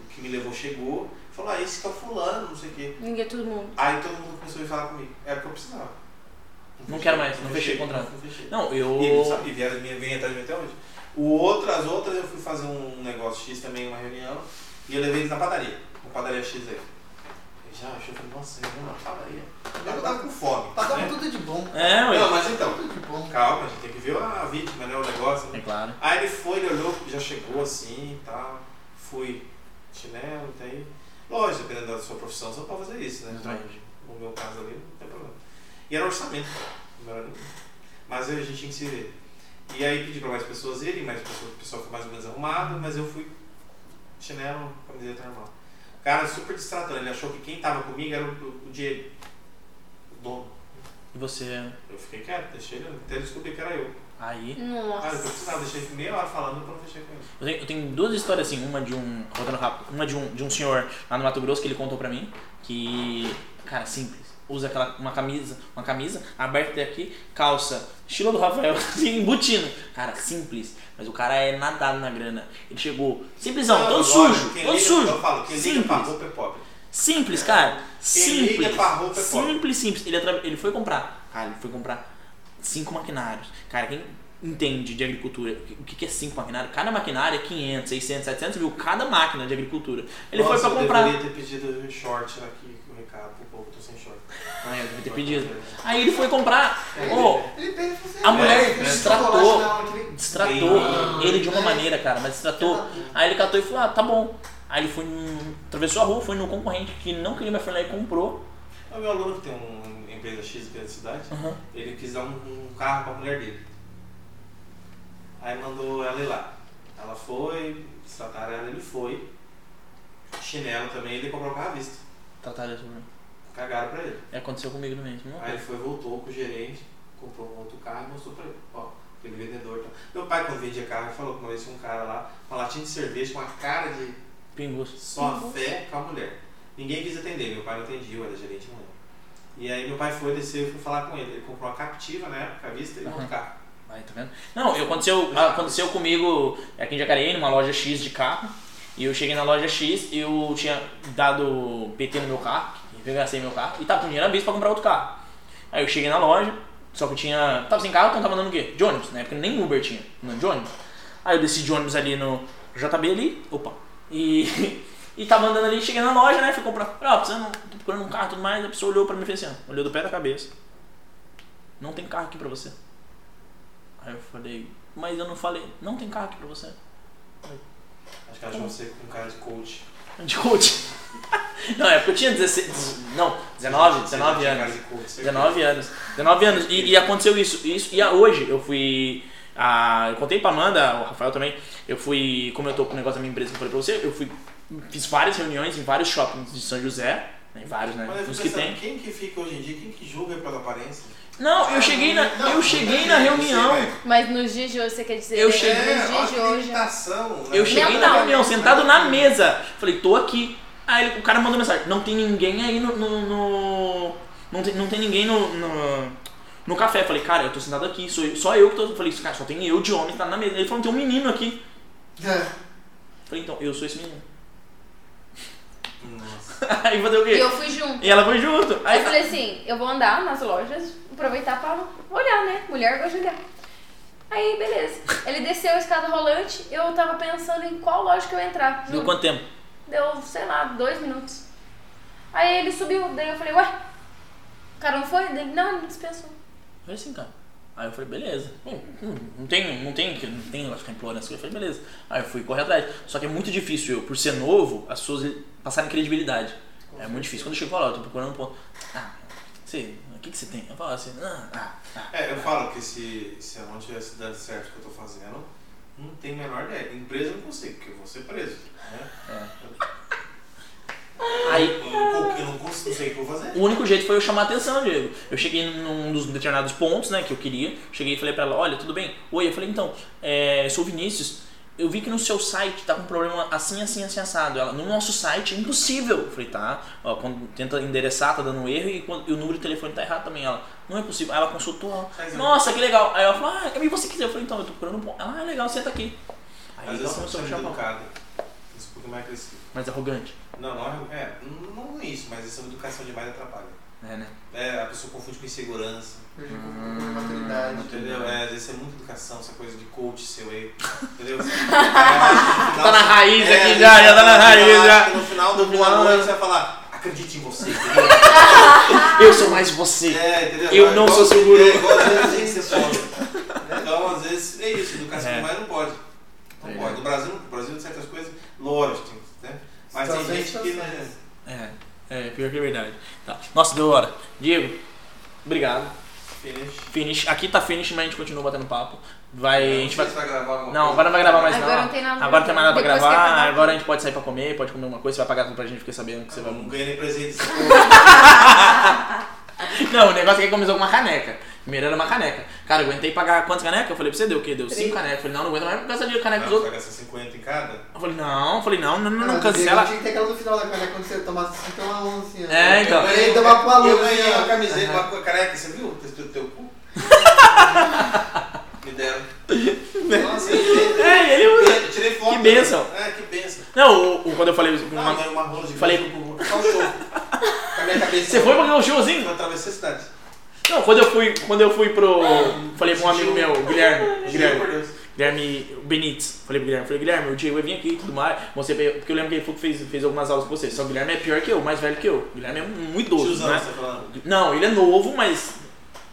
que me levou chegou e falou, ah, esse que é o fulano, não sei o quê. Ninguém, é todo mundo. Aí todo mundo começou a falar comigo. Era o que eu precisava. Não fechei, quero mais, não fechei o contrato. Não fechei. Não, E, eles eu. sabem, e vieram, vem, vem atrás de mim até hoje. O outro, as outras, eu fui fazer um negócio X também, uma reunião, e eu levei eles na padaria. Uma padaria X aí. Eu já achei, eu falei, nossa, eu vou na padaria. Eu tava com fome. Pagava né? tá tudo de bom. tá É, ué. Não, mas então, Tudo de bom. Calma, a gente tem que ver a vítima, né? O negócio. É Né? claro. Aí ele foi, ele olhou, já chegou assim e tal. Fui, chinelo, tem. Lógico, dependendo da sua profissão, você não pode fazer isso, né? Vai. No meu caso ali, não tem problema. E era um orçamento, não era nem- Mas aí a gente tinha que se ver. E aí pedi pra mais pessoas irem, mais pessoas, o pessoal foi mais ou menos arrumado, mas eu fui chinelo, camiseta normal. O cara é super distratando, ele achou que quem tava comigo era o, o Diego, o dono. E você. Eu fiquei quieto, deixei ele, até descobri que era eu. Aí. Ah, eu Nossa. precisava, deixei meia hora falando pra não fechar com ele. Eu tenho, eu tenho duas histórias assim, uma de um. Rodando rápido, uma de um, de um senhor lá no Mato Grosso que ele contou pra mim. Que. Cara, simples. Usa aquela, uma camisa, uma camisa aberta até aqui, calça, estilo do Rafael, <laughs> assim, embutindo. Cara, simples. Mas o cara é nadado na grana. Ele chegou, simplesão, todo Agora, sujo, quem todo liga- sujo. Eu falo, quem liga pra simples. roupa é pobre. Simples, cara. Simples. liga pra roupa é pobre. simples, simples. Ele, atra- ele foi comprar. Cara, ele foi comprar cinco maquinários. Cara, quem entende de agricultura, o que que é cinco maquinários? Cada maquinário é 500, 600, 700 mil cada máquina de agricultura. Ele foi Nossa, pra eu comprar. deveria ter pedido um short aqui, o recado pro povo, tô sem short. Ah, eu devia ter pedido. Aí ele foi comprar. É, Ô, Ele pega e fala assim, a mulher "É, esse destratou. chocolate na aula que vem." destratou Bem- ele de uma maneira, cara, mas destratou. Aí ele catou e falou, ah, tá bom. Aí ele foi, num- atravessou a rua, foi no concorrente que não queria mais falar e comprou. É o meu aluno que tem uma empresa X aqui na cidade, ele quis dar um, um carro pra mulher dele. Aí mandou ela ir lá. Ela foi, trataram ela, ele foi. Chinelo também, ele comprou o carro à vista. Trataram isso comigo. Cagaram pra ele. E tá, É, Aconteceu comigo também. mesmo. Aí ele foi, voltou com o gerente, comprou um outro carro e mostrou pra ele, ó, aquele vendedor. e tal. Meu pai, quando vendia carro, falou que uma vez tinha um cara lá, uma latinha de cerveja com uma cara de Pingus. só fé com a mulher. Ninguém quis atender, meu pai não atendia, eu era gerente, não lembro. E aí meu pai foi, desceu e foi falar com ele. Ele comprou uma captiva na época, à vista, e um Aham. outro carro. Aí, tá vendo? Não, eu- aconteceu, aconteceu comigo aqui em Jacareí, numa loja X de carro. E eu cheguei na loja X, eu tinha dado PT no meu carro, gastei meu carro, e tava com dinheiro à vista pra comprar outro carro. Aí eu cheguei na loja, só que eu tinha. Tava sem carro, então tava andando o quê? De ônibus, na época nem Uber tinha, andando de ônibus. Aí eu desci de ônibus ali no JB ali, opa. E, <laughs> e tava andando ali, cheguei na loja, né? Fui comprar. Ó, precisando, tô procurando um carro e tudo mais, a pessoa olhou pra mim e fez assim, ó, olhou do pé da cabeça. Não tem carro aqui pra você. Aí eu falei, mas eu não falei, não tem carro aqui pra você. <laughs> Acho que ela achou você com um cara de coach. De coach. <laughs> não, é porque eu tinha 16. Não, 19, 19 Tinha anos. cara de coach, certeza. 19 anos. 19 anos. E, e aconteceu isso. isso e a- hoje eu fui Ah, eu contei pra Amanda, o Rafael também, eu fui, como eu tô com o negócio da minha empresa que eu falei pra você, eu fui, fiz várias reuniões em vários shoppings de São José, né, em vários, né, Mas eu uns fico que pensando, tem. quem que fica hoje em dia, quem que julga pela aparência? Não, eu cheguei na, Não, eu cheguei não na sei, <laughs> reunião, É, velho. Mas nos dias de hoje, você quer dizer? Eu né? cheguei- É, Nos olha dias de que hoje. limitação, né? eu cheguei Não, na não. reunião, sentado na mesa, falei, tô aqui. Aí ele- o cara mandou mensagem, não tem ninguém aí no, no, no- não, tem, não tem ninguém no, no, no café. Falei, cara, eu tô sentado aqui, sou eu- só eu que tô, falei, cara, só tem eu de homem, tá na mesa. Ele falou, tem um menino aqui. Falei, então, eu sou esse menino. <laughs> Nossa. Aí fazer o E quê? eu fui junto. E ela foi junto. Aí, Eu falei assim, eu vou andar nas lojas, aproveitar pra olhar, né? Mulher gosta de olhar. Aí, beleza. Ele desceu a escada rolante, eu tava pensando em qual loja que eu ia entrar. deu quanto tempo? Deu, sei lá, dois minutos. Aí ele subiu, daí eu falei, ué, o cara não foi? Ele, não, ele me dispensou. Falei assim, cara. Aí eu falei, beleza. Bom, hum, não tem, não tem, que- não tem negócio de ficar implorando as coisas. Eu falei, beleza. Aí eu fui correr atrás. Só que é muito difícil eu, por ser novo, as pessoas passarem credibilidade. É muito difícil. Quando eu chego e falo, ó, eu tô procurando um ponto. Ah, você, o que, que você tem? Eu falo assim, ah, ah, ah. É, eu falo que se, se eu não tivesse dado certo o que eu tô fazendo, não tem a menor ideia. Empresa eu não consigo, porque eu vou ser preso. Né? É. Aí, Eu, não- eu não consigo, não sei o que eu vou fazer. O único jeito foi eu chamar a atenção, Diego. Eu cheguei num dos determinados pontos, né, que eu queria. Cheguei e falei pra ela, olha, tudo bem? Oi, eu falei, então, é, sou o Vinícius. Eu vi que no seu site tá com um problema assim, assim, assim, assado. Ela, no nosso site é impossível. Eu falei, tá. Ó, quando tenta endereçar, tá dando um erro. E, quando- e o número de telefone tá errado também. Ela, não é possível. Aí ela consultou. Ela, Mas eu- Nossa, que legal. Aí ela falou, ah, e você quiser? Eu falei, então, eu tô procurando um ponto. Ela, ah, legal, senta aqui. Aí um Às ela vezes eu começou sou a me muito chamar. educado. Isso porque mais agressivo. Mas arrogante. Não, não é, é, não não isso, mas essa educação demais atrapalha. É, né? É, a pessoa confunde com insegurança. Perdi um pouco minha maturidade. Entendeu? É, às vezes é muita educação, essa coisa de coach seu aí. <laughs> Entendeu? tá Tá na raiz é, aqui já, já tá na raiz já. É, No final do No boa final, noite né? você vai falar, acredite <laughs> em você, entendeu? Eu sou mais você. É, entendeu? Eu É não igual- sou seu guru. É igual às vezes que você fala. <laughs> Então, às vezes, é isso, educação É. demais não pode. Não É. pode. No Brasil, no Brasil, certas coisas, lógico, tem- né? Mas Tá tem Talvez gente que. Né, vocês- É, é, pior que é verdade. Tá. Nossa, deu hora. Diego, obrigado. finish. Finish. Aqui tá finish, mas a gente continua batendo papo. Vai. A Não gente sei vai. se vai gravar alguma Não, coisa. agora não vai gravar mais Agora não. não tem nada pra Agora não tem mais nada pra gravar. Depois que gravar. acabar. Agora a gente pode sair pra comer, pode comer uma coisa, você vai pagar tudo pra gente, fiquei sabendo que você vai. Não ganhei nem presente. <laughs> Não, o negócio é que começou com uma caneca. Primeiro era uma caneca. Cara, eu aguentei pagar quantas canecas? Eu falei pra você, deu o quê? Deu cinco canecas. Eu falei, não, não aguento mais gastar dinheiro com caneca dos Não, outros. pagar essas 50 em cada? Eu falei, não, eu falei, não, não, não, não, Mas cancela. eu Tinha que ter aquela no final da caneca quando você tomasse assim, toma uma assim, ó. É, então. Eu ganhei tomar com uma Eu luz. ganhei uma assim, camiseta, uma cor- careca, você viu? o Texto do teu <laughs> cu? Me deram. <laughs> Nossa, eu É, ele usa. tirei- eu tirei foto. Que bênção. É, que benção. Não, o, o- quando eu falei. Ah, ganhei uma rola de Falei- beijo pro- Só o show. Com a minha cabeça. Você foi pra ganhar um showzinho? Eu atravessei a cidade. Não, quando eu fui, quando eu fui pro. Falei pra um amigo meu, o Guilherme. o Juro Guilherme, por Deus. Guilherme Benítez. Falei pro Guilherme, falei, Guilherme, o Diego vai vir aqui e tudo mais. Mostrei pra ele, porque eu lembro que ele falou que fez, fez algumas aulas com você. Só que o Guilherme é pior que eu, mais velho que eu. O Guilherme é um, um idoso, Tiozão, né? você tá falando. Não, ele é novo, mas.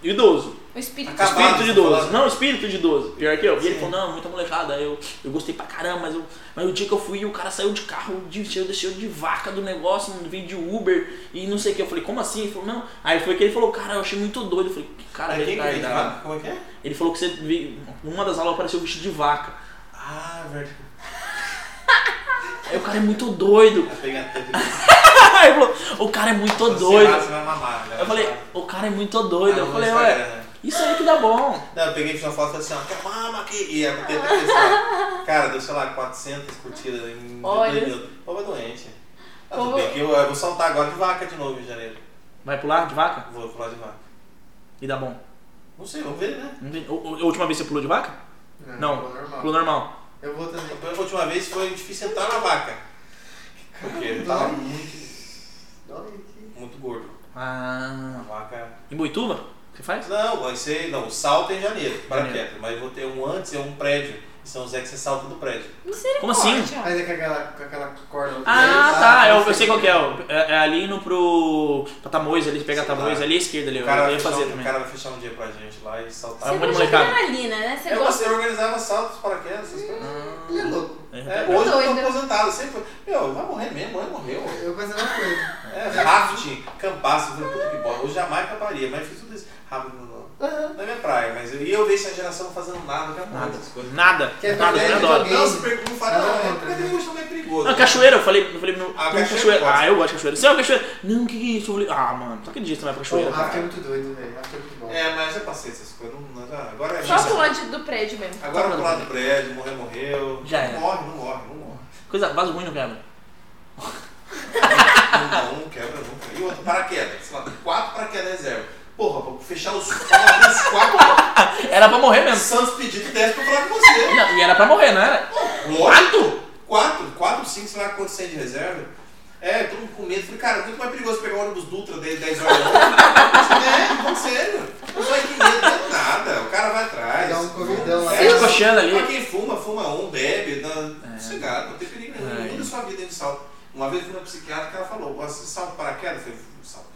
Idoso. O espírito. Acabado, espírito de você tá idoso. falando. Não, espírito de idoso. Pior que eu. E ele Sim. falou, não, muita molecada. Aí Eu, eu gostei pra caramba, mas, eu, mas o dia que eu fui, o cara saiu de carro, de, cheio, de- cheio de vaca do negócio, um vídeo de Uber e não sei o que. Eu falei, como assim? Ele falou, não. Aí foi que ele falou, cara, eu achei muito doido. Eu falei, que cara, É quem que vem de retardado. lá? Como é que é? Ele falou que você vi- numa das aulas apareceu vestido de vaca. Ah, verdade. Aí o cara é muito doido. <laughs> Vai pegar a teta aqui. Aí ele falou, o cara é muito Você vai- doido. Você vai mamar. né? Eu falei, o cara é muito doido. Ah, Eu no falei, Instagram, ué, né? isso aí que dá bom. Não, eu peguei e fiz uma foto e falei assim, ó, quer mama aqui? E é a teta aqui, assim, ó. Cara, deu, sei lá, 400 curtidas em Olha. dois minutos. Povo é doente. Ah, tudo Povo- bem que eu, eu vou soltar agora de vaca de novo em janeiro. Vai pular de vaca? Vou pular de vaca. E dá bom. Não sei, vamos ver, né? Não tem- o- o- a última vez você pulou de vaca? Não, eu vou Ah. normal. Pulou normal. Eu vou também. A última vez foi difícil sentar na vaca. Porque eu tava muito, Dói aqui. muito gordo. A Ah. vaca Em Boituva? Você faz? Não, vai ser. Não, o salto é em janeiro, Janeiro. paraquedas. Mas vou ter um antes, é um prédio. Em São José que você salta do prédio. Misericórdia. Como assim? Mas é com aquela, com aquela corda. Ah, lá, tá. Eu, não eu sei qual que é. ó. É, é ali no pro. Pra Tamoios ali, pega Sei lá. Tamoios ali à esquerda ali. O Eu, tá. cara, eu vai ia fechar fazer um, o também. cara vai fechar um dia pra gente lá e saltar. Tá Você bom de gosta de molecada. adrenalina, né? Você eu, gosta. eu organizava saltos, paraquedas, essas coisas. Ele é louco. É, É, hoje eu tô Doido. aposentado, sempre. Meu, vai morrer mesmo, mãe morreu. Eu faço a mesma coisa. É, rafting, campaço, falei, puta que bola. Eu jamais camparia, mas fiz tudo isso. Ah, não, não, não. Na minha praia, mas eu E eu vejo essa geração fazendo nada, que é nada essas coisas. Nada, Quer um nada, fazer eu adoro. videogame? Não, se pergunta, não fala, Nada não, contra, é porque né? tem um chão é perigoso. Ah, cachoeira, eu falei, eu falei meu, Ah, ah, cachoeira cachoeira. eu gosto. Ah, eu gosto de cachoeira. Você é uma cachoeira? Não, o que, que é isso? Eu falei, ah, mano, tu acredita que vai pra Pô, cachoeira? o Rafa é muito doido, velho. Rafa é muito bom. É, mas eu passei essas coisas. Não, não, já- agora é Só isso. pulando de- do prédio mesmo. Agora pro lado do prédio, morreu, morreu. Já não era. morre, não morre, não morre. Coisa, vaso ruim não quebra. Não, não quebra nunca. E outro, paraquedas. Sei lá, tem quatro paraquedas reserva. Porra, pra fechar os quatro, os quatro Era pra morrer mesmo. santos pedidos dessa pra falar com você. Não, e era pra morrer, não era? Quatro? Quatro, quatro, cinco, sei lá quantos tem de reserva. É, todo mundo com medo. Falei, cara, é muito mais perigoso pegar o ônibus Dutra dele 10 horas da noite. É, falando sério. Não vai ter medo, não é nada. O cara vai atrás. Pegar um corridão lá. É, Sente coxando ali. Pra quem fuma, fuma um, bebe, não, É. sossegado, não tem perigo nenhum. É. Muda sua vida dentro de salto. Uma vez eu fui na psiquiatra que ela falou, você salta paraquedas? Eu falei, salto.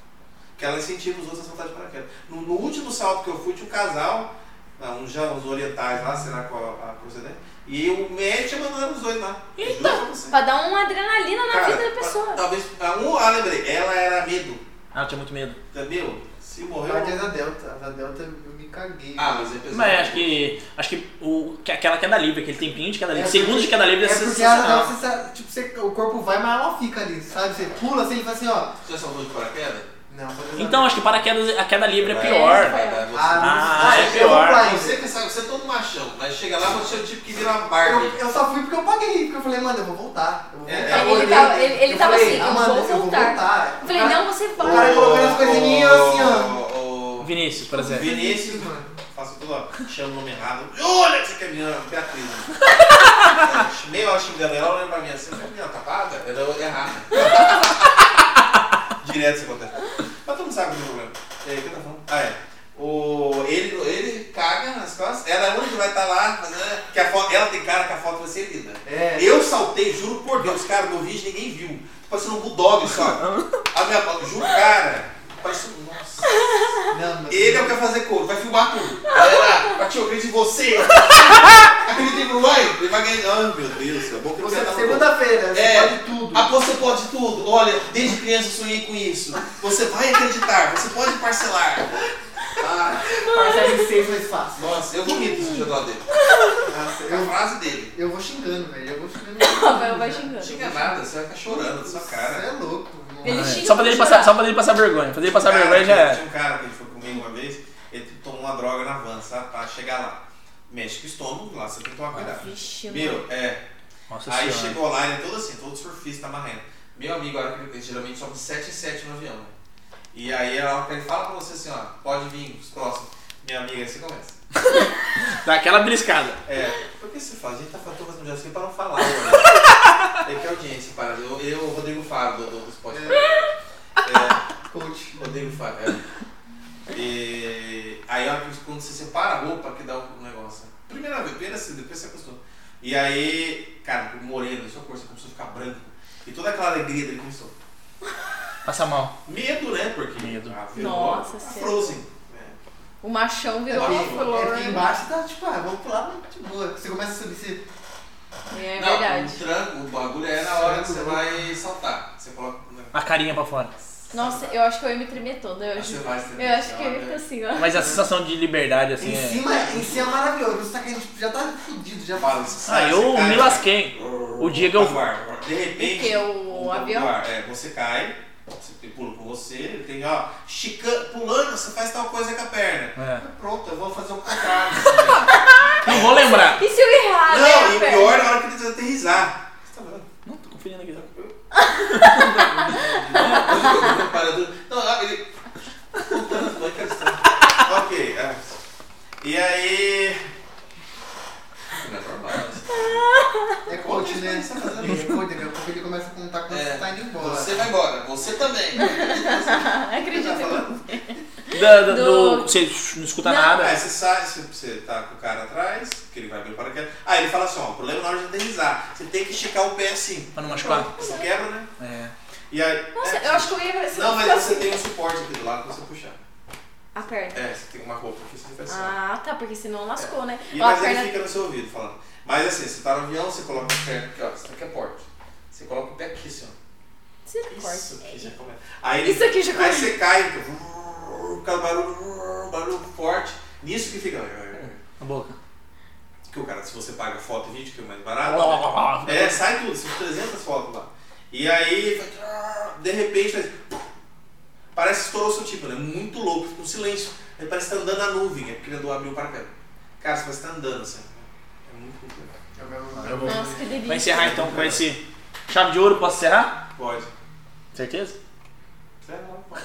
Que ela incentiva os outros a saltar de paraquedas. No, no último salto que eu fui, tinha um casal, ah, um já, uns orientais lá, sei lá qual a, a procedência, e o médico tinha mandado os dois lá. Eita! Juro pra você. Pra dar uma adrenalina na vida da pessoa. Talvez, ah, um, ah, lembrei, ela era medo, Ah, eu tinha muito medo. entendeu? Se morreu... Guardiã da Ah, Delta. A da Delta eu me caguei. Ah, mas é pesado. Mas acho que. Acho que o, que aquela queda livre, aquele tempinho de queda livre, É segundos de queda livre é, É porque a da sensacional. Delta, você, sabe, tipo, você, o corpo vai, mas ela fica ali, sabe? Você pula assim, ele faz assim, ó. Você saltou de paraquedas? Não, vou tentar. Então, acho que paraquedas, a queda livre é Vai, pior. vai, vai, você- Ah, Ah, não, é eu pior. vou pra Aí isso. você que sabe, você é todo machão, mas chega lá você é o tipo que vira uma Eu, Barbie. eu só fui porque eu paguei, porque eu falei, mano, eu vou voltar. Eu vou É, voltar. é, Eu ele olhei, tava- ele- ele eu tava falei, assim, ah, eu vou mano, voltar. Eu falei, O cara- não, você O cara vai. colocando as coisinhas assim, ó. ó. O, Vinícius, por exemplo. Vinícius, mano. faço tudo, ó, chama o nome errado. Olha que você quer minha Beatriz. É, Meia hora xingando ela, ela olha pra mim assim, você minha tapada? Ela olha errada. <laughs> Direto isso acontece. Mas todo mundo sabe do problema. E aí, o que eu tava falando? Ah, é. O, ele, ele caga nas costas, ela é a única que vai estar lá, mas, né, que a foto, ela tem cara que a foto vai ser linda. É. Eu saltei, juro por Deus, cara, meu vídeo ninguém viu. Parecendo um bulldog <laughs> só. A minha bola, juro, cara. Parece um. Nossa. Não, mas- Ele é o que vai fazer couro, vai filmar tudo. É, Galera, Patinho, eu acredito em você. Acredito em mãe. Ele vai ganhar. Ai, meu Deus, do céu, é bom que você Você- tá no gol. Segunda-feira, você É. pode tudo. Ah, você pode tudo. Olha, desde criança eu sonhei com isso. Você vai acreditar, você pode parcelar. Ah, Parcela em seis mais fácil. nossa, eu vomito esse jogador dele. Nossa, É a eu, frase dele. eu vou xingando, velho. Eu vou xingando. <laughs> Vai, vai xingando. Não xinga nada, você vai ficar chorando na sua cara. Você é louco. mano. Ele Ah, é. xinga Só pra pra ele chorar. passar, só pra ele passar vergonha. Fazer ele passar Cara, vergonha já é. tinha- era. Tinha um cara que ele foi comigo uma vez, ele tomou uma droga na van, sabe? Pra chegar lá. Mexe com o estômago, lá você tem que tomar cuidado. Vixe, mano. Meu, é. Nossa aí senhora. chegou lá, ele é todo assim, todo surfista amarrando. Meu amigo, a hora que ele geralmente sobe 7 em 7 no avião. né? E aí a hora que ele fala pra você assim, ó, pode vir, os próximos. Minha amiga, aí você começa. Dá aquela briscada. É, por que você faz? A gente tá falando fazendo jazz aqui pra não falar. Né? Ele quer audiência, parada. Eu, eu, Rodrigo Faro, do, do, dos podcasts. É. Coach. Odeio favela. é. E aí, a hora que- quando você separa a roupa, que dá um negócio. Primeira vez, primeira assim, depois você acostuma. E aí, cara, o moreno, sua cor, você começou a ficar branco. E toda aquela alegria dele começou. Passa mal. Medo, né? Porque. Medo. Ah, Nossa, a sério. Frozen. né? O machão virou É uma que- É flor. porque embaixo tá tipo, ah, vamos pular mas de boa. Você começa a subir, você. É Não, verdade. O tranco, o bagulho é na hora que você vai saltar. Você coloca. né? A carinha pra fora. Nossa, eu acho que eu ia me tremer toda. Eu, Aí acho- você é vai, você eu acho que eu ia ficar joga. assim, ó. Mas a sensação de liberdade, assim, em é. cima, em cima é maravilhoso. Você tá caindo, tipo, já tá fudido, já Fala, você Ah, sai, eu você cai, né? me você- lasquei. O dia que eu- Agora, De repente. Porque é o do avião- lugar, É, você cai, você tem pulo com você, ele tem, ó, chica, pulando, você faz tal coisa com a perna. É. Pronto, eu vou fazer um o <laughs> contrário. Não vou lembrar. E se eu errar, não, né? e o velho? pior é na hora que ele tenta aterrissar. Você tá vendo? Não, tô conferindo aqui. Não, parador. Não, não, ele. Contando, vai crescendo. Ok, é. E aí. Não é normal. É coach, né? Você tá fazendo É coach, daqui a pouco ele começa a contar quando É. você tá indo embora. Você vai embora, você também. <laughs> Acredito Tá em mim. falando? Da- da- do- Do- Você não escuta Não. nada. Aí você sai, você, você tá com o cara atrás, que ele vai abrir o paraquedas. Aí ele fala assim, ó, o problema é na hora de aterrissar. Você tem que esticar o pé assim. Pra não machucar. Você quebra, né? É. E aí. Nossa, é, eu acho que eu ia assim. Não, mas você tem um suporte aqui do lado pra você puxar. A perna. É, você tem uma roupa que você faz assim. ó. Ah, tá, porque senão lascou, né? E, Ó, a mas ele perna. fica no seu ouvido falando. Mas assim, você tá no avião, você coloca o pé aqui, ó. Isso aqui é porte. Você coloca o pé aqui, assim, ó. Isso aqui já Misericórdia. começa. Aí, ele- Isso aqui já aí começa. você cai, fica. né, Aquele barulho, barulho forte. Nisso que fica. na boca. Porque o cara, se você paga foto e vídeo, que é o mais barato. né? <laughs> É, sai tudo, são 300 fotos lá. E aí, faz- ah, de repente, faz- parece que estourou seu tipo, né? Muito louco, fica um silêncio. Aí parece que tá andando na nuvem, é porque ele andou abriu o paraquedas. Cara, você parece que tá andando assim. É muito muito legal. É o mesmo É bom. Nossa, que delícia. Vai encerrar então com esse chave de ouro, posso encerrar? Pode. Certeza? Sério, não, pode.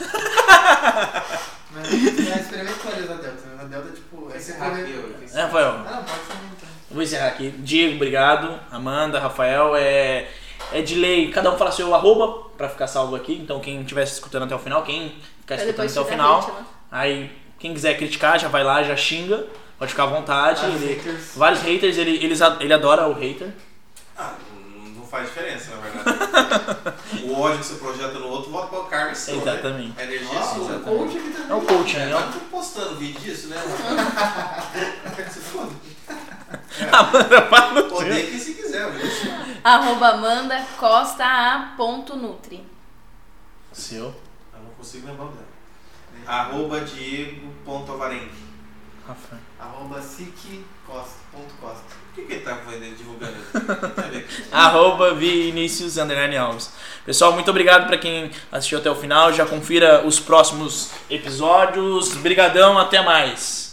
Mas é, experimenta com a da Delta. né? Na Delta, tipo, é Vai você encerrar aqui, come- eu. É, Rafael. Ah, não, pode experimentar. Vou encerrar aqui. Diego, obrigado. Amanda, Rafael, é, é de lei. Cada um fala seu arroba pra ficar salvo aqui. Então quem estiver escutando até o final, quem ficar Pra escutando depois até o tirar hate, final, né? aí quem quiser criticar, já vai lá, já xinga. Pode ficar à vontade. Vários Ele- haters. vários haters, ele, eles a- ele adora o hater. Ah, não não faz diferença, na verdade. o ódio que você projeta no outro, volta pra o karma e seu, né? Exatamente. A energia é Nossa, sua. o coach aqui também. É o coaching, É, né? <laughs> mas não tô postando vídeo disso, né? <laughs> se foda. Amanda, fala o seu. Poder quem se quiser, viu? Arroba Amanda Costa A. ponto Nutri. Seu. Eu não consigo lembrar o dela. Arroba Diego.avarenque. Rafa. Arroba siquecosta, ponto costa. Por que, que ele tá vendendo, divulgando isso? Não tem a ver com isso. Arroba Vinícius Underline Alves. Pessoal, muito obrigado pra quem assistiu até o final. Já confira os próximos episódios. Brigadão, até mais.